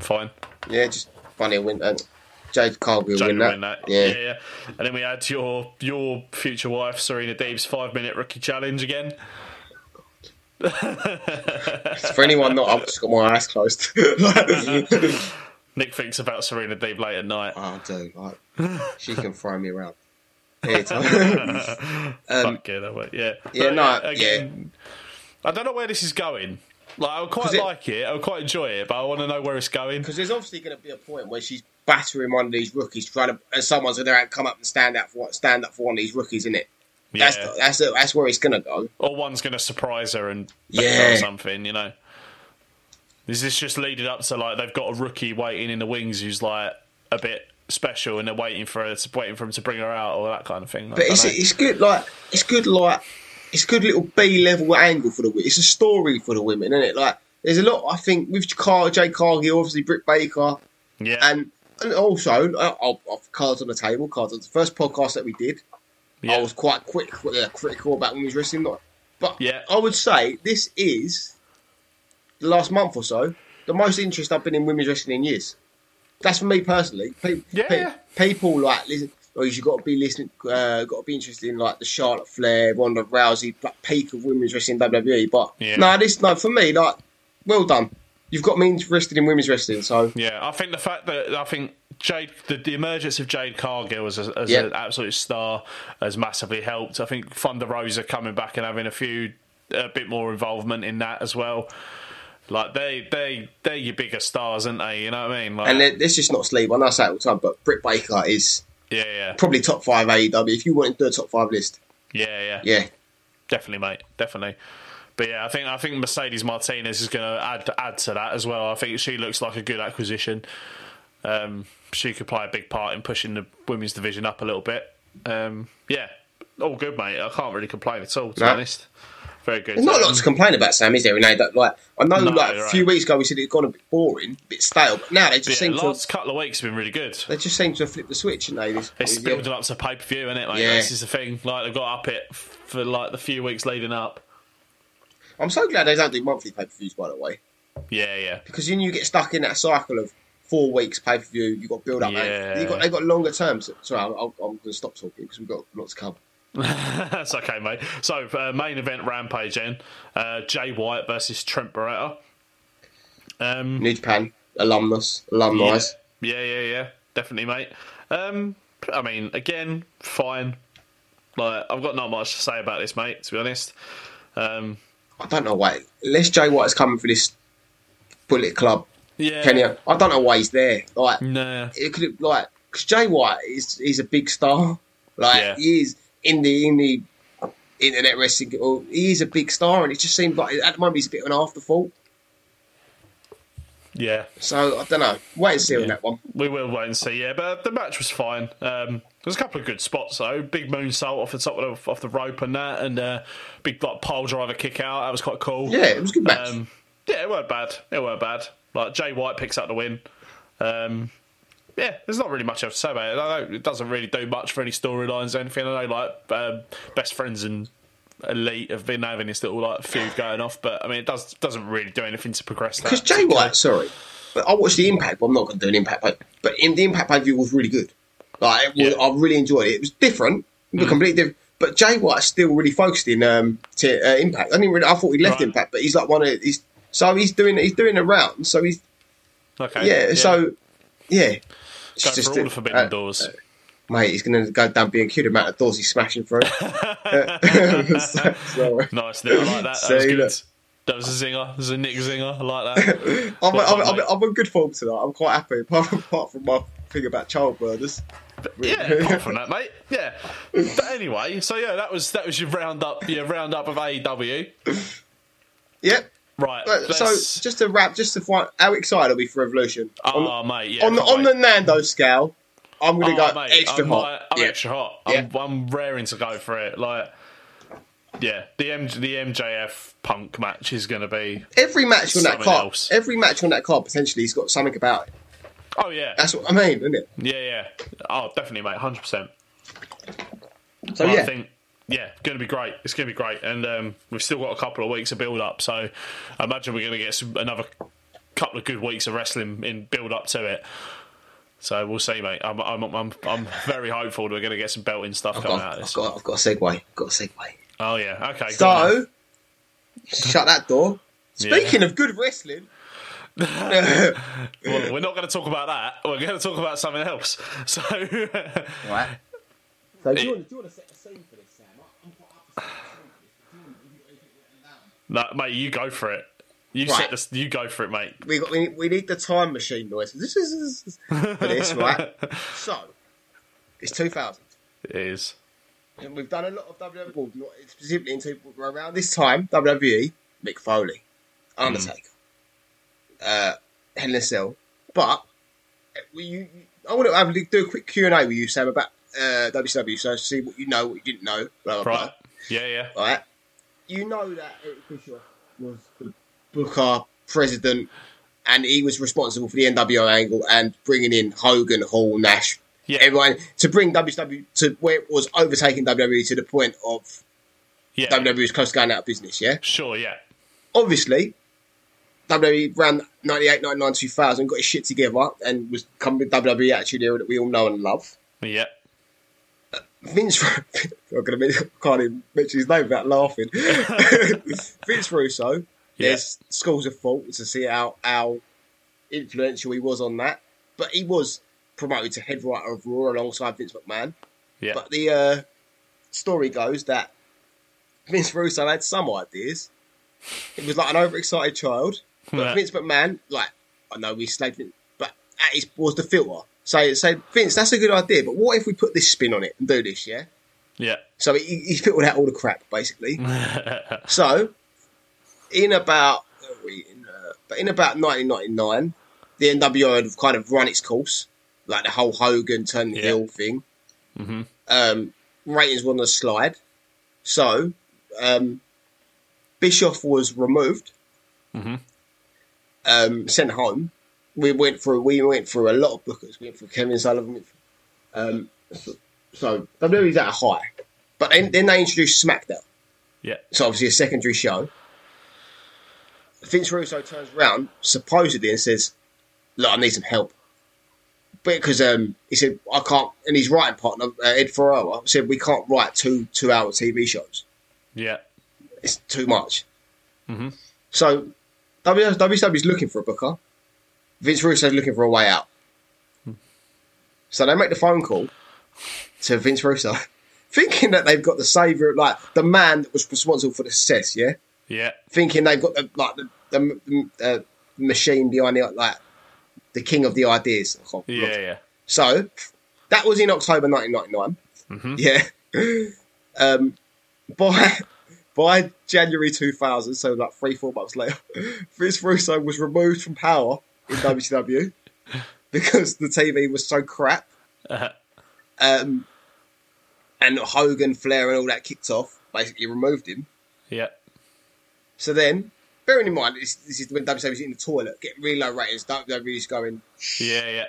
[SPEAKER 1] Fine.
[SPEAKER 2] Yeah, just funny win. Uh, Jade Cargill
[SPEAKER 1] Jake
[SPEAKER 2] win
[SPEAKER 1] will
[SPEAKER 2] that.
[SPEAKER 1] win that.
[SPEAKER 2] Yeah.
[SPEAKER 1] yeah, yeah. And then we had your your future wife Serena Deeb's five minute rookie challenge again.
[SPEAKER 2] For anyone not, I've just got my eyes closed. <laughs> oh,
[SPEAKER 1] Nick thinks about Serena Deeb late at night.
[SPEAKER 2] <laughs> dude, like, she can throw me around. <laughs> Yeah, Tom.
[SPEAKER 1] Fuck yeah, that way. Yeah.
[SPEAKER 2] Um, yeah,
[SPEAKER 1] But,
[SPEAKER 2] no,
[SPEAKER 1] I don't know where this is going. Like, I quite
[SPEAKER 2] 'Cause it-
[SPEAKER 1] like it. I quite enjoy it, but I want to know where it's going.
[SPEAKER 2] Because there's obviously going to be a point where she's battering one of these rookies, trying to, and someone's going to come up and stand out for stand up for one of these rookies, isn't it?
[SPEAKER 1] Yeah.
[SPEAKER 2] That's the, that's the, that's where it's going to go.
[SPEAKER 1] or one's going to surprise her and
[SPEAKER 2] Yeah.
[SPEAKER 1] or something, you know. Is this just leading up to like they've got a rookie waiting in the wings who's like a bit special and they're waiting for her, to, waiting for him to bring her out or that kind of thing? I
[SPEAKER 2] But
[SPEAKER 1] don't
[SPEAKER 2] it's
[SPEAKER 1] know.
[SPEAKER 2] it's good, like it's good, like it's good little B level angle for the women. It's a story for the women, isn't it? Like there's a lot I think with Carl J Cargill, obviously Britt Baker,
[SPEAKER 1] yeah,
[SPEAKER 2] and and also uh, oh, oh, cards on the table, cards on the first podcast that we did.
[SPEAKER 1] yeah.
[SPEAKER 2] I was quite quick, uh, critical about women's wrestling. Not, but
[SPEAKER 1] Yeah.
[SPEAKER 2] I would say this is the last month or so the most interest I've been in women's wrestling in years. That's for me personally. Pe-
[SPEAKER 1] Yeah,
[SPEAKER 2] pe-
[SPEAKER 1] yeah.
[SPEAKER 2] People like listen, oh, Whereas you've got to be listening, uh, got to be interested in like the Charlotte Flair, Ronda Rousey, like peak of women's wrestling in WWE. But
[SPEAKER 1] Yeah.
[SPEAKER 2] no, this no for me. Like, well done. You've got me interested in women's wrestling. So
[SPEAKER 1] Yeah, I think the fact that I think Jade, the, the emergence of Jade Cargill as, a, as
[SPEAKER 2] Yeah.
[SPEAKER 1] an absolute star has massively helped. I think Thunder Rosa coming back and having a few a bit more involvement in that as well. Like they they they're your bigger stars, aren't they? You know what I mean? Like,
[SPEAKER 2] and let- let's just not sleep. I know I say it all the time, but Britt Baker is
[SPEAKER 1] yeah, yeah,
[SPEAKER 2] probably top five AEW. If you want to do a top five list,
[SPEAKER 1] yeah, yeah,
[SPEAKER 2] yeah,
[SPEAKER 1] definitely, mate, definitely. But yeah, I think I think Mercedes Martinez is going to add add to that as well. I think she looks like a good acquisition. Um, she could play a big part in pushing the women's division up a little bit. Um, yeah, all good, mate. I can't really complain at all. To be
[SPEAKER 2] No.
[SPEAKER 1] honest, very good.
[SPEAKER 2] There's not a lot to complain about, Sam, is there? You know, that, like I know,
[SPEAKER 1] No,
[SPEAKER 2] like a
[SPEAKER 1] you're
[SPEAKER 2] few
[SPEAKER 1] right.
[SPEAKER 2] weeks ago we said it had gone a bit boring, a bit stale, but now they just
[SPEAKER 1] But yeah,
[SPEAKER 2] seem to
[SPEAKER 1] last couple of weeks have been really good.
[SPEAKER 2] they just seem to have flipped the switch, and they this,
[SPEAKER 1] It's
[SPEAKER 2] yeah.
[SPEAKER 1] building up to pay per view, isn't it? Like
[SPEAKER 2] Yeah.
[SPEAKER 1] this is the thing. Like they've got up it f- for like the few weeks leading up.
[SPEAKER 2] I'm so glad they don't do monthly pay per views, by the way,
[SPEAKER 1] Yeah, yeah.
[SPEAKER 2] because then you get stuck in that cycle of four weeks pay per view. You got build up,
[SPEAKER 1] Yeah.
[SPEAKER 2] and you got they got longer terms. Sorry, I'm, I'm going to stop talking because we've got lots to cover.
[SPEAKER 1] That's okay, mate. So, uh, main event Rampage then. Uh, Jay White versus Trent Beretta. Um,
[SPEAKER 2] New Japan alumnus,
[SPEAKER 1] yeah.
[SPEAKER 2] alumni.
[SPEAKER 1] yeah, yeah, yeah. Definitely, mate. Um, I mean, again, fine. Like, I've got not much to say about this, mate, to be honest. Um,
[SPEAKER 2] I don't know why, unless Jay White's coming for this Bullet Club,
[SPEAKER 1] yeah.
[SPEAKER 2] Kenya. I don't know why he's there. Like
[SPEAKER 1] Nah.
[SPEAKER 2] it could like because Jay White is he's a big star. Like
[SPEAKER 1] Yeah.
[SPEAKER 2] he is in the in the internet wrestling. Or he is a big star, and it just seems like at the moment he's a bit of an afterthought.
[SPEAKER 1] Yeah.
[SPEAKER 2] So I don't know. Wait and see on that one.
[SPEAKER 1] We will wait and see, yeah. But the match was fine. Um, there was a couple of good spots though. Big moonsault off the top of the, off the rope and that, and uh, big like pole driver kick out. That was quite cool.
[SPEAKER 2] Yeah, it was a good match.
[SPEAKER 1] Um, yeah, it weren't bad. It weren't bad. Like Jay White picks up the win. Um, yeah, there's not really much else to say about it. I don't, it doesn't really do much for any storylines or anything. I know like um, best friends and elite have been having this little like feud going off, but I mean it does doesn't really do anything to progress that.
[SPEAKER 2] Because Jay White, sorry, but I watched the Impact. But I'm not going to do an Impact, but but in the Impact pay view was really good. Like it was,
[SPEAKER 1] Yeah. Mm-hmm.
[SPEAKER 2] I really enjoyed it. It was different, it was completely different. But Jay White's still really focused in um, to, uh, Impact. I didn't really. I thought he left
[SPEAKER 1] Right.
[SPEAKER 2] Impact, but he's like one of he's so he's doing he's doing a round. So he's
[SPEAKER 1] Okay.
[SPEAKER 2] yeah, so yeah. It's
[SPEAKER 1] Going for all the forbidden
[SPEAKER 2] uh,
[SPEAKER 1] doors.
[SPEAKER 2] Mate, he's going to go down being cute amount of doors he's smashing
[SPEAKER 1] <laughs>
[SPEAKER 2] through. <laughs> So- so-
[SPEAKER 1] Nice,
[SPEAKER 2] <coughs>
[SPEAKER 1] I like that. That
[SPEAKER 2] So,
[SPEAKER 1] was good.
[SPEAKER 2] look.
[SPEAKER 1] That was a zinger. That was a Nick zinger. I
[SPEAKER 2] <laughs>
[SPEAKER 1] like that.
[SPEAKER 2] I'm,
[SPEAKER 1] Well
[SPEAKER 2] I'm,
[SPEAKER 1] done,
[SPEAKER 2] I'm,
[SPEAKER 1] mate.
[SPEAKER 2] I'm in good form tonight. I'm quite happy, <laughs> apart from, apart from my thing about child murders. <laughs>
[SPEAKER 1] yeah, apart from that, mate. Yeah. But anyway, so yeah, that was that was your roundup. Your roundup of AEW.
[SPEAKER 2] Yep.
[SPEAKER 1] Right.
[SPEAKER 2] But, so,
[SPEAKER 1] let's-
[SPEAKER 2] just to wrap, just to find how excited are we for Revolution?
[SPEAKER 1] oh,
[SPEAKER 2] on,
[SPEAKER 1] mate. Yeah.
[SPEAKER 2] on, the,
[SPEAKER 1] can't
[SPEAKER 2] on
[SPEAKER 1] wait.
[SPEAKER 2] the Nando scale, I'm going to
[SPEAKER 1] Oh,
[SPEAKER 2] go
[SPEAKER 1] mate,
[SPEAKER 2] extra
[SPEAKER 1] I'm,
[SPEAKER 2] hot.
[SPEAKER 1] like- I'm
[SPEAKER 2] Yeah.
[SPEAKER 1] extra hot. I'm, I'm raring to go for it. Like, yeah, the M- the MJF Punk match is going to be.
[SPEAKER 2] Every match on that
[SPEAKER 1] Something
[SPEAKER 2] card,
[SPEAKER 1] else.
[SPEAKER 2] every match on that card potentially has got something about it.
[SPEAKER 1] Oh yeah,
[SPEAKER 2] That's what I mean, isn't it?
[SPEAKER 1] yeah, yeah. Oh, definitely, mate. Hundred percent.
[SPEAKER 2] So
[SPEAKER 1] But
[SPEAKER 2] Oh, yeah,
[SPEAKER 1] I think, yeah, going to be great. It's going to be great, and um, we've still got a couple of weeks of build up. So I imagine we're going to get some, another couple of good weeks of wrestling in build up to it. So we'll see, mate. I'm I'm I'm, I'm very hopeful that we're going to get some belting stuff coming out of
[SPEAKER 2] I've, I've
[SPEAKER 1] this.
[SPEAKER 2] got, I've got a segue. I've got a segue.
[SPEAKER 1] Oh yeah, okay. go on then.
[SPEAKER 2] So, shut that door. Speaking of good wrestling,
[SPEAKER 1] Well, we're not going to talk about that. We're going to talk about something else. <laughs> So
[SPEAKER 2] right.
[SPEAKER 3] So do you, want, do you want to set the scene for this, Sam? I- I'm quite up to set the scene for this. but Do you want, have you got anything written down?
[SPEAKER 1] no, mate, you go for it. You set
[SPEAKER 2] Right.
[SPEAKER 1] this. You go for it, mate.
[SPEAKER 2] we got we, we need the time machine noise. This is this is- for this, right? So, it's 2000.
[SPEAKER 1] <laughs> It is.
[SPEAKER 2] And we've done a lot of WWE, well, not specifically in two, but around this time, WWE, Mick Foley, Undertaker, uh, Hell in a Cell. But uh, we, you, you- I want to have, a- do a quick Q and A with you, Sam, about uh, WCW. So see what you know, what you didn't know, blah blah
[SPEAKER 1] Right. Yeah, yeah.
[SPEAKER 2] blah. Right? You know that Eric Bischoff was the Booker president, and he was responsible for the NWO angle and bringing in Hogan, Hall, Nash,
[SPEAKER 1] Yeah.
[SPEAKER 2] everyone to bring WW to where it was overtaking WWE to the point of
[SPEAKER 1] Yeah.
[SPEAKER 2] WWE was close to going out of business. Yeah,
[SPEAKER 1] Sure. Yeah.
[SPEAKER 2] obviously, WWE ran 98, 99, E 2000, got his shit together, and was coming with WWE attitude era that we all know and love.
[SPEAKER 1] Yeah.
[SPEAKER 2] Vince, <laughs> I'm gonna men- can't even mention his name without laughing. Vince Russo, there's schools of thought to see how how influential he was on that, but he was promoted to head writer of Raw alongside Vince McMahon.
[SPEAKER 1] Yeah. <laughs>
[SPEAKER 2] But the uh, story goes that Vince Russo had some ideas. He was like an overexcited child, but
[SPEAKER 1] Right.
[SPEAKER 2] Vince McMahon, like I know we slagged him, but that is, was the filter. So, so Vince, that's a good idea, but what if we put this spin on it and do this? Yeah.
[SPEAKER 1] yeah. <laughs>
[SPEAKER 2] So he, he filtered out all the crap, basically.
[SPEAKER 1] Mm. Mm-hmm.
[SPEAKER 2] so, in about where were we in, uh, but in about 1999, the NWO had kind of run its course, like the whole Hogan turn the
[SPEAKER 1] Yeah.
[SPEAKER 2] heel thing. Mm-hmm. Um, ratings were on the slide, so um, Bischoff was removed, mm-hmm. um, sent home. We went through. We went through a lot of bookers. We went through Kevin Sullivan. we went through- Um, so WWE's at a high, but then, then they introduced SmackDown.
[SPEAKER 1] Yeah.
[SPEAKER 2] So obviously a secondary show. Vince Russo turns around supposedly and says, "Look, I need some help." Because um, he said I can't, and his writing partner uh, Ed Ferrara said we can't write two two-hour TV shows.
[SPEAKER 1] Yeah.
[SPEAKER 2] It's too much. So WWE's looking for a booker. Vince Russo's looking for a way out. So they make the phone call to Vince Russo, <laughs> thinking that they've got the savior, like the man that was responsible for the success. Yeah,
[SPEAKER 1] Yeah.
[SPEAKER 2] thinking they've got the like the, the, the uh, machine behind the like the king of the ideas. I can't-
[SPEAKER 1] Yeah. Yeah.
[SPEAKER 2] so that was in October 1999. Yeah. <laughs> Um, by by January 2000, so like three four months later, <laughs> Vince Russo was removed from power in WCW because the TV was so crap. Um, and Hogan, Flair, and all that kicked off. Basically, removed him.
[SPEAKER 1] Yeah.
[SPEAKER 2] So then, bearing in mind this, this is when WCW's in the toilet, getting really low ratings. WWE's going
[SPEAKER 1] Yeah. Yeah.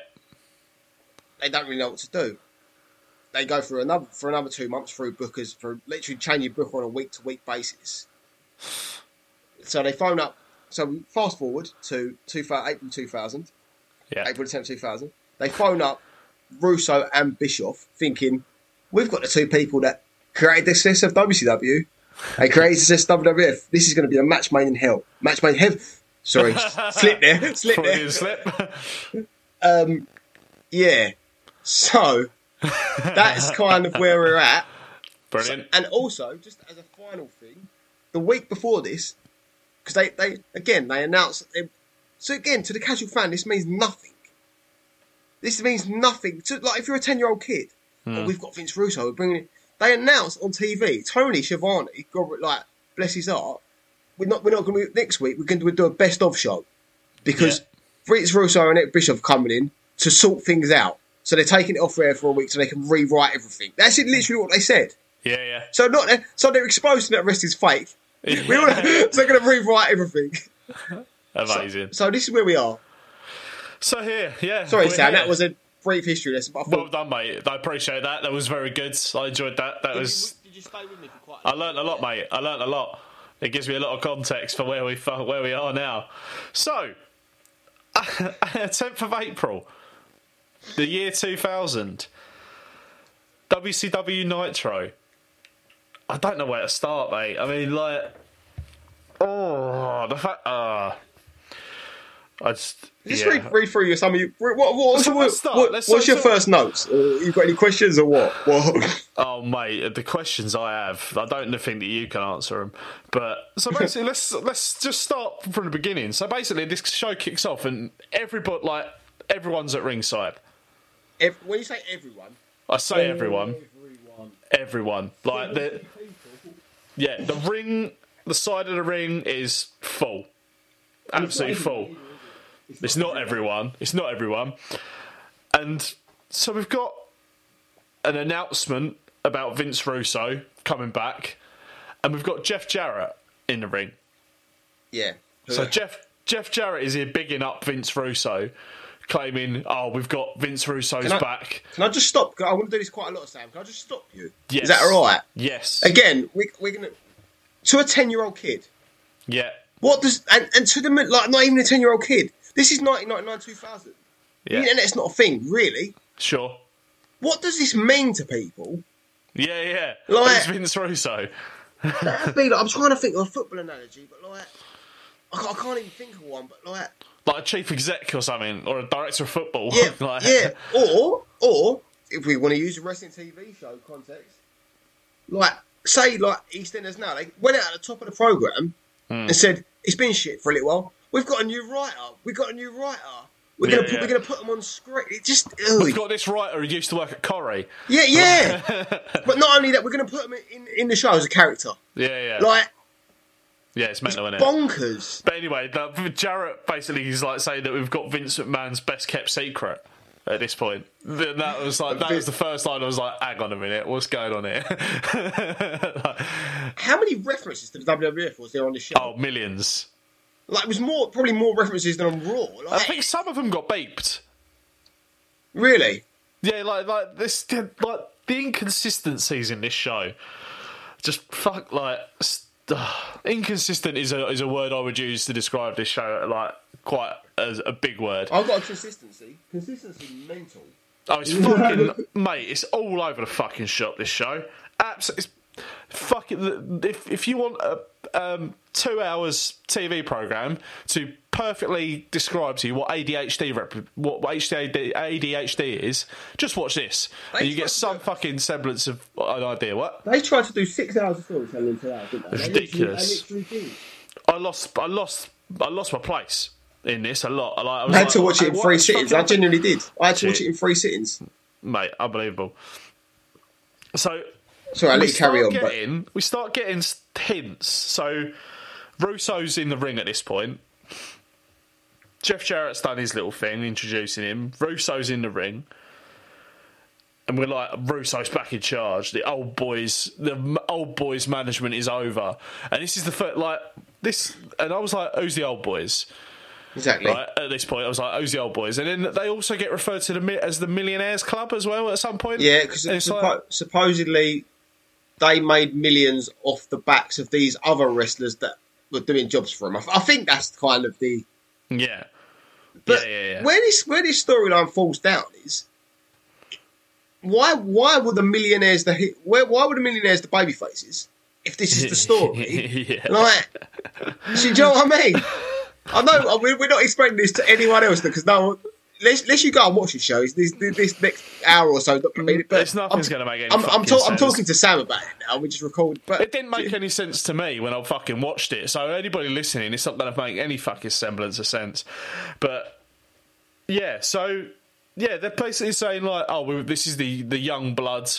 [SPEAKER 2] they don't really know what to do. They go for another for another two months through bookers for literally changing book on a week to week basis. So they phone up. So we fast forward to two, April two thousand,
[SPEAKER 1] <laughs> Yeah.
[SPEAKER 2] April tenth two thousand. They phone up Russo and Bischoff, thinking we've got the two people that created the success of WCW. They created the success of WWF. This is going to be a match made in hell. Match made in heaven. Sorry, slip there, slip <laughs>
[SPEAKER 1] Freudian
[SPEAKER 2] there.
[SPEAKER 1] slip. <laughs>
[SPEAKER 2] Yeah. So that's kind of where we're at.
[SPEAKER 1] Brilliant.
[SPEAKER 2] And also, just as a final thing, the week before this, because they, they again they announced they, so again to the casual fan this means nothing. This means nothing. To, like if you're a ten year old kid,
[SPEAKER 1] Hmm.
[SPEAKER 2] oh, we've got Vince Russo. We're bringing. in-" They announced on TV Tony Schiavone. God, like bless his heart. We're not. We're not going to next week. We're going to do a best of show because
[SPEAKER 1] Yeah.
[SPEAKER 2] Vince Russo and Nick Bishop coming in to sort things out. So they're taking it off air for a week so they can rewrite everything. That's it, literally what they said.
[SPEAKER 1] Yeah. Yeah.
[SPEAKER 2] So not so they're exposing that rest is fake. We all, <laughs> so they're going to rewrite everything.
[SPEAKER 1] Amazing.
[SPEAKER 2] So this is where we are.
[SPEAKER 1] So here. Yeah.
[SPEAKER 2] Sorry,
[SPEAKER 1] we're
[SPEAKER 2] Sam,
[SPEAKER 1] here.
[SPEAKER 2] that was a brief history lesson. But I
[SPEAKER 1] Well
[SPEAKER 2] thought,
[SPEAKER 1] done, mate. I appreciate that. That was very good. I enjoyed that. That was.
[SPEAKER 3] Did you stay with me for quite?
[SPEAKER 1] I learnt a lot, mate. I learnt a lot. It gives me a lot of context for where we <laughs> fu- where we are now. So, <laughs> tenth of April, the year two thousand, WCW Nitro. I don't know where to start, mate. I mean, like, oh, the fact, ah, I just
[SPEAKER 2] just
[SPEAKER 1] yeah.
[SPEAKER 2] read, read through your some of you. What, what, what's
[SPEAKER 1] So
[SPEAKER 2] your-
[SPEAKER 1] let's start.
[SPEAKER 2] what-
[SPEAKER 1] Let's
[SPEAKER 2] what's your
[SPEAKER 1] start-
[SPEAKER 2] first notes? Uh, you got any questions or what? What?
[SPEAKER 1] Oh mate, the questions I have, I don't think that you can answer them. But <laughs> so basically, let's let's just start from the beginning. So basically, this show kicks off, and everybody, like everyone's at ringside.
[SPEAKER 2] Ev- when you say everyone,
[SPEAKER 1] I say everyone,
[SPEAKER 3] Everyone.
[SPEAKER 1] everyone, like the yeah, the ring, the side of the ring is full, absolutely full. It's not everyone. It's not everyone. And so we've got an announcement about Vince Russo coming back, and we've got Jeff Jarrett in the ring.
[SPEAKER 2] yeah.
[SPEAKER 1] So Jeff Jeff Jarrett is here bigging up Vince Russo, claiming, "Oh, we've got Vince Russo's
[SPEAKER 2] I-
[SPEAKER 1] back."
[SPEAKER 2] Can I just stop? 'Cause I want to do this quite a lot, Sam. Can I just stop you?
[SPEAKER 1] Yes.
[SPEAKER 2] Is that all right?
[SPEAKER 1] Yes.
[SPEAKER 2] Again, we, we're gonna to a ten-year-old kid.
[SPEAKER 1] Yeah.
[SPEAKER 2] What does and, and to the mid- like not even a ten-year-old kid. This is 1999, 2000.
[SPEAKER 1] Yeah.
[SPEAKER 2] The internet's not a thing, really.
[SPEAKER 1] Sure.
[SPEAKER 2] <laughs> what does this mean to people
[SPEAKER 1] Yeah, yeah.
[SPEAKER 2] Like-
[SPEAKER 1] it's Vince Russo.
[SPEAKER 2] That'd be like, I'm trying to think of a football analogy, but like, I can't, I can't even think of one. But like,
[SPEAKER 1] Like a chief exec or something, or a director of football.
[SPEAKER 2] yeah,
[SPEAKER 1] <laughs> like,
[SPEAKER 2] yeah. Or, or if we want to use a wrestling TV show context, like say like EastEnders now, they went out at the top of the program
[SPEAKER 1] Hmm.
[SPEAKER 2] and said it's been shit for a little while. We've got a new writer. We've got a new writer. We're
[SPEAKER 1] Yeah,
[SPEAKER 2] gonna put,
[SPEAKER 1] yeah.
[SPEAKER 2] we're gonna put them on screen. It just ugh.
[SPEAKER 1] We've got this writer who used to work at Corrie.
[SPEAKER 2] yeah, yeah.
[SPEAKER 1] <laughs>
[SPEAKER 2] but not only that, we're gonna put them in, in the show as a character.
[SPEAKER 1] Yeah, yeah.
[SPEAKER 2] Like
[SPEAKER 1] yeah, it's mental, innit?
[SPEAKER 2] bonkers.
[SPEAKER 1] But anyway, that, Jarrett basically is like saying that we've got Vince McMahon's best kept secret at this point. Th- That was like that was the first line. I was like, hang on a minute, what's going on here? <laughs> Like,
[SPEAKER 2] How many references to the WWF was there on the show?
[SPEAKER 1] oh, millions.
[SPEAKER 2] Like it was more probably more references than on Raw. Like,
[SPEAKER 1] I think some of them got beeped.
[SPEAKER 2] really.
[SPEAKER 1] Yeah, like like this, like the inconsistencies in this show. Just fuck, like st- inconsistent is a is a word I would use to describe this show. Like quite a, a big word.
[SPEAKER 2] I've got a consistency. Consistency mental.
[SPEAKER 1] Oh, it's fucking mate. It's all over the fucking shop. This show, Abs- it's fucking. If if you want a um, two hours TV program to perfectly describe to you what ADHD rep- what ADHD, ADHD is, just watch this, and you get some fucking semblance of an idea. What
[SPEAKER 2] They tried to do six hours of storytelling in two hours, didn't they?
[SPEAKER 1] It's
[SPEAKER 2] They literally-
[SPEAKER 1] ridiculous.
[SPEAKER 2] They literally did.
[SPEAKER 1] I lost, I lost, I lost my place in this a lot. Like, I, was
[SPEAKER 2] I had
[SPEAKER 1] like,
[SPEAKER 2] to watch it
[SPEAKER 1] "Hey,
[SPEAKER 2] in
[SPEAKER 1] what
[SPEAKER 2] three
[SPEAKER 1] the
[SPEAKER 2] sittings.
[SPEAKER 1] fuck
[SPEAKER 2] I
[SPEAKER 1] am I-
[SPEAKER 2] genuinely did. I had to watch
[SPEAKER 1] Shit.
[SPEAKER 2] it in three sittings.
[SPEAKER 1] mate, unbelievable. So
[SPEAKER 2] Sorry, I'll let
[SPEAKER 1] we
[SPEAKER 2] you carry on.
[SPEAKER 1] start Getting, We start getting s- hints. So Russo's in the ring at this point. Jeff Jarrett's done his little thing, introducing him. Russo's in the ring. And we're like, Russo's back in charge. The old boys, the m- old boys management is over. And this is the first, like, this. And I was like, who's the old boys?
[SPEAKER 2] But exactly.
[SPEAKER 1] Right, at this point, I was like, who's the old boys? And then they also get referred to the mi- as the Millionaires Club as well at some point.
[SPEAKER 2] Yeah, because
[SPEAKER 1] And it's like-
[SPEAKER 2] supposedly they made millions off the backs of these other wrestlers that were doing jobs for them. I, I think that's kind of the.
[SPEAKER 1] yeah.
[SPEAKER 2] But
[SPEAKER 1] yeah, yeah, yeah.
[SPEAKER 2] where this where this storyline falls down is why why were the millionaires the hi- where why were the millionaires the baby faces if this is the story?
[SPEAKER 1] <laughs> yeah.
[SPEAKER 2] like, do you know what I mean? I know I- we're we're not explaining this to anyone else because no one. Unless, unless you go and watch the show, it's this, this next hour or so. Not gonna be, but
[SPEAKER 1] It's nothing's
[SPEAKER 2] I'm-
[SPEAKER 1] gonna make any
[SPEAKER 2] I'm, I'm,
[SPEAKER 1] fucking
[SPEAKER 2] talk- I'm
[SPEAKER 1] sense.
[SPEAKER 2] talking to Sam about it now. We just recorded, but
[SPEAKER 1] It didn't make any sense to me when I fucking watched it. So anybody listening, it's not going to make any fucking semblance of sense. But yeah, so yeah, they're basically saying like, oh, we, this is the the young blood,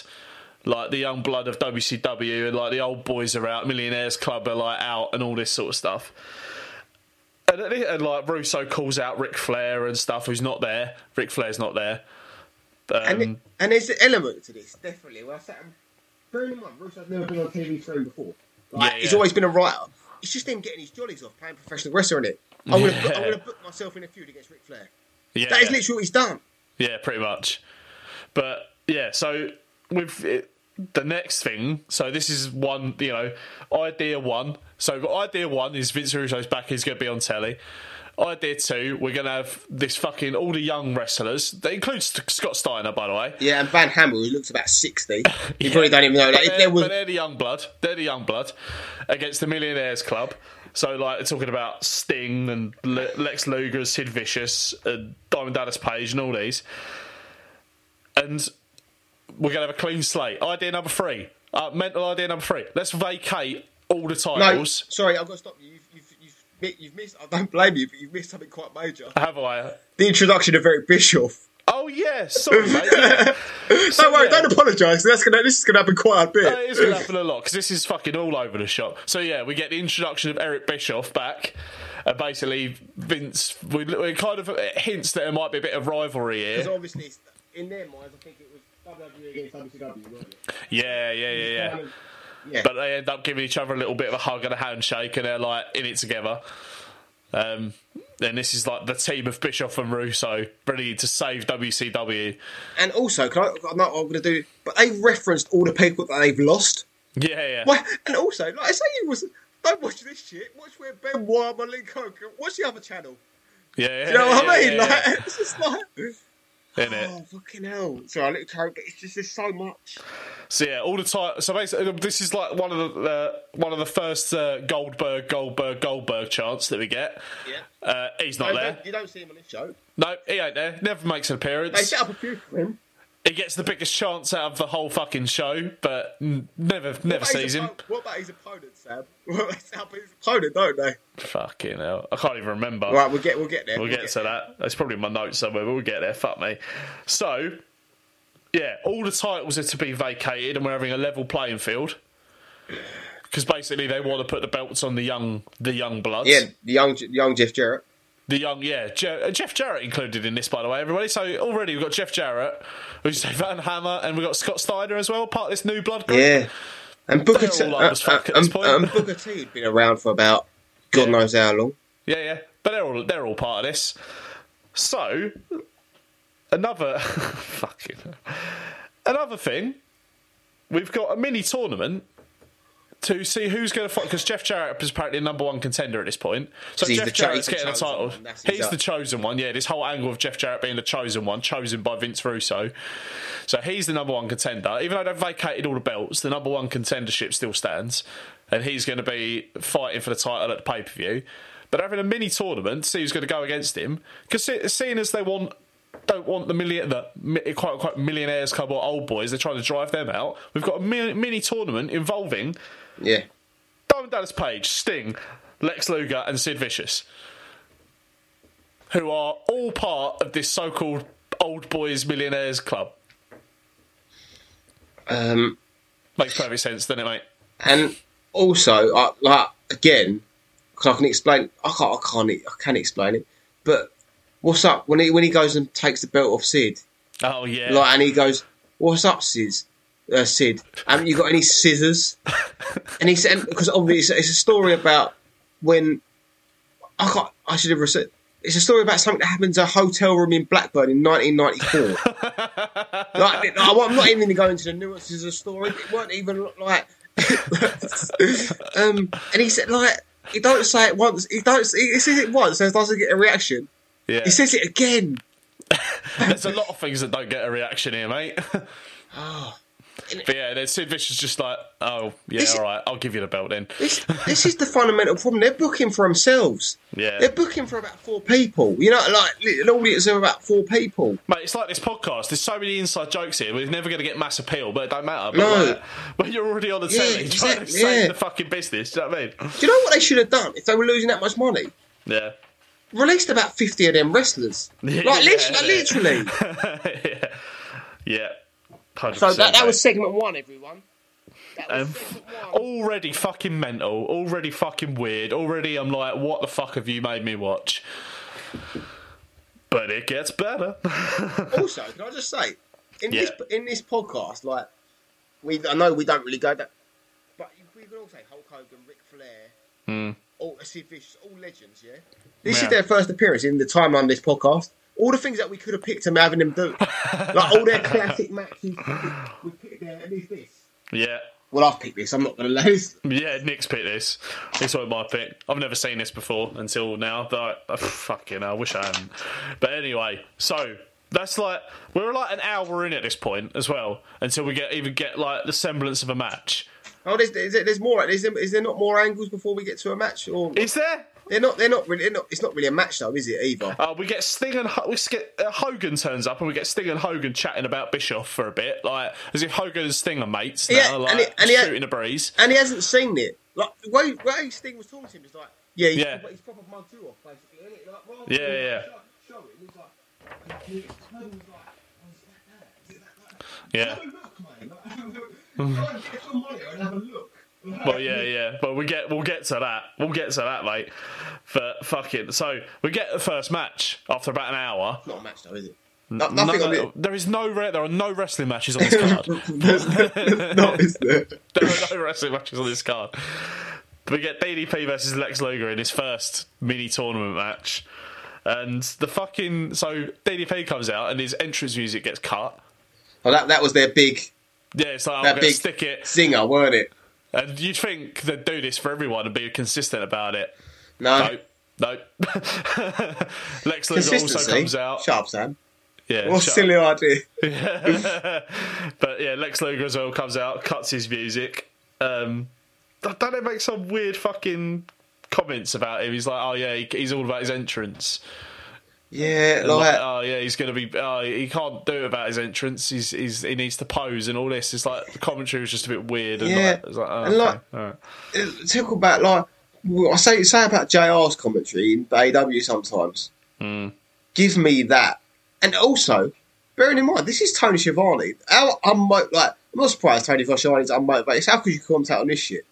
[SPEAKER 1] like the young blood of WCW, and like the old boys are out, Millionaires Club are like out, and all this sort of stuff. And, then- and like Russo calls out Ric Flair and stuff, who's not there. Ric Flair's not there. Um,
[SPEAKER 2] and, it- and there's an element to this definitely. When I sat and
[SPEAKER 3] Bearing in mind, Russo's never been on TV screen before.
[SPEAKER 2] Like,
[SPEAKER 1] Yeah,
[SPEAKER 2] he's
[SPEAKER 1] yeah.
[SPEAKER 2] always been a writer. It's just him getting his jollies off playing professional wrestling it. I'm gonna,
[SPEAKER 1] Yeah.
[SPEAKER 2] I'm gonna book myself in a feud against Ric Flair.
[SPEAKER 1] yeah,
[SPEAKER 2] That is
[SPEAKER 1] yeah.
[SPEAKER 2] literally what he's done.
[SPEAKER 1] Yeah, pretty much. But yeah, so with it, the next thing, so this is one, you know, idea one. So idea one is Vince Russo's back. He's going to be on telly. Idea two, we're going to have this fucking all the young wrestlers. That includes Scott Steiner, by the way.
[SPEAKER 2] Yeah, and Van Hamel, who looks about
[SPEAKER 1] <laughs>
[SPEAKER 2] sixty, you
[SPEAKER 1] Yeah.
[SPEAKER 2] probably don't even know that.
[SPEAKER 1] But
[SPEAKER 2] If
[SPEAKER 1] they're,
[SPEAKER 2] there was,
[SPEAKER 1] but uh, they're the young blood. They're the young blood against the Millionaires Club. So, like, they're talking about Sting and Le- Lex Luger, Sid Vicious, and Diamond Dallas Page, and all these. And we're going to have a clean slate. Idea number three. Uh, mental idea number three. Let's vacate all the
[SPEAKER 2] no,
[SPEAKER 1] titles.
[SPEAKER 2] sorry, I've got to stop you. You've, you've, you've, mi- you've missed. I don't blame you, but you've missed something quite major.
[SPEAKER 1] Have I?
[SPEAKER 2] The introduction of Eric Bischoff.
[SPEAKER 1] Oh, yeah. Sorry,
[SPEAKER 2] <laughs>
[SPEAKER 1] mate. Yeah.
[SPEAKER 2] Don't worry,
[SPEAKER 1] yeah. Oh,
[SPEAKER 2] don't apologise. That's gonna. This is gonna happen quite a bit.
[SPEAKER 1] It is going to happen a lot because this is fucking all over the shop. So yeah, we get the introduction of Eric Bischoff back, and basically Vince. We, we kind of it hints that there might be a bit of rivalry
[SPEAKER 2] Because
[SPEAKER 1] here.
[SPEAKER 2] obviously, it's, in their minds, I think it was WWE against WCW. wasn't it?
[SPEAKER 1] Yeah, yeah, yeah, yeah.
[SPEAKER 2] Yeah.
[SPEAKER 1] But they end up giving each other a little bit of a hug and a handshake, and they're like in it together. Um, and this is like the team of Bischoff and Russo, ready to save WCW.
[SPEAKER 2] And also, can I, I know what I'm going to do, but they referenced all the people that they've lost.
[SPEAKER 1] Yeah, yeah.
[SPEAKER 2] Why? And also, like I say, you was don't watch this shit. Watch where Ben Wild and Lee Coker. Watch the other channel.
[SPEAKER 1] yeah, yeah
[SPEAKER 2] You know what I
[SPEAKER 1] yeah,
[SPEAKER 2] mean?
[SPEAKER 1] yeah,
[SPEAKER 2] like
[SPEAKER 1] yeah.
[SPEAKER 2] it's just like
[SPEAKER 1] in it.
[SPEAKER 2] Oh fucking hell! Sorry, I looked home, but it's just there's so much.
[SPEAKER 1] So yeah, all the time. So basically, uh, this is like one of the uh, one of the first uh, Goldberg, Goldberg, Goldberg chants that we get.
[SPEAKER 2] Yeah.
[SPEAKER 1] Uh, he's not
[SPEAKER 2] You
[SPEAKER 1] there.
[SPEAKER 2] don't- you don't see him on this show.
[SPEAKER 1] No, he ain't there. Never makes an
[SPEAKER 2] They
[SPEAKER 1] appearance.
[SPEAKER 2] set up a few for him.
[SPEAKER 1] He gets the biggest chance out of the whole fucking show, but n- never never
[SPEAKER 2] What about
[SPEAKER 1] sees
[SPEAKER 2] his
[SPEAKER 1] him.
[SPEAKER 2] oppo- What about his opponent, Sam? <laughs> What about set up his opponent, don't they?
[SPEAKER 1] Fucking hell, I can't even remember.
[SPEAKER 2] All right, we'll get we'll get there.
[SPEAKER 1] We'll get to that. It's probably in my notes somewhere, but we'll get there. Fuck me. So, yeah, all the titles are to be vacated, and we're having a level playing field because basically they want to put the belts on the young, the young bloods.
[SPEAKER 2] Yeah, the young the young Jeff Jarrett.
[SPEAKER 1] The young, yeah, Je- uh, Jeff Jarrett included in this, by the way, everybody. So already we've got Jeff Jarrett, who's Van Hammer, and we've got Scott Steiner as well, part of this new blood group.
[SPEAKER 2] Yeah, and Booker T. uh,
[SPEAKER 1] They're all old as fuck at this
[SPEAKER 2] and,
[SPEAKER 1] point.
[SPEAKER 2] and um, Booker T. had been around for about God
[SPEAKER 1] Yeah.
[SPEAKER 2] knows how long.
[SPEAKER 1] Yeah, yeah. But they're all they're all part of this. So another <laughs> fucking another thing, we've got a mini tournament to see who's going to fight because Jeff Jarrett is apparently the number one contender at this point. So
[SPEAKER 2] He's
[SPEAKER 1] Jeff
[SPEAKER 2] the cho- he's
[SPEAKER 1] Jarrett's
[SPEAKER 2] the
[SPEAKER 1] getting the
[SPEAKER 2] chosen
[SPEAKER 1] title.
[SPEAKER 2] one, that's his
[SPEAKER 1] He's
[SPEAKER 2] up.
[SPEAKER 1] the chosen one. Yeah, this whole angle of Jeff Jarrett being the chosen one, chosen by Vince Russo. So he's the number one contender. Even though they've vacated all the belts, the number one contendership still stands. And he's going to be fighting for the title at the pay per view. But having a mini tournament, to see who's going to go against him. Because seeing as they want. Don't want the million, the mi- quite quite millionaires club or old boys. They're trying to drive them out. We've got a mini, mini tournament involving
[SPEAKER 2] Yeah,
[SPEAKER 1] Diamond Dallas Page, Sting, Lex Luger, and Sid Vicious, who are all part of this so-called old boys millionaires club.
[SPEAKER 2] um,
[SPEAKER 1] Makes perfect sense, doesn't it, mate?
[SPEAKER 2] and also I, like again, 'cause I can explain. I can't. I can't. I can explain it. But what's up when he when he goes and takes the belt off Sid?
[SPEAKER 1] Oh yeah,
[SPEAKER 2] Like, and he goes, "What's up, Sid? Uh, Sid, haven't you got any scissors?" and he said, "Because obviously, it's, it's a story about when I can't. I should have said it's a story about something that happened to a hotel room in Blackburn in 1994. like, I, am not even going to go into the nuances of the story. It weren't even like, <laughs> um, and he said, like, he don't say it once. He don't. He says it once, and doesn't get a reaction.
[SPEAKER 1] yeah.
[SPEAKER 2] He says it again.
[SPEAKER 1] There's a lot of things that don't get a reaction here, mate. <laughs> But yeah, then Sid Vicious just like, oh
[SPEAKER 2] Oh,
[SPEAKER 1] yeah,
[SPEAKER 2] This-
[SPEAKER 1] all right, I'll give you the belt then.
[SPEAKER 2] This, this is the fundamental problem. They're booking for themselves.
[SPEAKER 1] Yeah.
[SPEAKER 2] They're booking for about four people. You know, like li- an audience of about four people.
[SPEAKER 1] Mate, it's like this podcast. There's so many inside jokes here. We're never going to get mass appeal, but it don't matter. But
[SPEAKER 2] No.
[SPEAKER 1] like, when you're already on the
[SPEAKER 2] Yeah,
[SPEAKER 1] telly, trying to
[SPEAKER 2] exactly,
[SPEAKER 1] save
[SPEAKER 2] yeah.
[SPEAKER 1] the fucking business. Do you know what I mean? <laughs>
[SPEAKER 2] Do you know what they should have done if they were losing that much money?
[SPEAKER 1] Yeah. <laughs>
[SPEAKER 2] Released about fifty of them wrestlers.
[SPEAKER 1] Yeah,
[SPEAKER 2] like, literally,
[SPEAKER 1] yeah.
[SPEAKER 2] like, literally.
[SPEAKER 1] yeah. Yeah. 100%,
[SPEAKER 2] So that, that
[SPEAKER 1] mate.
[SPEAKER 2] was segment one, everyone. That was
[SPEAKER 1] Um,
[SPEAKER 2] segment one.
[SPEAKER 1] already fucking mental, already fucking weird. Already, I'm like, what the fuck have you made me watch? But it gets better. <laughs>
[SPEAKER 2] also, can I just say, in
[SPEAKER 1] Yeah.
[SPEAKER 2] this in this podcast, like we I know we don't really go that, but we can all say Hulk Hogan, Ric Flair, all Sid Vicious, all legends. Yeah, this
[SPEAKER 1] Hmm. Yeah.
[SPEAKER 2] is their first appearance in the timeline of this podcast. All the things that we could have picked them having them do, like all their classic matches, we picked there, and is this.
[SPEAKER 1] yeah.
[SPEAKER 2] Well, I've picked this. I'm not going to lose.
[SPEAKER 1] Yeah, Nick's picked this. This was my pick. I've never seen this before until now. But I, fucking, I wish I hadn't. But anyway, so that's like we're like an hour in at this point as well until we get even get like the semblance of a match.
[SPEAKER 2] Oh, there's, there's, there's more. Is there, is there not more angles before we get to a match? Or
[SPEAKER 1] Is there?
[SPEAKER 2] they're not. They're not really. They're not, it's not really a match though, is it? Either.
[SPEAKER 1] Uh, we get Sting and Ho- we get uh, Hogan turns up and we get Sting and Hogan chatting about Bischoff for a bit, like as if Hogan and Sting are mates now,
[SPEAKER 2] Yeah,
[SPEAKER 1] like
[SPEAKER 2] and it- and it-
[SPEAKER 1] shooting a breeze.
[SPEAKER 2] and he hasn't seen it. Like the way, way Sting was talking to him is like, yeah, he's,
[SPEAKER 1] Yeah.
[SPEAKER 2] Proper, he's proper mugged you off basically. Isn't it? Like, rather
[SPEAKER 1] Yeah,
[SPEAKER 2] than,
[SPEAKER 1] yeah,
[SPEAKER 2] like,
[SPEAKER 1] yeah.
[SPEAKER 2] Show, show it. He's like, he- he- he was like, "Oh, is that there? Is that there?"
[SPEAKER 1] Yeah.
[SPEAKER 2] Have a look, mate. Like, have a look. Go and get some money and have a look.
[SPEAKER 1] Well, yeah, yeah, but we get we'll get to that. We'll get to that, mate. But fucking, so we get the first match after about an hour.
[SPEAKER 2] Not a match though, is it? No, nothing
[SPEAKER 1] None-
[SPEAKER 2] of it.
[SPEAKER 1] there is no re- there are no wrestling matches on this card.
[SPEAKER 2] <laughs> Not is there?
[SPEAKER 1] <laughs> there are no wrestling matches on this card. We get DDP versus Lex Luger in his first mini tournament match. And the fucking. So DDP comes out and his entrance music gets cut.
[SPEAKER 2] Well, that that was their big
[SPEAKER 1] Yeah, it's like, I'm
[SPEAKER 2] that
[SPEAKER 1] going to
[SPEAKER 2] big
[SPEAKER 1] stick it.
[SPEAKER 2] singer, weren't it?
[SPEAKER 1] And you'd think they'd do this for everyone and be consistent about it.
[SPEAKER 2] No.
[SPEAKER 1] Nope. <laughs> Nope. Lex Luger also
[SPEAKER 2] Consistency.
[SPEAKER 1] comes out.
[SPEAKER 2] Sharp Sam.
[SPEAKER 1] Yeah,
[SPEAKER 2] What a
[SPEAKER 1] shut
[SPEAKER 2] silly idea.
[SPEAKER 1] But yeah, Lex Luger as well comes out, cuts his music. Um, d- don't they make some weird fucking comments about him? He's like, oh yeah, he, he's all about his entrance.
[SPEAKER 2] Yeah,
[SPEAKER 1] Like,
[SPEAKER 2] like,
[SPEAKER 1] oh yeah, he's gonna be. Oh, he can't do it about his entrance. He's, he's he needs to pose and all this. It's like the commentary was just a bit weird. And
[SPEAKER 2] Yeah.
[SPEAKER 1] like, it's like, oh,
[SPEAKER 2] And, like-
[SPEAKER 1] okay, all right.
[SPEAKER 2] uh, talk about like well, I say say about JR's commentary in AW sometimes.
[SPEAKER 1] Hmm.
[SPEAKER 2] Give me that, and also bearing in mind this is Tony Schiavone. How unmo- like I'm not surprised Tony Schiavone's unmotivated. How could you comment out on this shit?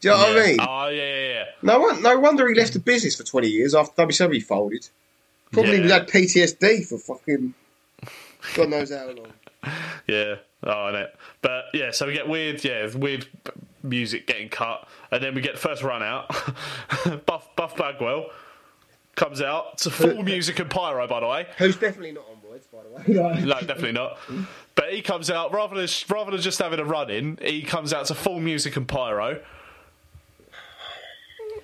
[SPEAKER 2] Do you know what I mean?
[SPEAKER 1] Yeah. Oh yeah, yeah, yeah.
[SPEAKER 2] No, won- no wonder he left the business for 20 years after WWE folded. Probably
[SPEAKER 1] Yeah.
[SPEAKER 2] had PTSD for fucking God knows how long.
[SPEAKER 1] Yeah, oh, I know. But yeah, so we get weird, yeah, weird b- music getting cut, and then we get the first run out. <laughs> Buff Buff Bagwell comes out. It's a full music and pyro, by the way.
[SPEAKER 2] Who's definitely not on roids, by the way.
[SPEAKER 1] No, definitely not. But he comes out rather than rather than just having a run in. He comes out to full music and pyro,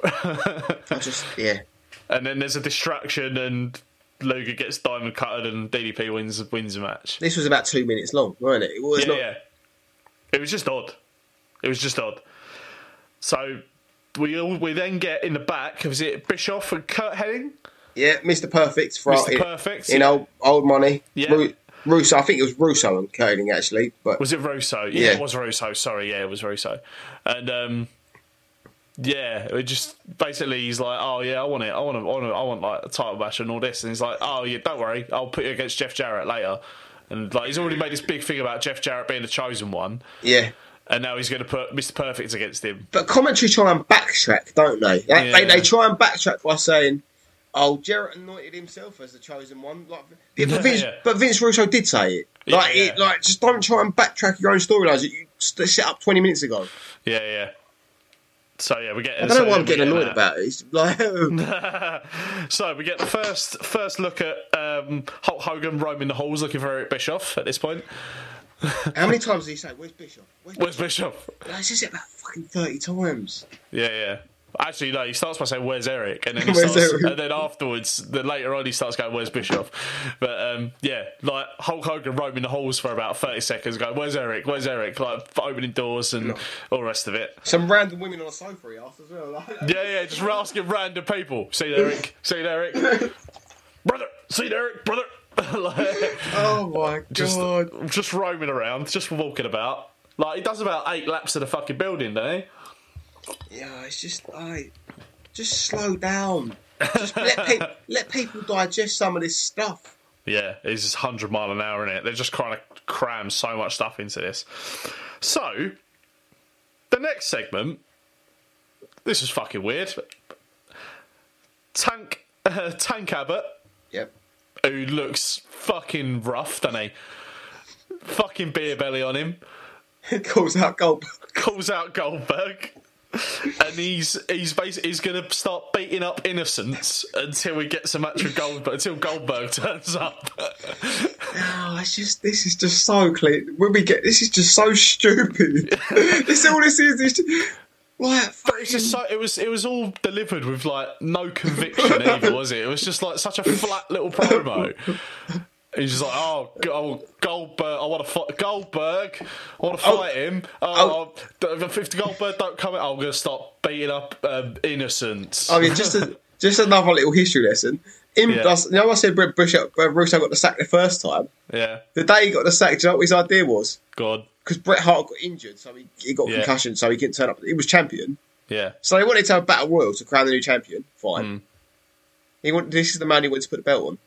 [SPEAKER 2] I <laughs> just, yeah.
[SPEAKER 1] and then there's a distraction, and Luger gets diamond cutted, and DDP wins wins the match.
[SPEAKER 2] This was about two minutes long, wasn't it? It was
[SPEAKER 1] Yeah,
[SPEAKER 2] not.
[SPEAKER 1] yeah. It was just odd. It was just odd. So we all, we then get in the back. Was it Bischoff and Kurt Henning?
[SPEAKER 2] Yeah, Mr. Perfect for
[SPEAKER 1] Mr.
[SPEAKER 2] in-
[SPEAKER 1] Perfect,
[SPEAKER 2] in
[SPEAKER 1] yeah.
[SPEAKER 2] old old money.
[SPEAKER 1] Yeah.
[SPEAKER 2] Ru- Russo, I think it was Russo and Curling actually, but
[SPEAKER 1] Was it Russo? Yeah,
[SPEAKER 2] Yeah.
[SPEAKER 1] it was Russo. Sorry, yeah, it was Russo. And um, yeah, it just basically he's like, oh yeah, I want it. I want, to, I want, to, I want like a title match and all this. And he's like, oh yeah, don't worry, I'll put you against Jeff Jarrett later. And like he's already made this big thing about Jeff Jarrett being the chosen one,
[SPEAKER 2] yeah.
[SPEAKER 1] and now he's going to put Mr. Perfect against him.
[SPEAKER 2] But commentary try and backtrack, don't they? They, they?
[SPEAKER 1] Yeah.
[SPEAKER 2] they try and backtrack by saying, "Oh, Jarrett anointed himself as the chosen one." Like, yeah, but, Vince,
[SPEAKER 1] yeah.
[SPEAKER 2] but Vince Russo did say it. Like,
[SPEAKER 1] Yeah,
[SPEAKER 2] It,
[SPEAKER 1] yeah.
[SPEAKER 2] like, just don't try and backtrack your own storylines that you st- set up twenty minutes ago.
[SPEAKER 1] Yeah, yeah. So yeah, we get.
[SPEAKER 2] I don't know why I'm getting annoyed about it. It's <laughs> like,
[SPEAKER 1] So we get the first first look at um, Hulk Hogan roaming the halls looking for Eric Bischoff. At this point,
[SPEAKER 2] how many times did he say, "Where's Bishop?" Where's
[SPEAKER 1] where's Bischoff?
[SPEAKER 2] Like, he says it about fucking thirty times.
[SPEAKER 1] Yeah, yeah. Actually, no. He starts by saying, "Where's Eric?" and then he
[SPEAKER 2] <laughs> Where's
[SPEAKER 1] starts,
[SPEAKER 2] Eric?
[SPEAKER 1] and then afterwards, then later on, he starts going, "Where's Bischoff?" But um, yeah, like Hulk Hogan roaming the halls for about thirty seconds, going, "Where's Eric? Where's Eric?" Like opening doors and all the rest of it.
[SPEAKER 2] Some random women on a sofa he asked as well. <laughs> Like,
[SPEAKER 1] Yeah, yeah, just asking random people. See you, Eric. See you, Eric. brother. See you, Eric. Brother. <laughs> Like,
[SPEAKER 2] Oh my
[SPEAKER 1] just,
[SPEAKER 2] god.
[SPEAKER 1] just roaming around, just walking about. Like he does about eight laps of the fucking building, doesn't he?
[SPEAKER 2] Yeah, it's just like, just slow down. Just let, pe-
[SPEAKER 1] <laughs>
[SPEAKER 2] let people digest some of this stuff.
[SPEAKER 1] Yeah, it's just hundred mile an hour in it. They're just trying to cram so much stuff into this. So, the next segment. This is fucking weird. Tank <laughs> uh, Tank Abbott,
[SPEAKER 2] <laughs> Yep.
[SPEAKER 1] who looks fucking rough, doesn't he? Fucking beer belly on him.
[SPEAKER 2] Calls out gold.
[SPEAKER 1] calls out Goldberg, and he's he's basically he's going to start beating up innocents until he gets a match with Goldberg until Goldberg <laughs> turns up.
[SPEAKER 2] Oh, it's just this is just so clean. When we get this is just so stupid. <laughs> this all this is. It's just, like fucking,
[SPEAKER 1] It's just so it was it was all delivered with like no
[SPEAKER 2] <laughs>
[SPEAKER 1] conviction either, was it? It was just like such a flat little promo. He's just like, oh, G- oh Goldberg, I want to fight Goldberg, I want to fight him. Oh, if if Goldberg don't come, in, I'm going to start beating up um, innocents.
[SPEAKER 2] I mean, just a, just another little history lesson. Him
[SPEAKER 1] Yeah.
[SPEAKER 2] does. You know, I said Brett Bush, uh, Brett Russo got the sack the first time.
[SPEAKER 1] yeah,
[SPEAKER 2] The day he got the sack, do you know what his idea was?
[SPEAKER 1] God,
[SPEAKER 2] Because Bret Hart got injured, so he, he got
[SPEAKER 1] Yeah.
[SPEAKER 2] concussion, so he couldn't turn up. He was champion.
[SPEAKER 1] yeah.
[SPEAKER 2] So they wanted to have a battle royal to crown the new champion. Fine.
[SPEAKER 1] Hmm.
[SPEAKER 2] He want, this is the man who went to put the belt on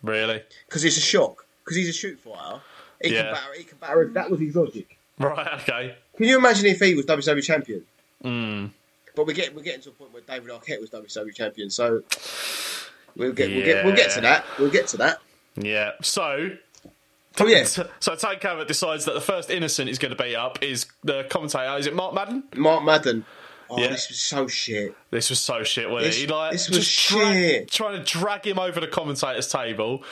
[SPEAKER 1] Really?
[SPEAKER 2] because it's a shock because he's a shoot fighter. He
[SPEAKER 1] Yeah.
[SPEAKER 2] can batter. He can batter. That was his logic.
[SPEAKER 1] Right, okay.
[SPEAKER 2] Can you imagine if he was WWE champion?
[SPEAKER 1] Hmm.
[SPEAKER 2] But we're getting we're getting to a point where David Arquette was WWE champion, so we'll get we'll get we'll get to
[SPEAKER 1] Yeah.
[SPEAKER 2] that. We'll get to that.
[SPEAKER 1] Yeah. So
[SPEAKER 2] Oh yeah,
[SPEAKER 1] so Tank Abbott decides that the first innocent he's going to beat up is the commentator. Is it Mark Madden?
[SPEAKER 2] Mark Madden. Oh,
[SPEAKER 1] Yeah.
[SPEAKER 2] this was so shit.
[SPEAKER 1] This was so shit, wasn't
[SPEAKER 2] This-
[SPEAKER 1] it? He like
[SPEAKER 2] this was
[SPEAKER 1] just dra-
[SPEAKER 2] shit.
[SPEAKER 1] trying to drag him over the commentator's table,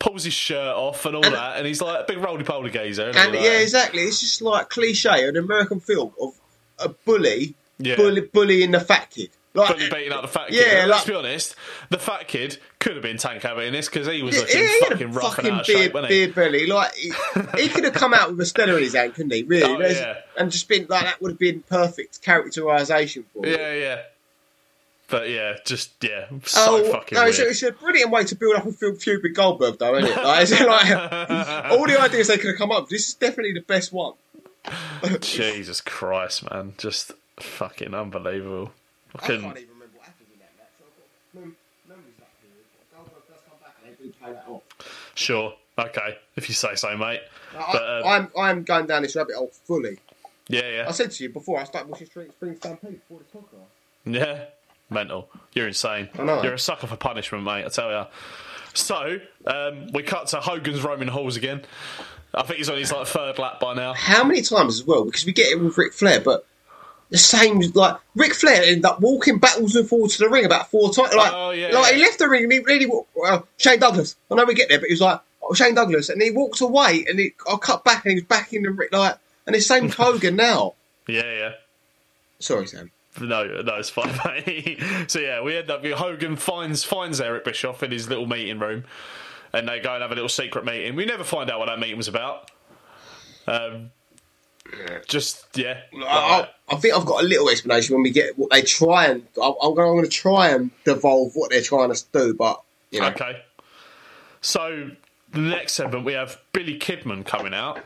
[SPEAKER 1] pulls his shirt off and all that, and he's like a big roly poly gazer. isn't
[SPEAKER 2] And
[SPEAKER 1] he,
[SPEAKER 2] yeah,
[SPEAKER 1] like?
[SPEAKER 2] exactly. It's just like cliche, an American film of a bully,
[SPEAKER 1] Yeah.
[SPEAKER 2] bully bullying the fat kid. Like,
[SPEAKER 1] fully beating up the fat kid.
[SPEAKER 2] Yeah,
[SPEAKER 1] And let's
[SPEAKER 2] like-
[SPEAKER 1] be honest, the fat kid could have been Tank Abbott in this because he was
[SPEAKER 2] Yeah,
[SPEAKER 1] looking
[SPEAKER 2] he had a
[SPEAKER 1] fucking rough
[SPEAKER 2] fucking
[SPEAKER 1] and out of
[SPEAKER 2] beer,
[SPEAKER 1] shape, wasn't he?
[SPEAKER 2] beer belly. Like he, he could have come out with a stellar in his hand, couldn't he? Really,
[SPEAKER 1] Oh,
[SPEAKER 2] There's-
[SPEAKER 1] yeah.
[SPEAKER 2] and just been like that would have been perfect characterisation for. him.
[SPEAKER 1] Yeah, yeah. But yeah, just yeah, so
[SPEAKER 2] Oh,
[SPEAKER 1] fucking
[SPEAKER 2] no,
[SPEAKER 1] weird.
[SPEAKER 2] it's, a, it's a brilliant way to build up a Phil Cupid Goldberg, though, isn't it? Like, it's
[SPEAKER 1] <laughs>
[SPEAKER 2] like, all the ideas they could have come up with. This is definitely the best one.
[SPEAKER 1] Jesus Christ, man, just fucking unbelievable.
[SPEAKER 2] I
[SPEAKER 1] Fucking,
[SPEAKER 2] can't even remember what happened in that match. I've got mem- memories of that period. But Goldberg does come back and they do pay that off.
[SPEAKER 1] sure, okay, if you say so, mate.
[SPEAKER 2] Like,
[SPEAKER 1] But,
[SPEAKER 2] I,
[SPEAKER 1] um,
[SPEAKER 2] I'm uh, I'm going down this rabbit hole fully.
[SPEAKER 1] Yeah, yeah,
[SPEAKER 2] I said to you before, I started watching Street Spring Stampede before this podcast.
[SPEAKER 1] yeah. Mental, you're insane.
[SPEAKER 2] I know.
[SPEAKER 1] You're a sucker for punishment, mate. I tell ya. So um, we cut to Hogan's roaming halls again. I think he's on his like third lap by now.
[SPEAKER 2] how many times as well? Because we get it with Ric Flair, but the same like Ric Flair ended up walking backwards and forwards to the ring about four times. Like,
[SPEAKER 1] Oh, yeah,
[SPEAKER 2] like he
[SPEAKER 1] yeah.
[SPEAKER 2] left the ring and he really walked. Well, Shane Douglas. I know we get there, but he was like oh, Shane Douglas, and he walked away and he I cut back and he was back in the ring. Like, and it's
[SPEAKER 1] <laughs>
[SPEAKER 2] same with Hogan now.
[SPEAKER 1] Yeah, yeah.
[SPEAKER 2] Sorry, Sam.
[SPEAKER 1] No, no, it's fine, <laughs> mate. so yeah, we end up. Hogan finds finds Eric Bischoff in his little meeting room, and they go and have a little secret meeting. We never find out what that meeting was about. Um, just yeah,
[SPEAKER 2] I, I I think I've got a little explanation when we get what they try and I, I'm going. I'm going to try and devolve what they're trying to do, but you know,
[SPEAKER 1] okay. So the next segment we have Billy Kidman coming out,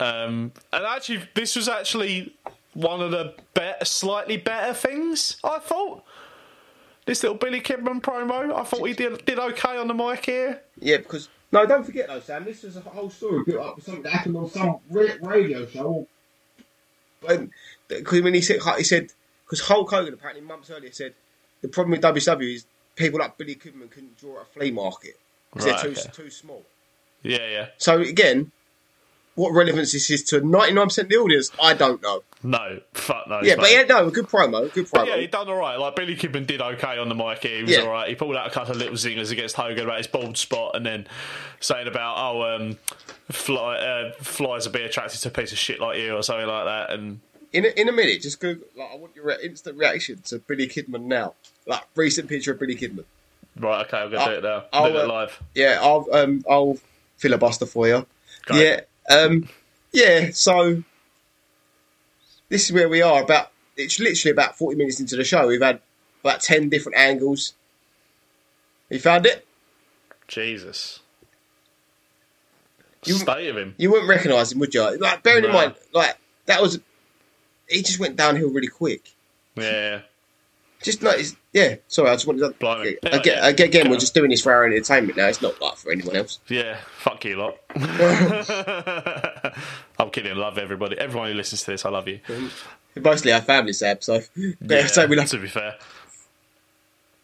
[SPEAKER 1] um, and actually this was actually one of the better, slightly better things I thought. This little Billy Kidman promo, I thought he did did okay on the mic here.
[SPEAKER 2] yeah, because. No, don't forget though, Sam. This is a whole story built up with something that happened on some ra- radio show or when because when he said he said because Hulk Hogan apparently months earlier said the problem with WWE is people like Billy Kidman couldn't draw at a flea market because
[SPEAKER 1] Right,
[SPEAKER 2] they're too
[SPEAKER 1] okay.
[SPEAKER 2] too small.
[SPEAKER 1] Yeah, yeah.
[SPEAKER 2] So again, what relevance this is to ninety nine percent of the audience, I don't know.
[SPEAKER 1] No, fuck no.
[SPEAKER 2] Yeah, but yeah, no, a good promo, good promo.
[SPEAKER 1] yeah, he done all right. Like Billy Kidman did okay on the mic. Here. He was
[SPEAKER 2] Yeah.
[SPEAKER 1] all right. He pulled out a couple of little zingers against Hogan about his bald spot, and then saying about oh, um, fly, uh, flies will be attracted to a piece of shit like you or something like that. And
[SPEAKER 2] in a, in a minute, just Google. Like, I want your re- instant reaction to Billy Kidman now. Like recent picture of Billy Kidman.
[SPEAKER 1] right, okay, I'm gonna do it now.
[SPEAKER 2] I'll,
[SPEAKER 1] do it
[SPEAKER 2] uh,
[SPEAKER 1] live.
[SPEAKER 2] Yeah, I'll um I'll filibuster for you.
[SPEAKER 1] Great.
[SPEAKER 2] Yeah, um, yeah. So this is where we are. About it's literally about forty minutes into the show. We've had about ten different angles. You found it?
[SPEAKER 1] Jesus.
[SPEAKER 2] You-
[SPEAKER 1] State of him.
[SPEAKER 2] You wouldn't recognise him, would you? Like, bearing in
[SPEAKER 1] No.
[SPEAKER 2] mind, like that was he just went downhill really quick.
[SPEAKER 1] Yeah.
[SPEAKER 2] Just notice, yeah. Sorry, I just wanted to.
[SPEAKER 1] Blimey.
[SPEAKER 2] Again,
[SPEAKER 1] Yeah.
[SPEAKER 2] again, we're just doing this for our entertainment now. It's not like for anyone else. <laughs>
[SPEAKER 1] Yeah, fuck you lot. <laughs> I'm kidding. Love everybody. Everyone who listens to this, I love you.
[SPEAKER 2] Mostly our family, Sab. So, yeah, so we love
[SPEAKER 1] to be fair.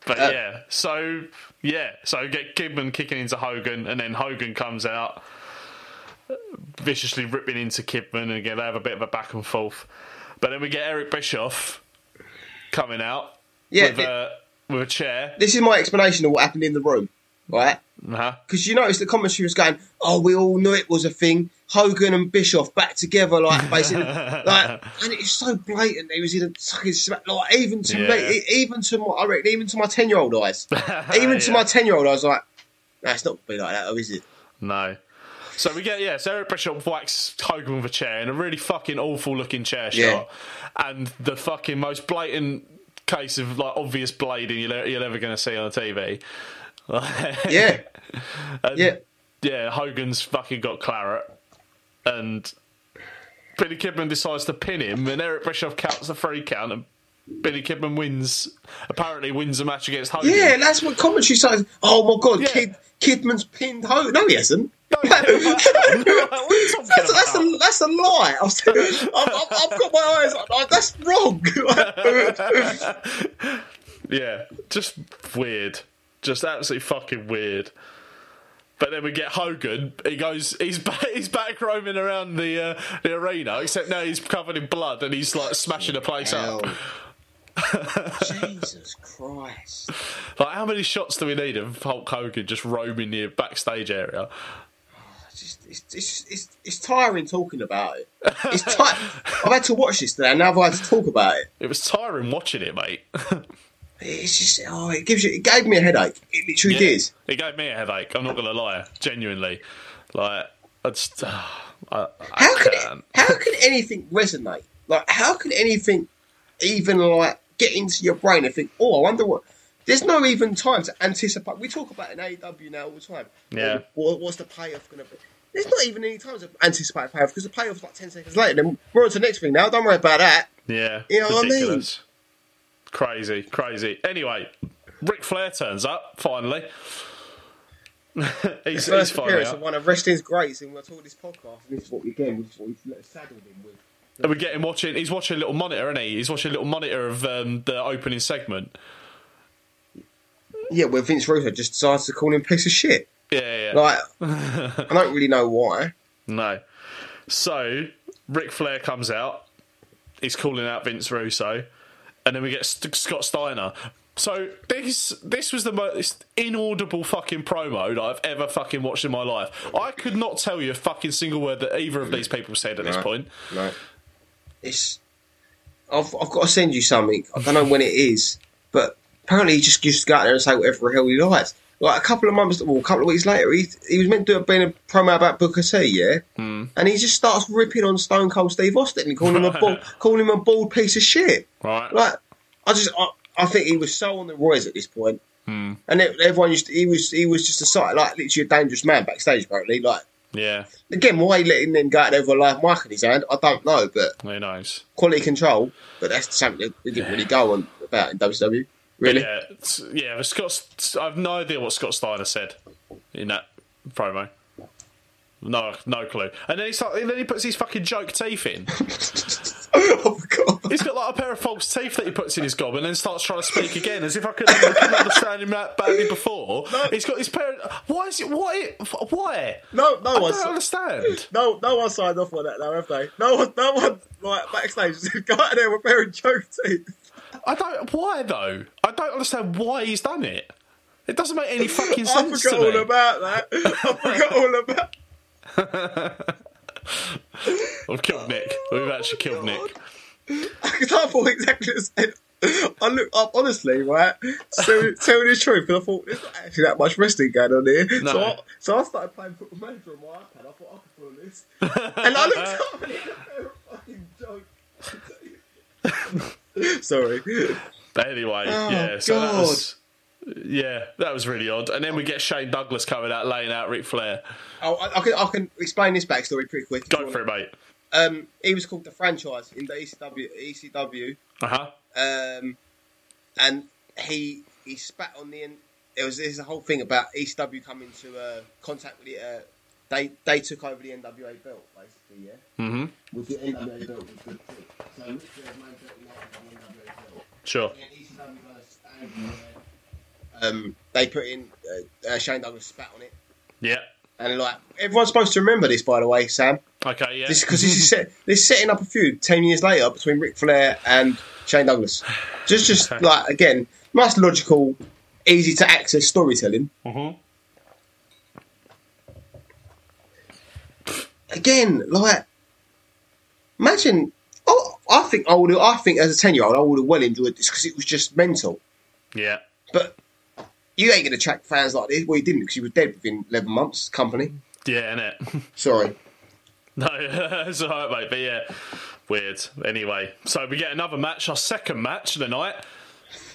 [SPEAKER 1] But
[SPEAKER 2] Uh,
[SPEAKER 1] yeah, so yeah, so get Kidman kicking into Hogan, and then Hogan comes out viciously ripping into Kidman, and again they have a bit of a back and forth. But then we get Eric Bischoff coming out
[SPEAKER 2] Yeah,
[SPEAKER 1] with
[SPEAKER 2] it-
[SPEAKER 1] a with a chair.
[SPEAKER 2] this is my explanation of what happened in the room, right?
[SPEAKER 1] Uh-huh.
[SPEAKER 2] Because you notice the commentary was going, "Oh, we all knew it was a thing." Hogan and Bischoff back together, like
[SPEAKER 1] <laughs>
[SPEAKER 2] basically, like, and it's so blatant. It was in a fucking sma- like even to
[SPEAKER 1] Yeah.
[SPEAKER 2] me, e-, even to my, I reckon, even to my ten year old
[SPEAKER 1] <laughs>
[SPEAKER 2] eyes, even to
[SPEAKER 1] Yeah.
[SPEAKER 2] my ten year old eyes, like, that's not gonna be like that, oh, is
[SPEAKER 1] <laughs>
[SPEAKER 2] it?
[SPEAKER 1] No. So we get yeah, so Eric Bischoff whacks Hogan with a chair in a really fucking awful looking chair
[SPEAKER 2] Yeah.
[SPEAKER 1] shot, and the fucking most blatant case of like obvious blading you're, you're ever going to see on TV.
[SPEAKER 2] Yeah,
[SPEAKER 1] And,
[SPEAKER 2] yeah.
[SPEAKER 1] <laughs> yeah. Hogan's fucking got claret, and Billy Kidman decides to pin him, and Eric Bischoff counts the three count, and Billy Kidman wins. Apparently, wins a match against Hogan.
[SPEAKER 2] Yeah, that's what commentary started. Oh my god,
[SPEAKER 1] Yeah.
[SPEAKER 2] Kid, Kidman's pinned home. No, he hasn't.
[SPEAKER 1] No,
[SPEAKER 2] <laughs>
[SPEAKER 1] what are you talking
[SPEAKER 2] That's, that's,
[SPEAKER 1] about?
[SPEAKER 2] a, that's a lie. <laughs> I've, I've, I've I've got my eyes. on- Like, that's
[SPEAKER 1] <laughs>
[SPEAKER 2] wrong.
[SPEAKER 1] Yeah, just weird. Just absolutely fucking weird. But then we get Hogan. He goes. He's back, <laughs> he's back roaming around the uh, the arena. Except now he's covered in blood and he's like smashing the place up.
[SPEAKER 2] Jesus Christ.
[SPEAKER 1] Like, how many shots do we need of Hulk Hogan just roaming the backstage area?
[SPEAKER 2] it's, just, it's, it's, it's, it's tiring talking about it. It's ti- I've had to watch this today, and now I've had to talk about it.
[SPEAKER 1] It was tiring watching it, mate.
[SPEAKER 2] It's just oh, it gives you. It gave me a headache. It literally did.
[SPEAKER 1] It gave me a headache. I'm not gonna lie, genuinely. Like I just, <sighs> I,
[SPEAKER 2] How could it,
[SPEAKER 1] can't.
[SPEAKER 2] how could anything resonate? Like how could anything even like get into your brain and think, oh, I wonder what. There's no even time to anticipate. We talk about an AEW now all the time.
[SPEAKER 1] Yeah.
[SPEAKER 2] Oh, what- what's the payoff going to be? There's not even any time to anticipate payoff because the payoff's like ten seconds later. Then we're on to the next thing now. Don't worry about that.
[SPEAKER 1] Yeah.
[SPEAKER 2] You know what I mean?
[SPEAKER 1] ridiculous. Crazy, crazy. Anyway, Ric Flair turns up finally. <laughs> he's, he's
[SPEAKER 2] First
[SPEAKER 1] finally
[SPEAKER 2] appearance of
[SPEAKER 1] up.
[SPEAKER 2] one of wrestling's greats, and we're all this podcast. And this is what we get. This is what we've saddled him with.
[SPEAKER 1] And we get him watching. He's watching a little monitor, isn't he? He's watching a little monitor of um, the opening segment.
[SPEAKER 2] Yeah, where Vince Russo just decides to call him a piece of shit.
[SPEAKER 1] Yeah, yeah. yeah.
[SPEAKER 2] Like, I don't really know why.
[SPEAKER 1] No. So Ric Flair comes out. He's calling out Vince Russo, and then we get St- Scott Steiner. So this this was the most inaudible fucking promo that I've ever fucking watched in my life. I could not tell you a fucking single word that either of these people said at this
[SPEAKER 2] No.
[SPEAKER 1] point.
[SPEAKER 2] No. It's. I've, I've got to send you something. I don't know when it is, but apparently he just you just go out there and say whatever the hell he likes. Like a couple of months, well, a couple of weeks later, he, he was meant to have been a promo about Booker T, yeah, mm. and he just starts ripping on Stone Cold Steve Austin and calling him a bald, calling him a bald piece of shit.
[SPEAKER 1] Right.
[SPEAKER 2] Like, I just, I, I think he was so on the rise at this point, mm. and it, everyone used, to, he was, he was just a sight, like literally a dangerous man backstage, apparently. Like,
[SPEAKER 1] Yeah.
[SPEAKER 2] again, why he letting them go out there with a live mic in his hand, I don't know, but
[SPEAKER 1] Who knows?
[SPEAKER 2] quality control, but that's something that we didn't really go on about in WCW. Really?
[SPEAKER 1] Yeah. it's- Yeah. But Scott, I've no idea what Scott Steiner said in that promo. No, no clue. And then he start, and then he puts his fucking joke teeth in.
[SPEAKER 2] <laughs> oh my god.
[SPEAKER 1] He's got like a pair of false teeth that he puts in his gob and then starts trying to speak again as if I couldn't, I couldn't understand him that badly before. He's got his pair. Why is it? Why? Why?
[SPEAKER 2] No, no
[SPEAKER 1] I
[SPEAKER 2] one,
[SPEAKER 1] don't understand.
[SPEAKER 2] no, no one signed off on that now, have they? No one, no one, like backstage, just <laughs> got out there with wearing joke teeth.
[SPEAKER 1] I don't. Why though? I don't understand why he's done it. It doesn't make any
[SPEAKER 2] <laughs>
[SPEAKER 1] fucking
[SPEAKER 2] I
[SPEAKER 1] sense to
[SPEAKER 2] forgot all
[SPEAKER 1] me.
[SPEAKER 2] about that. <laughs> I forgot all about.
[SPEAKER 1] We've killed Nick. We've actually killed Nick.
[SPEAKER 2] Because I thought exactly the same. I looked up honestly, right? So tell me the truth, because I thought there's not actually that much wrestling going on here. So, I, so I started playing Football Manager on my iPad. I thought I could pull
[SPEAKER 1] <laughs>
[SPEAKER 2] this, and I looked up and it had a pair of fucking joke. Sorry.
[SPEAKER 1] But anyway,
[SPEAKER 2] Oh,
[SPEAKER 1] yeah. So that was. Yeah, that was really odd. And then we get Shane Douglas coming out, laying out Ric Flair.
[SPEAKER 2] Oh, I, I can I can explain this backstory pretty quick. if you
[SPEAKER 1] Go
[SPEAKER 2] want.
[SPEAKER 1] for it, mate.
[SPEAKER 2] Um, he was called the franchise in the E ECW. ECW.
[SPEAKER 1] Uh huh.
[SPEAKER 2] um, and he he spat on the. in- It was there's a whole thing about ECW coming to uh, contact with the. Uh, they they took over the NWA belt basically, yeah. Mm-hmm. With the NWA belt was good too. So Ric Flair's main belt was the NWA belt.
[SPEAKER 1] Sure.
[SPEAKER 2] And ECW kind of stand there. Um, they put in uh, uh, Shane Douglas spat on it,
[SPEAKER 1] Yeah.
[SPEAKER 2] and like everyone's supposed to remember this, by the way, Sam.
[SPEAKER 1] Okay. Yeah.
[SPEAKER 2] This because this is set, this is setting up a feud ten years later between Ric Flair and Shane Douglas. Just, just like again, most logical, easy to access storytelling. Again, like imagine. Oh, I think I would. I think as a ten year old, I would have well enjoyed this because it was just mental.
[SPEAKER 1] Yeah.
[SPEAKER 2] But you ain't gonna attract fans like this. Well, you didn't because you were dead within eleven months. Company,
[SPEAKER 1] Yeah. Innit. <laughs>
[SPEAKER 2] sorry.
[SPEAKER 1] No, <laughs> it's all right, mate. But yeah, weird. Anyway, so we get another match, our second match of the night.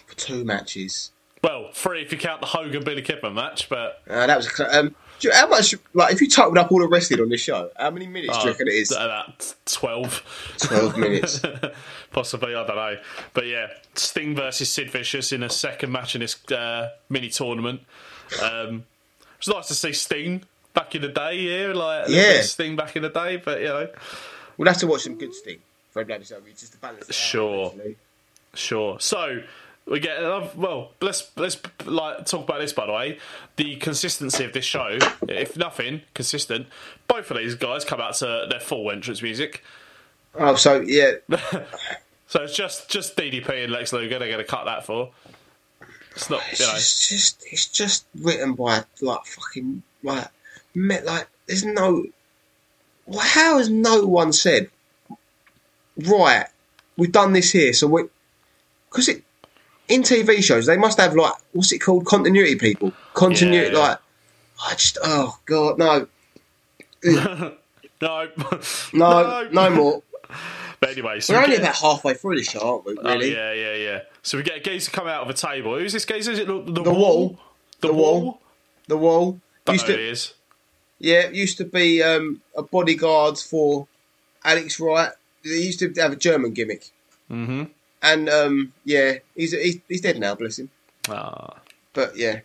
[SPEAKER 2] For two matches.
[SPEAKER 1] Well, three if you count the Hogan Billy Kidman match, but
[SPEAKER 2] Uh, that was a cl- um. do you- How much? Like, if you totaled up all the wrestling on this show, how many minutes
[SPEAKER 1] Oh,
[SPEAKER 2] do you reckon it is?
[SPEAKER 1] uh, about twelve,
[SPEAKER 2] <laughs>
[SPEAKER 1] <laughs>
[SPEAKER 2] Twelve minutes.
[SPEAKER 1] possibly. I don't know. But yeah, Sting versus Sid Vicious in a second match in this uh, mini tournament. Um, it was nice to see Sting back in the day. Yeah, like a little
[SPEAKER 2] Yeah.
[SPEAKER 1] bit of Sting back in the day. But you know,
[SPEAKER 2] We'll have to watch some good Sting for WCW just to balance. It out,
[SPEAKER 1] Sure.
[SPEAKER 2] actually.
[SPEAKER 1] Sure. So we get another. Well, let's let's like talk about this. By the way, the consistency of this show, if nothing consistent, both of these guys come out to their full entrance music.
[SPEAKER 2] Oh, so yeah,
[SPEAKER 1] So it's just just DDP and Lex Luger. They're going to cut that for. It's not.
[SPEAKER 2] it's
[SPEAKER 1] You know,
[SPEAKER 2] just, just it's just written by like fucking like me- like there's no. Well, How has no one said, right? We've done this here, so we because it in TV shows they must have like what's it called continuity people continuity
[SPEAKER 1] Yeah, yeah.
[SPEAKER 2] like I just oh god no
[SPEAKER 1] No. <laughs>
[SPEAKER 2] no no more.
[SPEAKER 1] But anyway, so
[SPEAKER 2] We're
[SPEAKER 1] we
[SPEAKER 2] only
[SPEAKER 1] get-
[SPEAKER 2] about halfway through the show, aren't we?
[SPEAKER 1] Oh,
[SPEAKER 2] Really?
[SPEAKER 1] yeah, yeah, yeah. So we get a geezer come out of a table. Who's this geezer? Is it the,
[SPEAKER 2] The Wall.
[SPEAKER 1] The,
[SPEAKER 2] The
[SPEAKER 1] wall?
[SPEAKER 2] Wall. The wall
[SPEAKER 1] Don't
[SPEAKER 2] used
[SPEAKER 1] know who
[SPEAKER 2] to
[SPEAKER 1] it is.
[SPEAKER 2] yeah used to be um, a bodyguard for Alex Wright. He used to have a German gimmick.
[SPEAKER 1] Mm-hmm.
[SPEAKER 2] And um, yeah, he's, he's he's dead now, bless him.
[SPEAKER 1] Ah.
[SPEAKER 2] But yeah,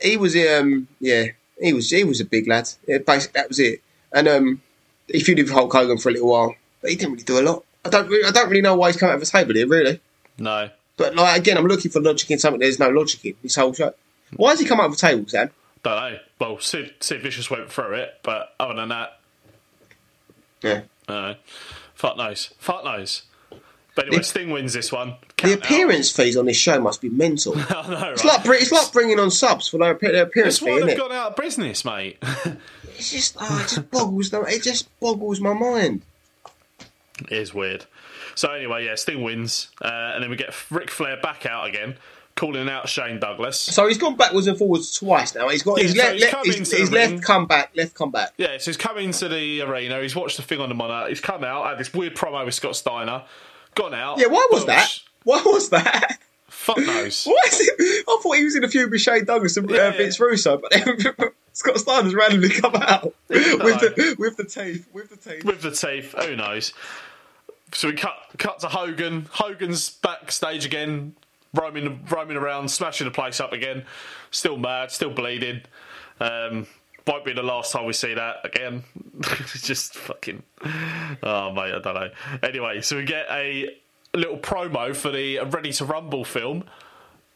[SPEAKER 2] he was um, yeah, he was he was a big lad. Yeah, basically, that was it. And um, he feuded with Hulk Hogan for a little while, but he didn't really do a lot. I don't really, I don't really know why he's come out of a table here, really.
[SPEAKER 1] No.
[SPEAKER 2] But like again, I'm looking for logic in something there's no logic in this whole show. Why has he come out of a table, Sam?
[SPEAKER 1] Don't know. Well, Sid, Sid Vicious went through it, but other than that,
[SPEAKER 2] Yeah.
[SPEAKER 1] I don't know. Fuck knows. Fuck knows. But anyway,
[SPEAKER 2] The-
[SPEAKER 1] Sting wins this one.
[SPEAKER 2] The
[SPEAKER 1] Count out.
[SPEAKER 2] appearance fees on this show must be mental. it's
[SPEAKER 1] <laughs> I know, right?
[SPEAKER 2] like br- it's like bringing on subs for their appe- their appearance
[SPEAKER 1] That's
[SPEAKER 2] fee,
[SPEAKER 1] why
[SPEAKER 2] isn't
[SPEAKER 1] they've
[SPEAKER 2] it?
[SPEAKER 1] gone out of business, mate. <laughs>
[SPEAKER 2] It's just oh, it just boggles the- it just boggles my mind.
[SPEAKER 1] it is weird. So anyway, yeah, Sting wins, uh, and then we get Ric Flair back out again, calling out Shane Douglas.
[SPEAKER 2] So he's gone backwards and forwards twice now. He's got
[SPEAKER 1] Yeah,
[SPEAKER 2] his,
[SPEAKER 1] so
[SPEAKER 2] left,
[SPEAKER 1] he's
[SPEAKER 2] left-
[SPEAKER 1] come
[SPEAKER 2] his-
[SPEAKER 1] into the
[SPEAKER 2] his
[SPEAKER 1] ring.
[SPEAKER 2] left come back, left come back.
[SPEAKER 1] Yeah, so he's come into the arena. He's watched the thing on the monitor. He's come out, had this weird promo with Scott Steiner, gone out.
[SPEAKER 2] Yeah, why was
[SPEAKER 1] Well,
[SPEAKER 2] that?
[SPEAKER 1] sh-
[SPEAKER 2] Why was that? <laughs>
[SPEAKER 1] Fuck knows.
[SPEAKER 2] Why is it? I thought he was in a feud with Shane Douglas and
[SPEAKER 1] Yeah.
[SPEAKER 2] uh, Vince Russo, but then <laughs> Scott Steiner's randomly come out with the with the teeth, with the teeth.
[SPEAKER 1] With the teeth, who knows? So we cut cut to Hogan. Hogan's backstage again, roaming roaming around, smashing the place up again. Still mad, still bleeding. Um, might be the last time we see that again. <laughs> It's Just fucking. Oh mate, I don't know. Anyway, so we get a little promo for the Ready to Rumble film.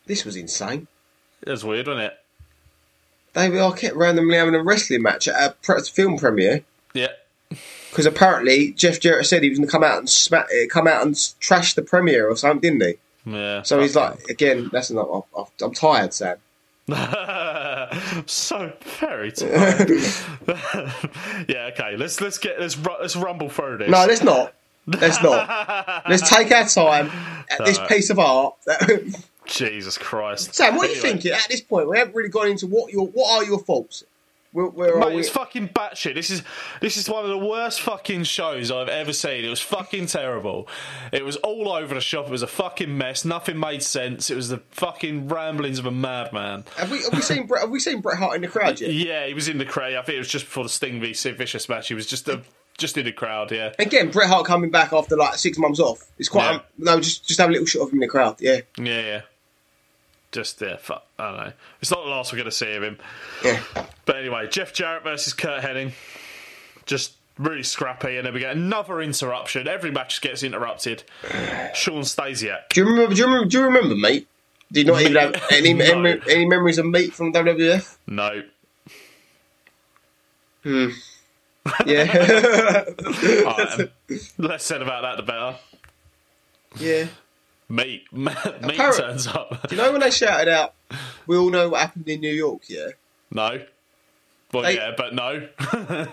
[SPEAKER 2] This was insane.
[SPEAKER 1] That's weird, wasn't it?
[SPEAKER 2] David Arquette randomly having a wrestling match at a pre- film premiere
[SPEAKER 1] Yeah.
[SPEAKER 2] because apparently Jeff Jarrett said he was going to come out and sma- uh, come out and s- trash the premiere or something, didn't he?
[SPEAKER 1] Yeah.
[SPEAKER 2] So he's like, again, that's not. I- I- I'm tired, Sam.
[SPEAKER 1] so
[SPEAKER 2] <laughs>
[SPEAKER 1] very tired. <laughs> yeah. Okay. Let's let's get let's ru- let's rumble through this.
[SPEAKER 2] No, let's not. Let's not. let's take our time at this piece of art. <laughs>
[SPEAKER 1] Jesus Christ.
[SPEAKER 2] Sam, what are you
[SPEAKER 1] Anyway.
[SPEAKER 2] thinking at this point? We haven't really gone into what your what are your faults. Where, where are
[SPEAKER 1] Mate,
[SPEAKER 2] we?
[SPEAKER 1] it's fucking batshit. This is this is one of the worst fucking shows I've ever seen. It was fucking terrible. It was all over the shop. It was a fucking mess. Nothing made sense. It was the fucking ramblings of a madman.
[SPEAKER 2] have we have we seen Bret, have we seen Bret Hart in the crowd yet?
[SPEAKER 1] Yeah, he was in the crowd. I think it was just before the Sting v Sid Vicious match. He was just a, just in the crowd. Yeah.
[SPEAKER 2] Again, Bret Hart coming back after like six months off. It's quite
[SPEAKER 1] Yeah.
[SPEAKER 2] um, no, just just have a little shot of him in the crowd. Yeah,
[SPEAKER 1] Yeah, yeah. Just yeah, fuck, I don't know. It's not the last we're going to see of him.
[SPEAKER 2] yeah.
[SPEAKER 1] But anyway, Jeff Jarrett versus Kurt Hennig. Just really scrappy, and then we get another interruption. Every match gets interrupted. Sean Stasiak.
[SPEAKER 2] Do you remember? Do you remember? Do you remember, mate? Do you not even
[SPEAKER 1] <laughs>
[SPEAKER 2] have any
[SPEAKER 1] No.
[SPEAKER 2] any, any memories of meat from WWF?
[SPEAKER 1] No,
[SPEAKER 2] Yeah,
[SPEAKER 1] <laughs> I am. less said about that, the better.
[SPEAKER 2] yeah.
[SPEAKER 1] <laughs> Meat, meat
[SPEAKER 2] Apparent-
[SPEAKER 1] turns up. <laughs>
[SPEAKER 2] You know when they shouted out, "We all know what happened in New York." Yeah.
[SPEAKER 1] No. Well,
[SPEAKER 2] They-
[SPEAKER 1] yeah, but no. <laughs>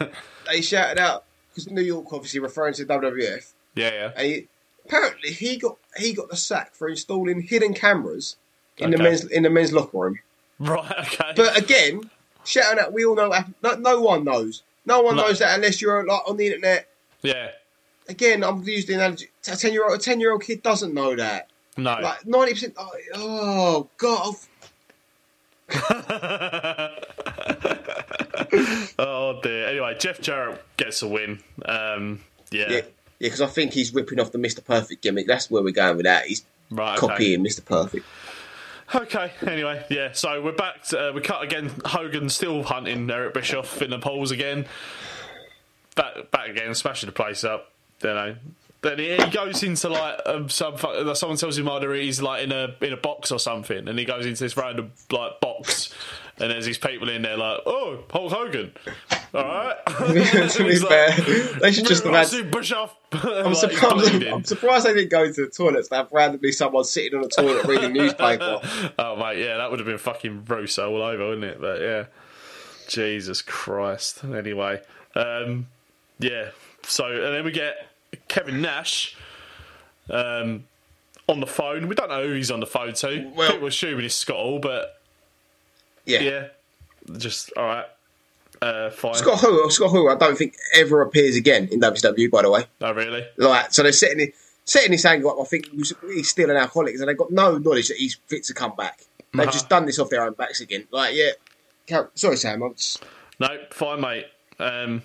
[SPEAKER 2] they shouted out because New York obviously referring to WWF.
[SPEAKER 1] yeah, yeah.
[SPEAKER 2] And he, apparently, he got he got the sack for installing hidden cameras in the
[SPEAKER 1] Okay.
[SPEAKER 2] men's in the men's locker room.
[SPEAKER 1] Right. Okay.
[SPEAKER 2] But again, shouting out, we all know what happened. No, no one knows. No one
[SPEAKER 1] No.
[SPEAKER 2] knows that unless you're like on the internet.
[SPEAKER 1] yeah.
[SPEAKER 2] Again, I'm using the analogy. A ten year old a ten year old kid doesn't know that.
[SPEAKER 1] No.
[SPEAKER 2] Like ninety percent. Oh, oh god.
[SPEAKER 1] oh dear. Anyway, Jeff Jarrett gets a win. Um, yeah.
[SPEAKER 2] Yeah, because I think he's ripping off the Mr. Perfect gimmick. That's where we're going with that. He's
[SPEAKER 1] Right. Okay.
[SPEAKER 2] copying Mr.
[SPEAKER 1] <laughs>
[SPEAKER 2] Perfect.
[SPEAKER 1] Okay. Anyway, yeah. So we're back. To, uh, we cut again. Hogan still hunting Eric Bischoff in the polls again. Back, back again, smashing the place up. Don't know. Then he he goes into like um, some fu- someone tells him either he's like in a in a box or something, and he goes into this random like box, and there's these people in there like, oh, Hulk Hogan, all right.
[SPEAKER 2] <laughs> to
[SPEAKER 1] <laughs>
[SPEAKER 2] be fair, they should just have
[SPEAKER 1] I'll
[SPEAKER 2] had
[SPEAKER 1] see Bischoff. <laughs>
[SPEAKER 2] I'm, surprised, I'm surprised they didn't go to the toilets. That randomly someone sitting on a toilet
[SPEAKER 1] <laughs>
[SPEAKER 2] reading newspaper.
[SPEAKER 1] Oh mate, yeah, that would have been fucking Russo all over, wouldn't it? But yeah, Jesus Christ. Anyway, um, yeah. So and then we get Kevin Nash um, on the phone. We don't know who he's on the phone to.
[SPEAKER 2] Well-
[SPEAKER 1] People assuming it's Scott Hall, but
[SPEAKER 2] Yeah.
[SPEAKER 1] yeah, just all right. Uh, fine.
[SPEAKER 2] Scott Hall, Scott Hall, I don't think ever appears again in WCW. By the way,
[SPEAKER 1] Oh, really?
[SPEAKER 2] like so they're setting it, setting this angle up. I think he's- he's still an alcoholic, and they've got no knowledge that he's fit to come back. They've
[SPEAKER 1] Uh-huh.
[SPEAKER 2] just done this off their own backs again. Like, yeah, Car- sorry, Sam. I'm just,
[SPEAKER 1] No, fine, mate. Um,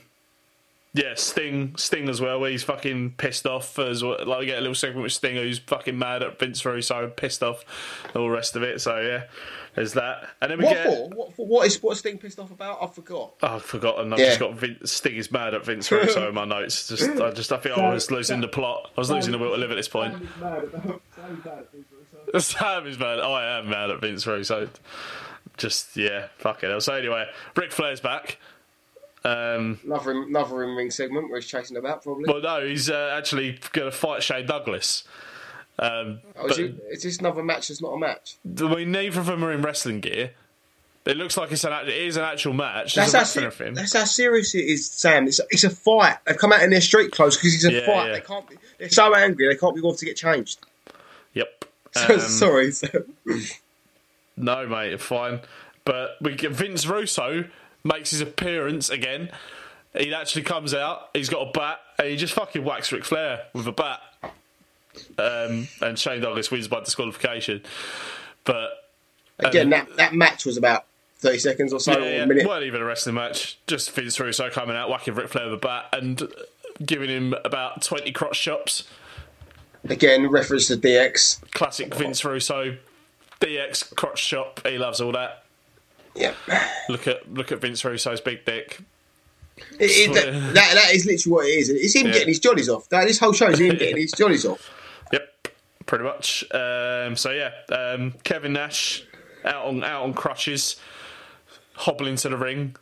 [SPEAKER 1] yeah, Sting, Sting as well. Where he's fucking pissed off as well. Like we get a little segment with Sting, who's fucking mad at Vince Russo, pissed off, and all the rest of it. So yeah, there's that. And then we
[SPEAKER 2] what
[SPEAKER 1] get.
[SPEAKER 2] for? What for? What is what's Sting pissed off about? I forgot.
[SPEAKER 1] Oh, I've forgotten. I've
[SPEAKER 2] Yeah.
[SPEAKER 1] just got Vin- Sting is mad at Vince Russo in my notes. Just, I just, I think I was losing the plot. I was losing the will to live at this point. <laughs>
[SPEAKER 3] Sam is mad about Sam is mad at things like that.
[SPEAKER 1] Sam is mad. I am mad at Vince Russo. Just yeah, fuck it. I'll say anyway. Ric Flair's back. Um,
[SPEAKER 2] Another in- another in ring segment where he's chasing about probably.
[SPEAKER 1] well, no, he's uh, actually going to fight Shane Douglas. Um,
[SPEAKER 2] oh, is, it, is this another match? That's not a match.
[SPEAKER 1] I mean, neither of them are in wrestling gear. It looks like it's an act- it is an actual match.
[SPEAKER 2] That's
[SPEAKER 1] There's
[SPEAKER 2] how,
[SPEAKER 1] a
[SPEAKER 2] se-
[SPEAKER 1] wrestling thing.
[SPEAKER 2] that's how serious it is, Sam. It's, it's a fight. They've come out in their street clothes because it's a
[SPEAKER 1] Yeah,
[SPEAKER 2] fight.
[SPEAKER 1] yeah.
[SPEAKER 2] They can't. Be, they're so angry they can't be bothered to get changed. <laughs>
[SPEAKER 1] Yep.
[SPEAKER 2] So,
[SPEAKER 1] Um,
[SPEAKER 2] sorry, Sam.
[SPEAKER 1] No, mate, fine. But we get Vince Russo makes his appearance again. He actually comes out. He's got a bat, and he just fucking whacks Ric Flair with a bat. Um, and Shane Douglas wins by disqualification. But
[SPEAKER 2] Again, that, that match was about thirty seconds or so,
[SPEAKER 1] um, yeah,
[SPEAKER 2] or
[SPEAKER 1] yeah,
[SPEAKER 2] a Oh, minute.
[SPEAKER 1] weren't even a wrestling match. Just Vince Russo coming out, whacking Ric Flair with a bat, and giving him about twenty crotch shots.
[SPEAKER 2] Again, reference to DX.
[SPEAKER 1] Classic Vince Russo, DX crotch shop. He loves all that.
[SPEAKER 2] Yeah,
[SPEAKER 1] Look at look at Vince Russo's big dick.
[SPEAKER 2] It- it- that, that that is literally what it is. It's him
[SPEAKER 1] Yeah.
[SPEAKER 2] getting his jollies off. That this whole show is him getting
[SPEAKER 1] <laughs>
[SPEAKER 2] his jollies off.
[SPEAKER 1] Yep, pretty much. Um, so yeah, um, Kevin Nash out on out on crutches, hobbling to the ring.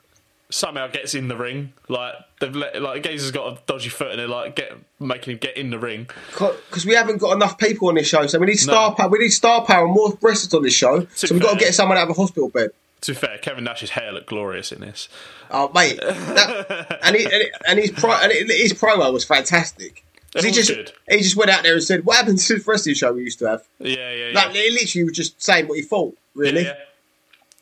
[SPEAKER 1] Somehow gets in the ring. Like they've let, like Gazer's got a dodgy foot and they're like get making him get in the ring.
[SPEAKER 2] Because we haven't got enough people on this show, so we need star power. We need star power and more wrestlers on this show. so we've got to
[SPEAKER 1] fair.
[SPEAKER 2] get someone out of a hospital bed.
[SPEAKER 1] To be fair, Kevin Nash's hair looked glorious in this.
[SPEAKER 2] Oh, mate,
[SPEAKER 1] <laughs>
[SPEAKER 2] that, and, he, and, he- and his pro, and it- his promo was fantastic. 'Cause He
[SPEAKER 1] It was
[SPEAKER 2] just
[SPEAKER 1] good.
[SPEAKER 2] he just went out there and said, "What happened to the wrestling show we used to have?"
[SPEAKER 1] Yeah, yeah, yeah.
[SPEAKER 2] Like he literally was just saying what he thought. Really,
[SPEAKER 1] Yeah.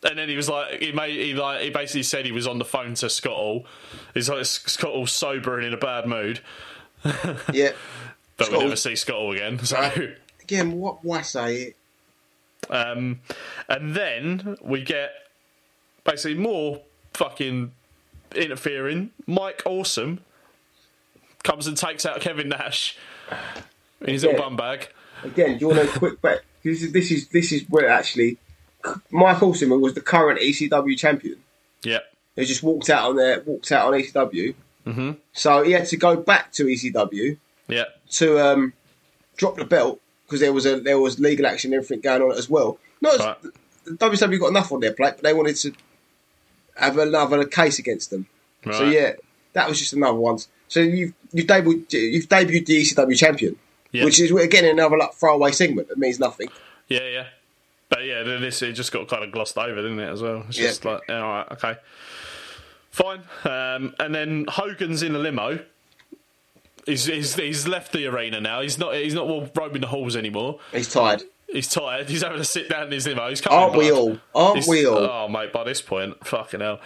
[SPEAKER 1] And then he was like, he made, he like, he basically said he was on the phone to Scott Hall. He's like, Scott Hall sober and in a bad mood,
[SPEAKER 2] yeah.
[SPEAKER 1] but
[SPEAKER 2] Scott
[SPEAKER 1] we never
[SPEAKER 2] Hall-
[SPEAKER 1] see Scott Hall again. <laughs> So,
[SPEAKER 2] Right. Again, what why say it?
[SPEAKER 1] Um, and then we get basically more fucking interfering. Mike Awesome comes and takes out Kevin Nash in his little
[SPEAKER 2] Yeah.
[SPEAKER 1] bum bag.
[SPEAKER 2] Again, do you want a quick back? This is this is this is where actually Mike Awesome was the current ECW champion.
[SPEAKER 1] Yep.
[SPEAKER 2] He just walked out on there, walked out on ECW. Mm-hmm. So he had to go back to ECW
[SPEAKER 1] Yep.
[SPEAKER 2] to um, drop the belt because there was a there was legal action and everything going on as well. Not as,
[SPEAKER 1] Right.
[SPEAKER 2] the WCW got enough on their plate, but they wanted to have another case against them. So
[SPEAKER 1] Right.
[SPEAKER 2] yeah, that was just another one. So you've you've debuted you've debuted the ECW champion,
[SPEAKER 1] Yeah.
[SPEAKER 2] which is again another like throwaway segment that means nothing.
[SPEAKER 1] Yeah, yeah. But yeah, then this it just got kind of glossed over, didn't it? As well, it's
[SPEAKER 2] Yeah.
[SPEAKER 1] just like, yeah, all right, okay, fine. Um, and then Hogan's in the limo. He's, he's he's left the arena now. He's not he's not roaming the halls anymore.
[SPEAKER 2] He's tired.
[SPEAKER 1] He's tired. He's having to sit down in his limo. He's covered
[SPEAKER 2] Aren't
[SPEAKER 1] in
[SPEAKER 2] we
[SPEAKER 1] blood.
[SPEAKER 2] all? Aren't
[SPEAKER 1] He's-
[SPEAKER 2] we all?
[SPEAKER 1] Oh, mate, by this point, fucking hell.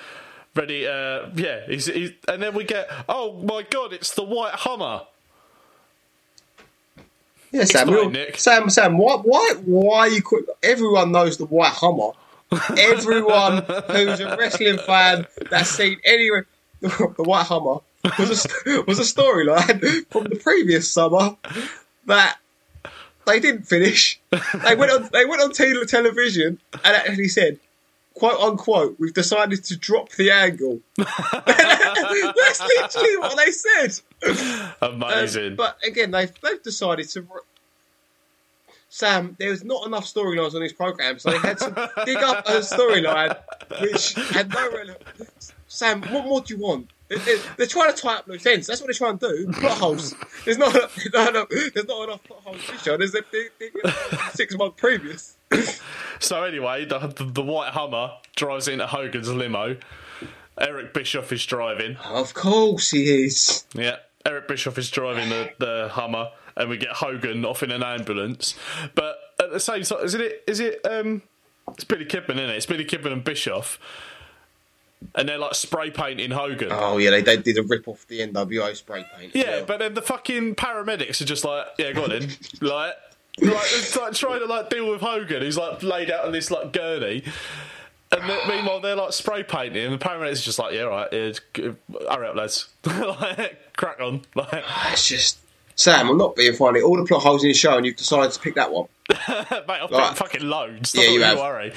[SPEAKER 1] Ready, uh, yeah. He's, he's, and then we get, oh my god, it's the White Hummer.
[SPEAKER 2] Yeah, Sam.
[SPEAKER 1] not
[SPEAKER 2] we all-
[SPEAKER 1] Nick.
[SPEAKER 2] Sam, Sam, why, why, why are you quit? Everyone knows the White Hummer. Everyone who's a wrestling fan that's seen anywhere, <laughs> the White Hummer was a, was a storyline from the previous summer that they didn't finish. They went on, they went on tele- television and actually said, "quote unquote," we've decided to drop the angle. <laughs> that's literally what they said. Um,
[SPEAKER 1] Amazing.
[SPEAKER 2] But again, they've, they've decided to. r- Sam, there was not enough storylines on this program, so they had
[SPEAKER 1] <laughs>
[SPEAKER 2] to dig up a storyline which had no relevance. Sam, what more do you want? They- they- They're, trying to tie up loose ends. That's what they're trying to do. Plot holes. There's not, there's not enough. <laughs> There's not enough plot holes. This show. There's a big, big six month previous.
[SPEAKER 1] so anyway, the, the, the White Hummer drives into Hogan's limo. Eric Bischoff is driving.
[SPEAKER 2] <coughs> Of course he is.
[SPEAKER 1] Yeah, Eric Bischoff is driving the, the Hummer, and we get Hogan off in an ambulance. But at the same time, is it? Is it? Um, it's Billy Kidman, isn't it? It's Billy Kidman and Bischoff, and they're like spray painting Hogan.
[SPEAKER 2] Oh yeah, they, they did a rip off the NWO spray paint. as
[SPEAKER 1] Yeah,
[SPEAKER 2] well.
[SPEAKER 1] but then the fucking paramedics are just like, yeah, go
[SPEAKER 2] <laughs>
[SPEAKER 1] on in. like, like, it's like trying to like deal with Hogan, who's like laid out on this like gurney. And then, meanwhile, they're like spray painting, and the paramedics are just like, yeah, right, yeah, just g- hurry up, lads. <laughs> like, crack on. <laughs> Like,
[SPEAKER 2] it's just Sam. I'm not being funny. All the plot holes in the show, and you've decided to pick that one.
[SPEAKER 1] mate, I've
[SPEAKER 2] Right.
[SPEAKER 1] got fucking loads.
[SPEAKER 2] Yeah,
[SPEAKER 1] Yeah,
[SPEAKER 2] you
[SPEAKER 1] you
[SPEAKER 2] have.
[SPEAKER 1] worry.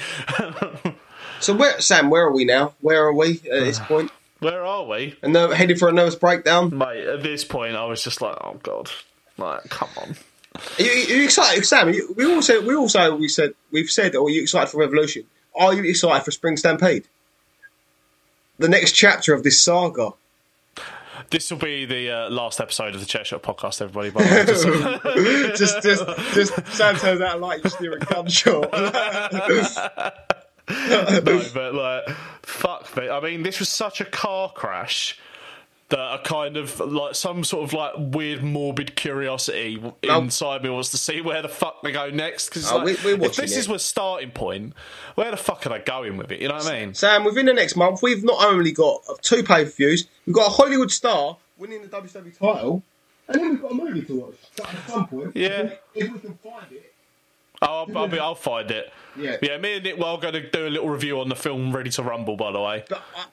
[SPEAKER 2] So where, Sam? Where are we now? Where are we at this point?
[SPEAKER 1] Where are we?
[SPEAKER 2] And now headed for a nervous breakdown.
[SPEAKER 1] Mate, at this point, I was just like, oh, God. Like, come on.
[SPEAKER 2] Are you, are you excited, Sam? Are you- we also we also we said we've said, oh, are you excited for Revolution? Are you excited for Spring Stampede? The next chapter of this saga.
[SPEAKER 1] This will be the uh, last episode of the Chair Shot podcast, everybody. By the
[SPEAKER 2] <laughs>
[SPEAKER 1] way, just-
[SPEAKER 2] just, just, just Sam turns out like you steer a gunshot.
[SPEAKER 1] no, but like, fuck me. I mean, this was such a car crash that I kind of like some sort of like weird morbid curiosity w-
[SPEAKER 2] No.
[SPEAKER 1] inside me wants to see where the fuck they go next. Because
[SPEAKER 2] Oh, we- we're
[SPEAKER 1] if
[SPEAKER 2] watching
[SPEAKER 1] this
[SPEAKER 2] it.
[SPEAKER 1] is my starting point, where the fuck are they going with it? You know what I mean?
[SPEAKER 2] Sam, within the next month, we've not only got two pay per views, we've got a Hollywood star winning the WWE title.
[SPEAKER 3] And then we've got a movie to watch at some point.
[SPEAKER 1] Yeah.
[SPEAKER 3] If we can find it.
[SPEAKER 1] I'll, I'll, be, I'll find it.
[SPEAKER 2] Yeah.
[SPEAKER 1] Yeah, me and Nick well going to do a little review on the film Ready to Rumble, by the way.
[SPEAKER 2] But I,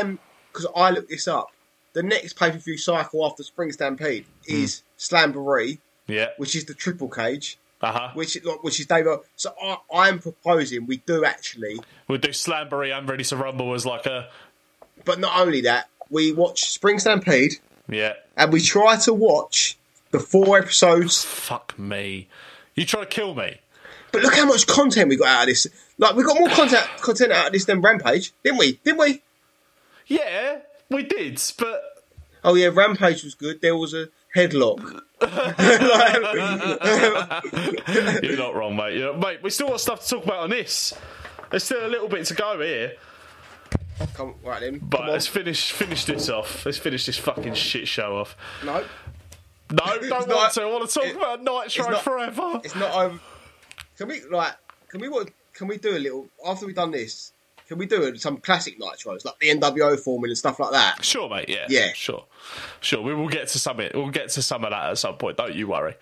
[SPEAKER 2] I'm because I looked this up. The next pay per view cycle after Spring Stampede is Slamboree,
[SPEAKER 1] Yeah.
[SPEAKER 2] which is the triple cage,
[SPEAKER 1] Uh huh.
[SPEAKER 2] which is- which is David. So I, I'm proposing we do actually,
[SPEAKER 1] We'll do Slambury and Ready to Rumble as like a.
[SPEAKER 2] but not only that, we watch Spring Stampede
[SPEAKER 1] Yeah.
[SPEAKER 2] and we try to watch the four episodes
[SPEAKER 1] Fuck me. You trying to kill me?
[SPEAKER 2] But look how much content we got out of this. Like we got more content content out of this than Rampage, didn't we? Didn't we?
[SPEAKER 1] Yeah, we did, but
[SPEAKER 2] Oh yeah, Rampage was good. There was a headlock. <laughs>
[SPEAKER 1] You're not wrong, mate. You're not- mate, we still got stuff to talk about on this. There's still a little bit to go here,
[SPEAKER 2] Come right then.
[SPEAKER 1] but
[SPEAKER 2] Come on.
[SPEAKER 1] let's finish finish this off. Let's finish this fucking shit show off.
[SPEAKER 2] No,
[SPEAKER 1] No, don't want
[SPEAKER 2] not-
[SPEAKER 1] to. I want to talk about Nitro
[SPEAKER 2] not-
[SPEAKER 1] forever.
[SPEAKER 2] it's not over. Can we like? Can we what? Can we do a little after we've done this? Can we do some classic nitros like the NWO formula and stuff like that?
[SPEAKER 1] Sure, mate. Yeah,
[SPEAKER 2] Yeah.
[SPEAKER 1] sure, sure. We will get to some. It. We'll get to some of that at some point. Don't you worry.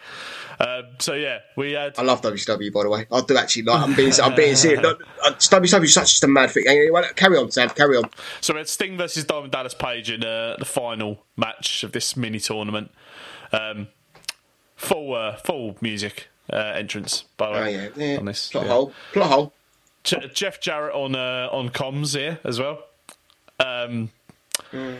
[SPEAKER 1] Um, so yeah, we had.
[SPEAKER 2] I love WCW by the way. I do actually like. I'm being. I'm being serious. Look, uh, WCW is such just a mad thing. Anyway, carry on, Sam. Carry on.
[SPEAKER 1] So we had Sting versus Diamond Dallas Page in uh, the final match of this mini tournament. Um, full uh, full music uh, entrance by the
[SPEAKER 2] Oh
[SPEAKER 1] way.
[SPEAKER 2] yeah, yeah.
[SPEAKER 1] on this
[SPEAKER 2] plot
[SPEAKER 1] yeah.
[SPEAKER 2] hole. Plot hole.
[SPEAKER 1] Je- Jeff Jarrett on uh, on comms here as well. Um,
[SPEAKER 2] Mm.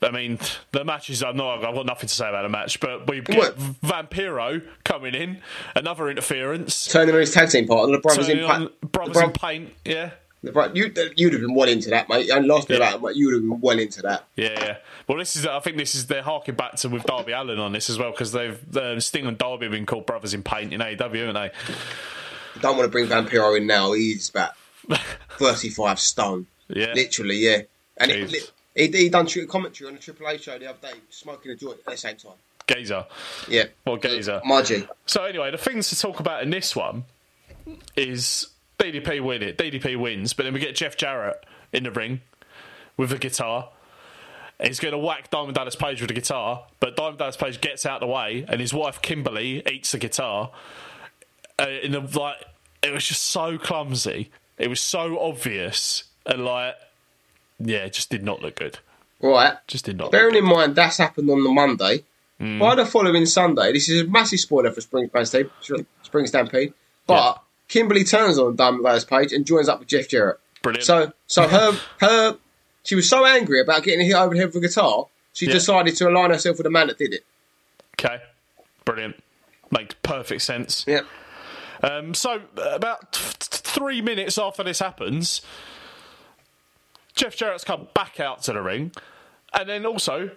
[SPEAKER 1] I mean, the matches. I'm not. I've got nothing to say about the match, but we get
[SPEAKER 2] What?
[SPEAKER 1] Vampiro coming in, another interference.
[SPEAKER 2] Turning on his tag team partner, the brothers in
[SPEAKER 1] Turning
[SPEAKER 2] pa-
[SPEAKER 1] on
[SPEAKER 2] the
[SPEAKER 1] brothers in paint. Yeah,
[SPEAKER 2] the bro- you, you'd have been well into that, mate. And last bit
[SPEAKER 1] Yeah.
[SPEAKER 2] of that, mate, you'd have been well into that.
[SPEAKER 1] yeah, yeah. Well, this is. I think this is. They're harking back to with Darby Allen on this as well because they've um, Sting and Darby have been called brothers in paint in AEW, haven't they?
[SPEAKER 2] Don't want to bring Vampiro in now. He's
[SPEAKER 1] <laughs>
[SPEAKER 2] about thirty-five stone,
[SPEAKER 1] Yeah.
[SPEAKER 2] literally, yeah. And it,
[SPEAKER 1] Jesus.
[SPEAKER 2] li- he he done tri- commentary on the Triple H show the other day, smoking a joint at the same time.
[SPEAKER 1] Gazer.
[SPEAKER 2] Yeah,
[SPEAKER 1] Well, Gazer.
[SPEAKER 2] Margie.
[SPEAKER 1] So anyway, the things to talk about in this one is DDP win it. DDP wins, but then we get Jeff Jarrett in the ring with the guitar. He's going to whack Diamond Dallas Page with the guitar, but Diamond Dallas Page gets out of the way, and his wife Kimberly eats the guitar. Uh, in the like, it was just so clumsy. It was so obvious, and like, yeah, it just did not look good.
[SPEAKER 2] Right.
[SPEAKER 1] Just Mm. did not. Look
[SPEAKER 2] Bearing
[SPEAKER 1] good.
[SPEAKER 2] in mind that's happened on the Monday. By the following Sunday, this is a massive spoiler for Spring Stampede. Spring Stampede, but
[SPEAKER 1] Yeah.
[SPEAKER 2] Kimberly turns on Diamond Dallas Page and joins up with Jeff Jarrett.
[SPEAKER 1] Brilliant.
[SPEAKER 2] So,
[SPEAKER 1] <laughs>
[SPEAKER 2] so her her she was so angry about getting hit over the head with a guitar, she
[SPEAKER 1] Yeah.
[SPEAKER 2] decided to align herself with the man that did it.
[SPEAKER 1] okay, brilliant. Makes perfect sense.
[SPEAKER 2] Yeah.
[SPEAKER 1] Um, so about th- th- three minutes after this happens, Jeff Jarrett's come back out to the ring, and then also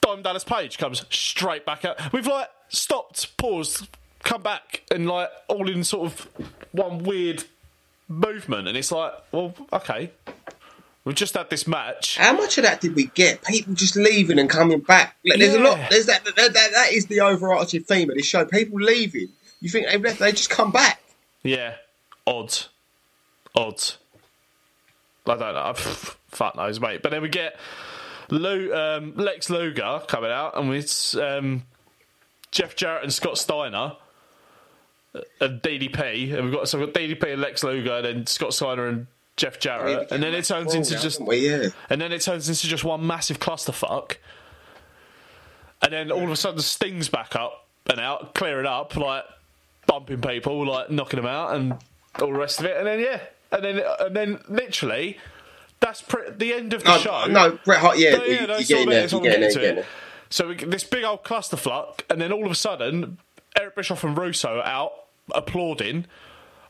[SPEAKER 1] Diamond Dallas Page comes straight back out. We've like stopped, paused, come back, and like all in sort of one weird movement, and it's like, well, okay, We've just had this match.
[SPEAKER 2] How much of that did we get? People just leaving and coming back. Like, there's a lot.
[SPEAKER 1] Yeah.
[SPEAKER 2] There's that, that, that. That is the overarching theme of this show. People leaving. You think they've left? They just come back.
[SPEAKER 1] Yeah. Odds. Odds. I don't know. <laughs> Fuck knows, mate. But then we get Lu um, Lex Luger coming out, and it's um, Jeff Jarrett and Scott Steiner uh, and DDP. And we've got so we've got DDP and Lex Luger, and then Scott Steiner and Jeff Jarrett, Uh, and then it turns
[SPEAKER 2] Oh,
[SPEAKER 1] into
[SPEAKER 2] now,
[SPEAKER 1] just
[SPEAKER 2] haven't we? yeah.
[SPEAKER 1] and then it turns into just one massive clusterfuck. And then all of a sudden, Sting's back up and out, clearing up, like bumping people, like knocking them out, and all the rest of it. And then yeah, and then and then literally, that's pre- the end of the
[SPEAKER 2] No,
[SPEAKER 1] show.
[SPEAKER 2] no, Bret Hart. Yeah,
[SPEAKER 1] No,
[SPEAKER 2] you,
[SPEAKER 1] yeah,
[SPEAKER 2] you're
[SPEAKER 1] no, it's all
[SPEAKER 2] getting
[SPEAKER 1] there,
[SPEAKER 2] there.
[SPEAKER 1] it's
[SPEAKER 2] You're
[SPEAKER 1] all
[SPEAKER 2] getting there.
[SPEAKER 1] getting
[SPEAKER 2] You're
[SPEAKER 1] to
[SPEAKER 2] getting
[SPEAKER 1] it.
[SPEAKER 2] there.
[SPEAKER 1] So we, this big old clusterfuck, and then all of a sudden, Eric Bischoff and Russo are out applauding.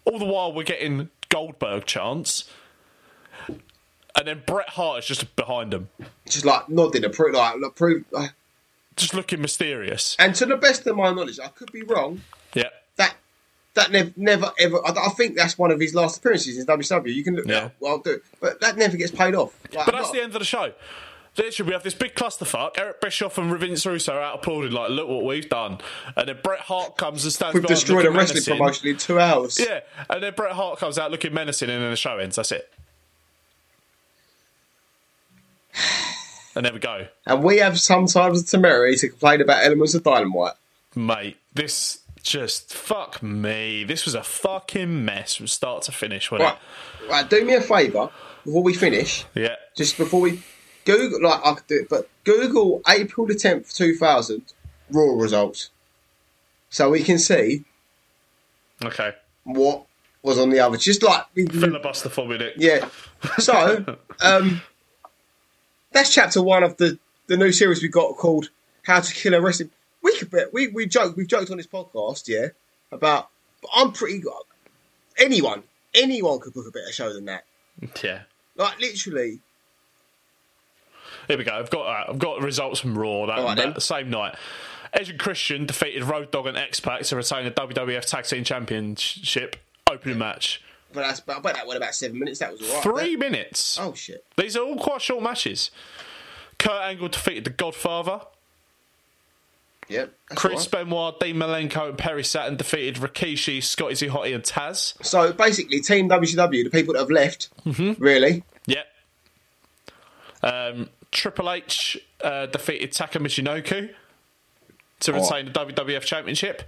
[SPEAKER 1] All the while, we're getting Goldberg chants, and then Bret Hart is just behind them,
[SPEAKER 2] Just like nodding, approve, like approve. Like,
[SPEAKER 1] just looking mysterious.
[SPEAKER 2] and to the best of my knowledge, I could be wrong.
[SPEAKER 1] Yeah,
[SPEAKER 2] That that nev- never ever. I, I think that's one of his last appearances in WCW. You can look.
[SPEAKER 1] Yeah.
[SPEAKER 2] Yeah. Well, I'll do it. But that never gets paid off. Like,
[SPEAKER 1] but that's
[SPEAKER 2] not-
[SPEAKER 1] the end of the show. Literally, we have this big clusterfuck. Eric Bischoff and Vince Russo are out applauding, like, look what we've done. And then Bret Hart comes and stands.
[SPEAKER 2] We've
[SPEAKER 1] behind
[SPEAKER 2] destroyed a
[SPEAKER 1] looking
[SPEAKER 2] wrestling
[SPEAKER 1] menacing.
[SPEAKER 2] promotion in two hours.
[SPEAKER 1] Yeah, and then Bret Hart comes out looking menacing, and then the show ends. That's it. <sighs> And there we go,
[SPEAKER 2] And we have sometimes the temerity to complain about elements of dynamite.
[SPEAKER 1] mate. This just fuck me. This was a fucking mess from start to finish, wasn't
[SPEAKER 2] Right, right. Do me a favour before we finish.
[SPEAKER 1] it? Yeah.
[SPEAKER 2] Just before we Google, like I could do it, but Google April the tenth, two thousand, Raw results, so we can see
[SPEAKER 1] Okay.
[SPEAKER 2] what was on the other. Just like we-
[SPEAKER 1] Filibuster for me, Nick.
[SPEAKER 2] yeah. So um, that's chapter one of the the new series we got called "How to Kill a Wrestling." We could bet we we joke we've joked on this podcast, yeah, about. But I'm pretty. Anyone, anyone could book a better show than that.
[SPEAKER 1] Yeah.
[SPEAKER 2] Like literally,
[SPEAKER 1] Here we go. I've got uh, I've got results from Raw that,
[SPEAKER 2] All right,
[SPEAKER 1] that
[SPEAKER 2] then.
[SPEAKER 1] same night. Edge and Christian defeated Road Dog and X Pac to retain the WWF Tag Team Championship opening match.
[SPEAKER 2] but that's but I bet that went about seven minutes. That was all right.
[SPEAKER 1] Three minutes.
[SPEAKER 2] Oh shit.
[SPEAKER 1] These are all quite short matches. Kurt Angle defeated The Godfather.
[SPEAKER 2] Yep. that's
[SPEAKER 1] Chris
[SPEAKER 2] all
[SPEAKER 1] Benoit, Dean Malenko, and Perry Saturn defeated Rikishi, Scotty Z Hottie, and Taz.
[SPEAKER 2] right. So basically, Team WCW, the people that have left,
[SPEAKER 1] Mm-hmm.
[SPEAKER 2] really,
[SPEAKER 1] Yep. Um, Triple H uh, defeated Taka Michinoku to retain the WWF Championship.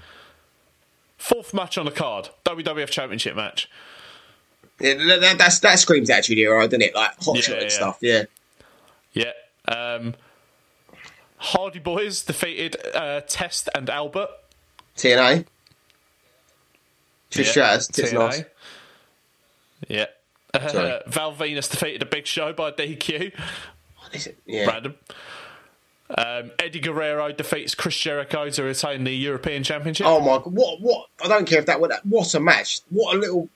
[SPEAKER 1] Fourth match on the card, WWF Championship match.
[SPEAKER 2] yeah, that, that- that's that screams attitude era, doesn't it? Like hot
[SPEAKER 1] Yeah,
[SPEAKER 2] shot and
[SPEAKER 1] yeah.
[SPEAKER 2] stuff. Yeah.
[SPEAKER 1] Yeah. Um, Hardy Boys defeated uh, Test and Albert.
[SPEAKER 2] TNA. Trish
[SPEAKER 1] Yeah.
[SPEAKER 2] Stratus, tits
[SPEAKER 1] TNA.
[SPEAKER 2] nice.
[SPEAKER 1] Yeah. <laughs>
[SPEAKER 2] Sorry.
[SPEAKER 1] Val Venus defeated a big show by DQ.
[SPEAKER 2] Is it- Yeah.
[SPEAKER 1] Random. Um, Eddie Guerrero defeats Chris Jericho to retain the European Championship.
[SPEAKER 2] Oh my god! What? What? I don't care if that. What? What a match! What a little.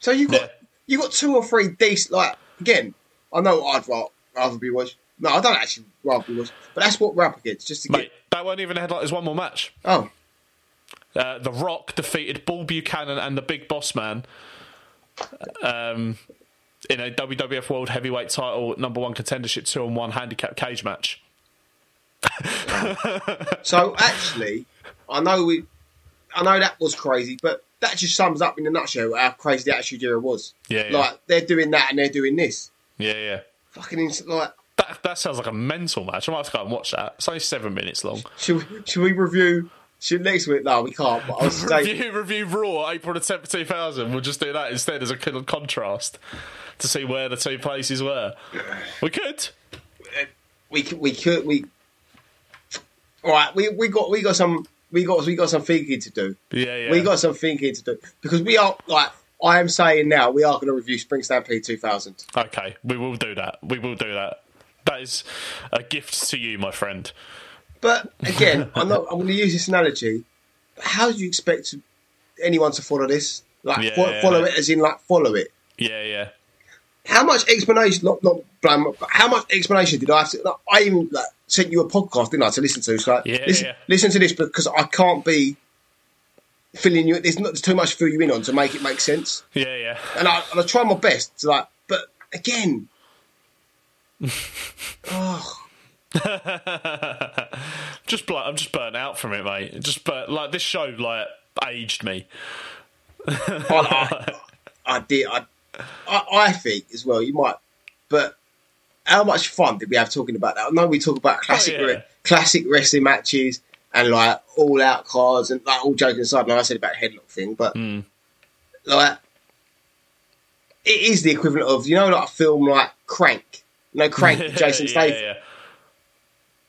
[SPEAKER 2] So you got
[SPEAKER 1] Yeah.
[SPEAKER 2] you got two or three decent. Like again, I know I'd rather, rather be watching. No, I don't actually rather be watching. But that's what we're up against. Just to
[SPEAKER 1] Mate,
[SPEAKER 2] get.
[SPEAKER 1] that weren't even a headline. There's one more match.
[SPEAKER 2] Oh,
[SPEAKER 1] Uh, the Rock defeated Bull Buchanan and the Big Boss Man um, in a WWF World Heavyweight Title Number One Contendership Two on One Handicap Cage match.
[SPEAKER 2] So actually, I know we, I know that was crazy, but that just sums up in a nutshell how crazy the Attitude Era was.
[SPEAKER 1] Yeah, yeah.
[SPEAKER 2] like they're doing that and they're doing this.
[SPEAKER 1] Yeah, yeah.
[SPEAKER 2] Fucking ins- like,
[SPEAKER 1] That that sounds like a mental match. I might have to go and watch that. It's only seven minutes long.
[SPEAKER 2] should we, should we review? Should next week? No, we can't. But I was saying,
[SPEAKER 1] Review review Raw April the tenth, two thousand. We'll just do that instead as a kind of contrast to see where the two places were. We could.
[SPEAKER 2] we c- we could we. All right, we we got we got some we got we got some thinking to do.
[SPEAKER 1] Yeah, yeah.
[SPEAKER 2] We got some thinking to do because we are like I am saying now we are going to review Spring Stampede 2000.
[SPEAKER 1] Okay, we will do that. We will do that. That is a gift to you, my friend.
[SPEAKER 2] But
[SPEAKER 1] <laughs>
[SPEAKER 2] again, I'm not. I'm going to use this analogy. How do you expect to, anyone to follow this? Like
[SPEAKER 1] Yeah,
[SPEAKER 2] fo-
[SPEAKER 1] yeah,
[SPEAKER 2] follow
[SPEAKER 1] yeah.
[SPEAKER 2] it, as in like follow it.
[SPEAKER 1] Yeah, yeah.
[SPEAKER 2] How much explanation? Not not blame. But how much explanation did I have to? Like, I even like, sent you a podcast, didn't I, to listen to? So like,
[SPEAKER 1] Yeah,
[SPEAKER 2] listen,
[SPEAKER 1] yeah.
[SPEAKER 2] listen to this because I can't be filling you. There's not there's too much to fill you in on to make it make sense.
[SPEAKER 1] Yeah, yeah.
[SPEAKER 2] And I, and I try my best to like, but again. oh,
[SPEAKER 1] just bl- I'm just burnt out from it, mate. Just burnt, like this show like aged me. <laughs>
[SPEAKER 2] I, I, I did. I, I, I think as well. You might, but how much fun did we have talking about that? I know we talk about classic
[SPEAKER 1] Oh, yeah.
[SPEAKER 2] re- classic wrestling matches and like all out cards and like all joking aside. Like I said about the headlock thing, but
[SPEAKER 1] Hmm.
[SPEAKER 2] like it is the equivalent of you know like a film like Crank. You know
[SPEAKER 1] <laughs>
[SPEAKER 2] Crank, with Jason
[SPEAKER 1] yeah,
[SPEAKER 2] Statham.
[SPEAKER 1] yeah.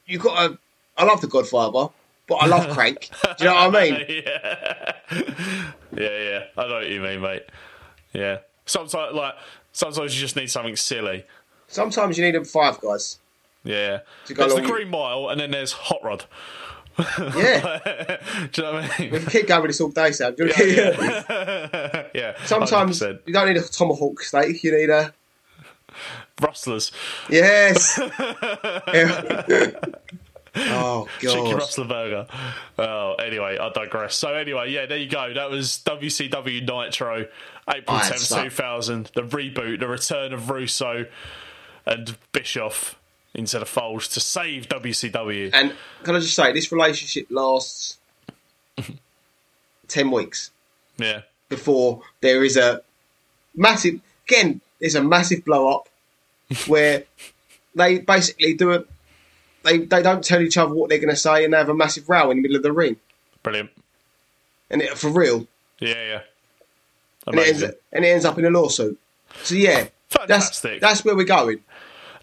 [SPEAKER 2] You got to. I love the Godfather, but I
[SPEAKER 1] <laughs>
[SPEAKER 2] love Crank. Do you know what I mean?
[SPEAKER 1] yeah, <laughs> yeah, yeah. I know what you mean, mate. Yeah. Sometimes, like, sometimes you just need something silly.
[SPEAKER 2] Sometimes you need them five
[SPEAKER 1] <laughs>
[SPEAKER 2] guys.
[SPEAKER 1] Yeah.
[SPEAKER 2] go
[SPEAKER 1] There's the
[SPEAKER 2] along with-
[SPEAKER 1] Green Mile, and then there's Hot Rod. <laughs>
[SPEAKER 2] Yeah,
[SPEAKER 1] Do you know what I
[SPEAKER 2] we
[SPEAKER 1] mean?
[SPEAKER 2] can keep going with this all day, Sam. Do you know what I mean?
[SPEAKER 1] Yeah. <laughs> yeah.
[SPEAKER 2] Sometimes
[SPEAKER 1] 100%.
[SPEAKER 2] you don't need a tomahawk steak. You need a
[SPEAKER 1] rustlers,
[SPEAKER 2] yes. oh
[SPEAKER 1] cheeky
[SPEAKER 2] god.
[SPEAKER 1] rustler burger. Oh, anyway, I digress. So anyway, yeah, there you go. That was WCW Nitro, April
[SPEAKER 2] I had
[SPEAKER 1] tenth,
[SPEAKER 2] suck.
[SPEAKER 1] two thousand. The reboot, the return of Russo and Bischoff into the fold to save WCW.
[SPEAKER 2] And can I just say, this relationship lasts ten weeks
[SPEAKER 1] Yeah,
[SPEAKER 2] before there is a massive. Again, there's a massive blow up where they basically do it. They they don't tell each other what they're going to say, and they have a massive row in the middle of the ring.
[SPEAKER 1] brilliant.
[SPEAKER 2] And it, for real,
[SPEAKER 1] Yeah, yeah,
[SPEAKER 2] and it, ends,
[SPEAKER 1] amazing.
[SPEAKER 2] and it ends up in a lawsuit. So yeah,
[SPEAKER 1] Fantastic.
[SPEAKER 2] That's, that's where we're going.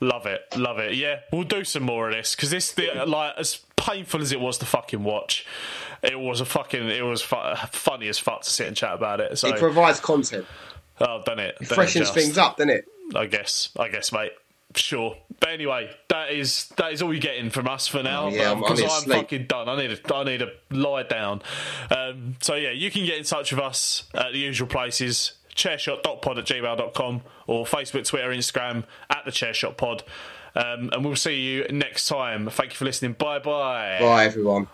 [SPEAKER 1] Love it, love it. Yeah, we'll do some more of this because this, the, like, as painful as it was to fucking watch, it was a fucking, it was fu- funny as fuck to sit and chat about it. So
[SPEAKER 2] It provides content,
[SPEAKER 1] Oh, I've done it. Done it
[SPEAKER 2] freshens
[SPEAKER 1] just.
[SPEAKER 2] things up, doesn't it?
[SPEAKER 1] I guess. I guess, mate. Sure. But anyway, that is that is all you're getting from us for now.
[SPEAKER 2] Oh, yeah, I'm- I
[SPEAKER 1] because
[SPEAKER 2] need to
[SPEAKER 1] I'm
[SPEAKER 2] sleep.
[SPEAKER 1] fucking done. I need to I need to lie down. Um, so yeah, you can get in touch with us at the usual places: chairshot.pod at gmail.com or Facebook, Twitter, Instagram at the chairshot pod. Um, and we'll see you next time. Thank you for listening. Bye bye.
[SPEAKER 2] Bye, everyone.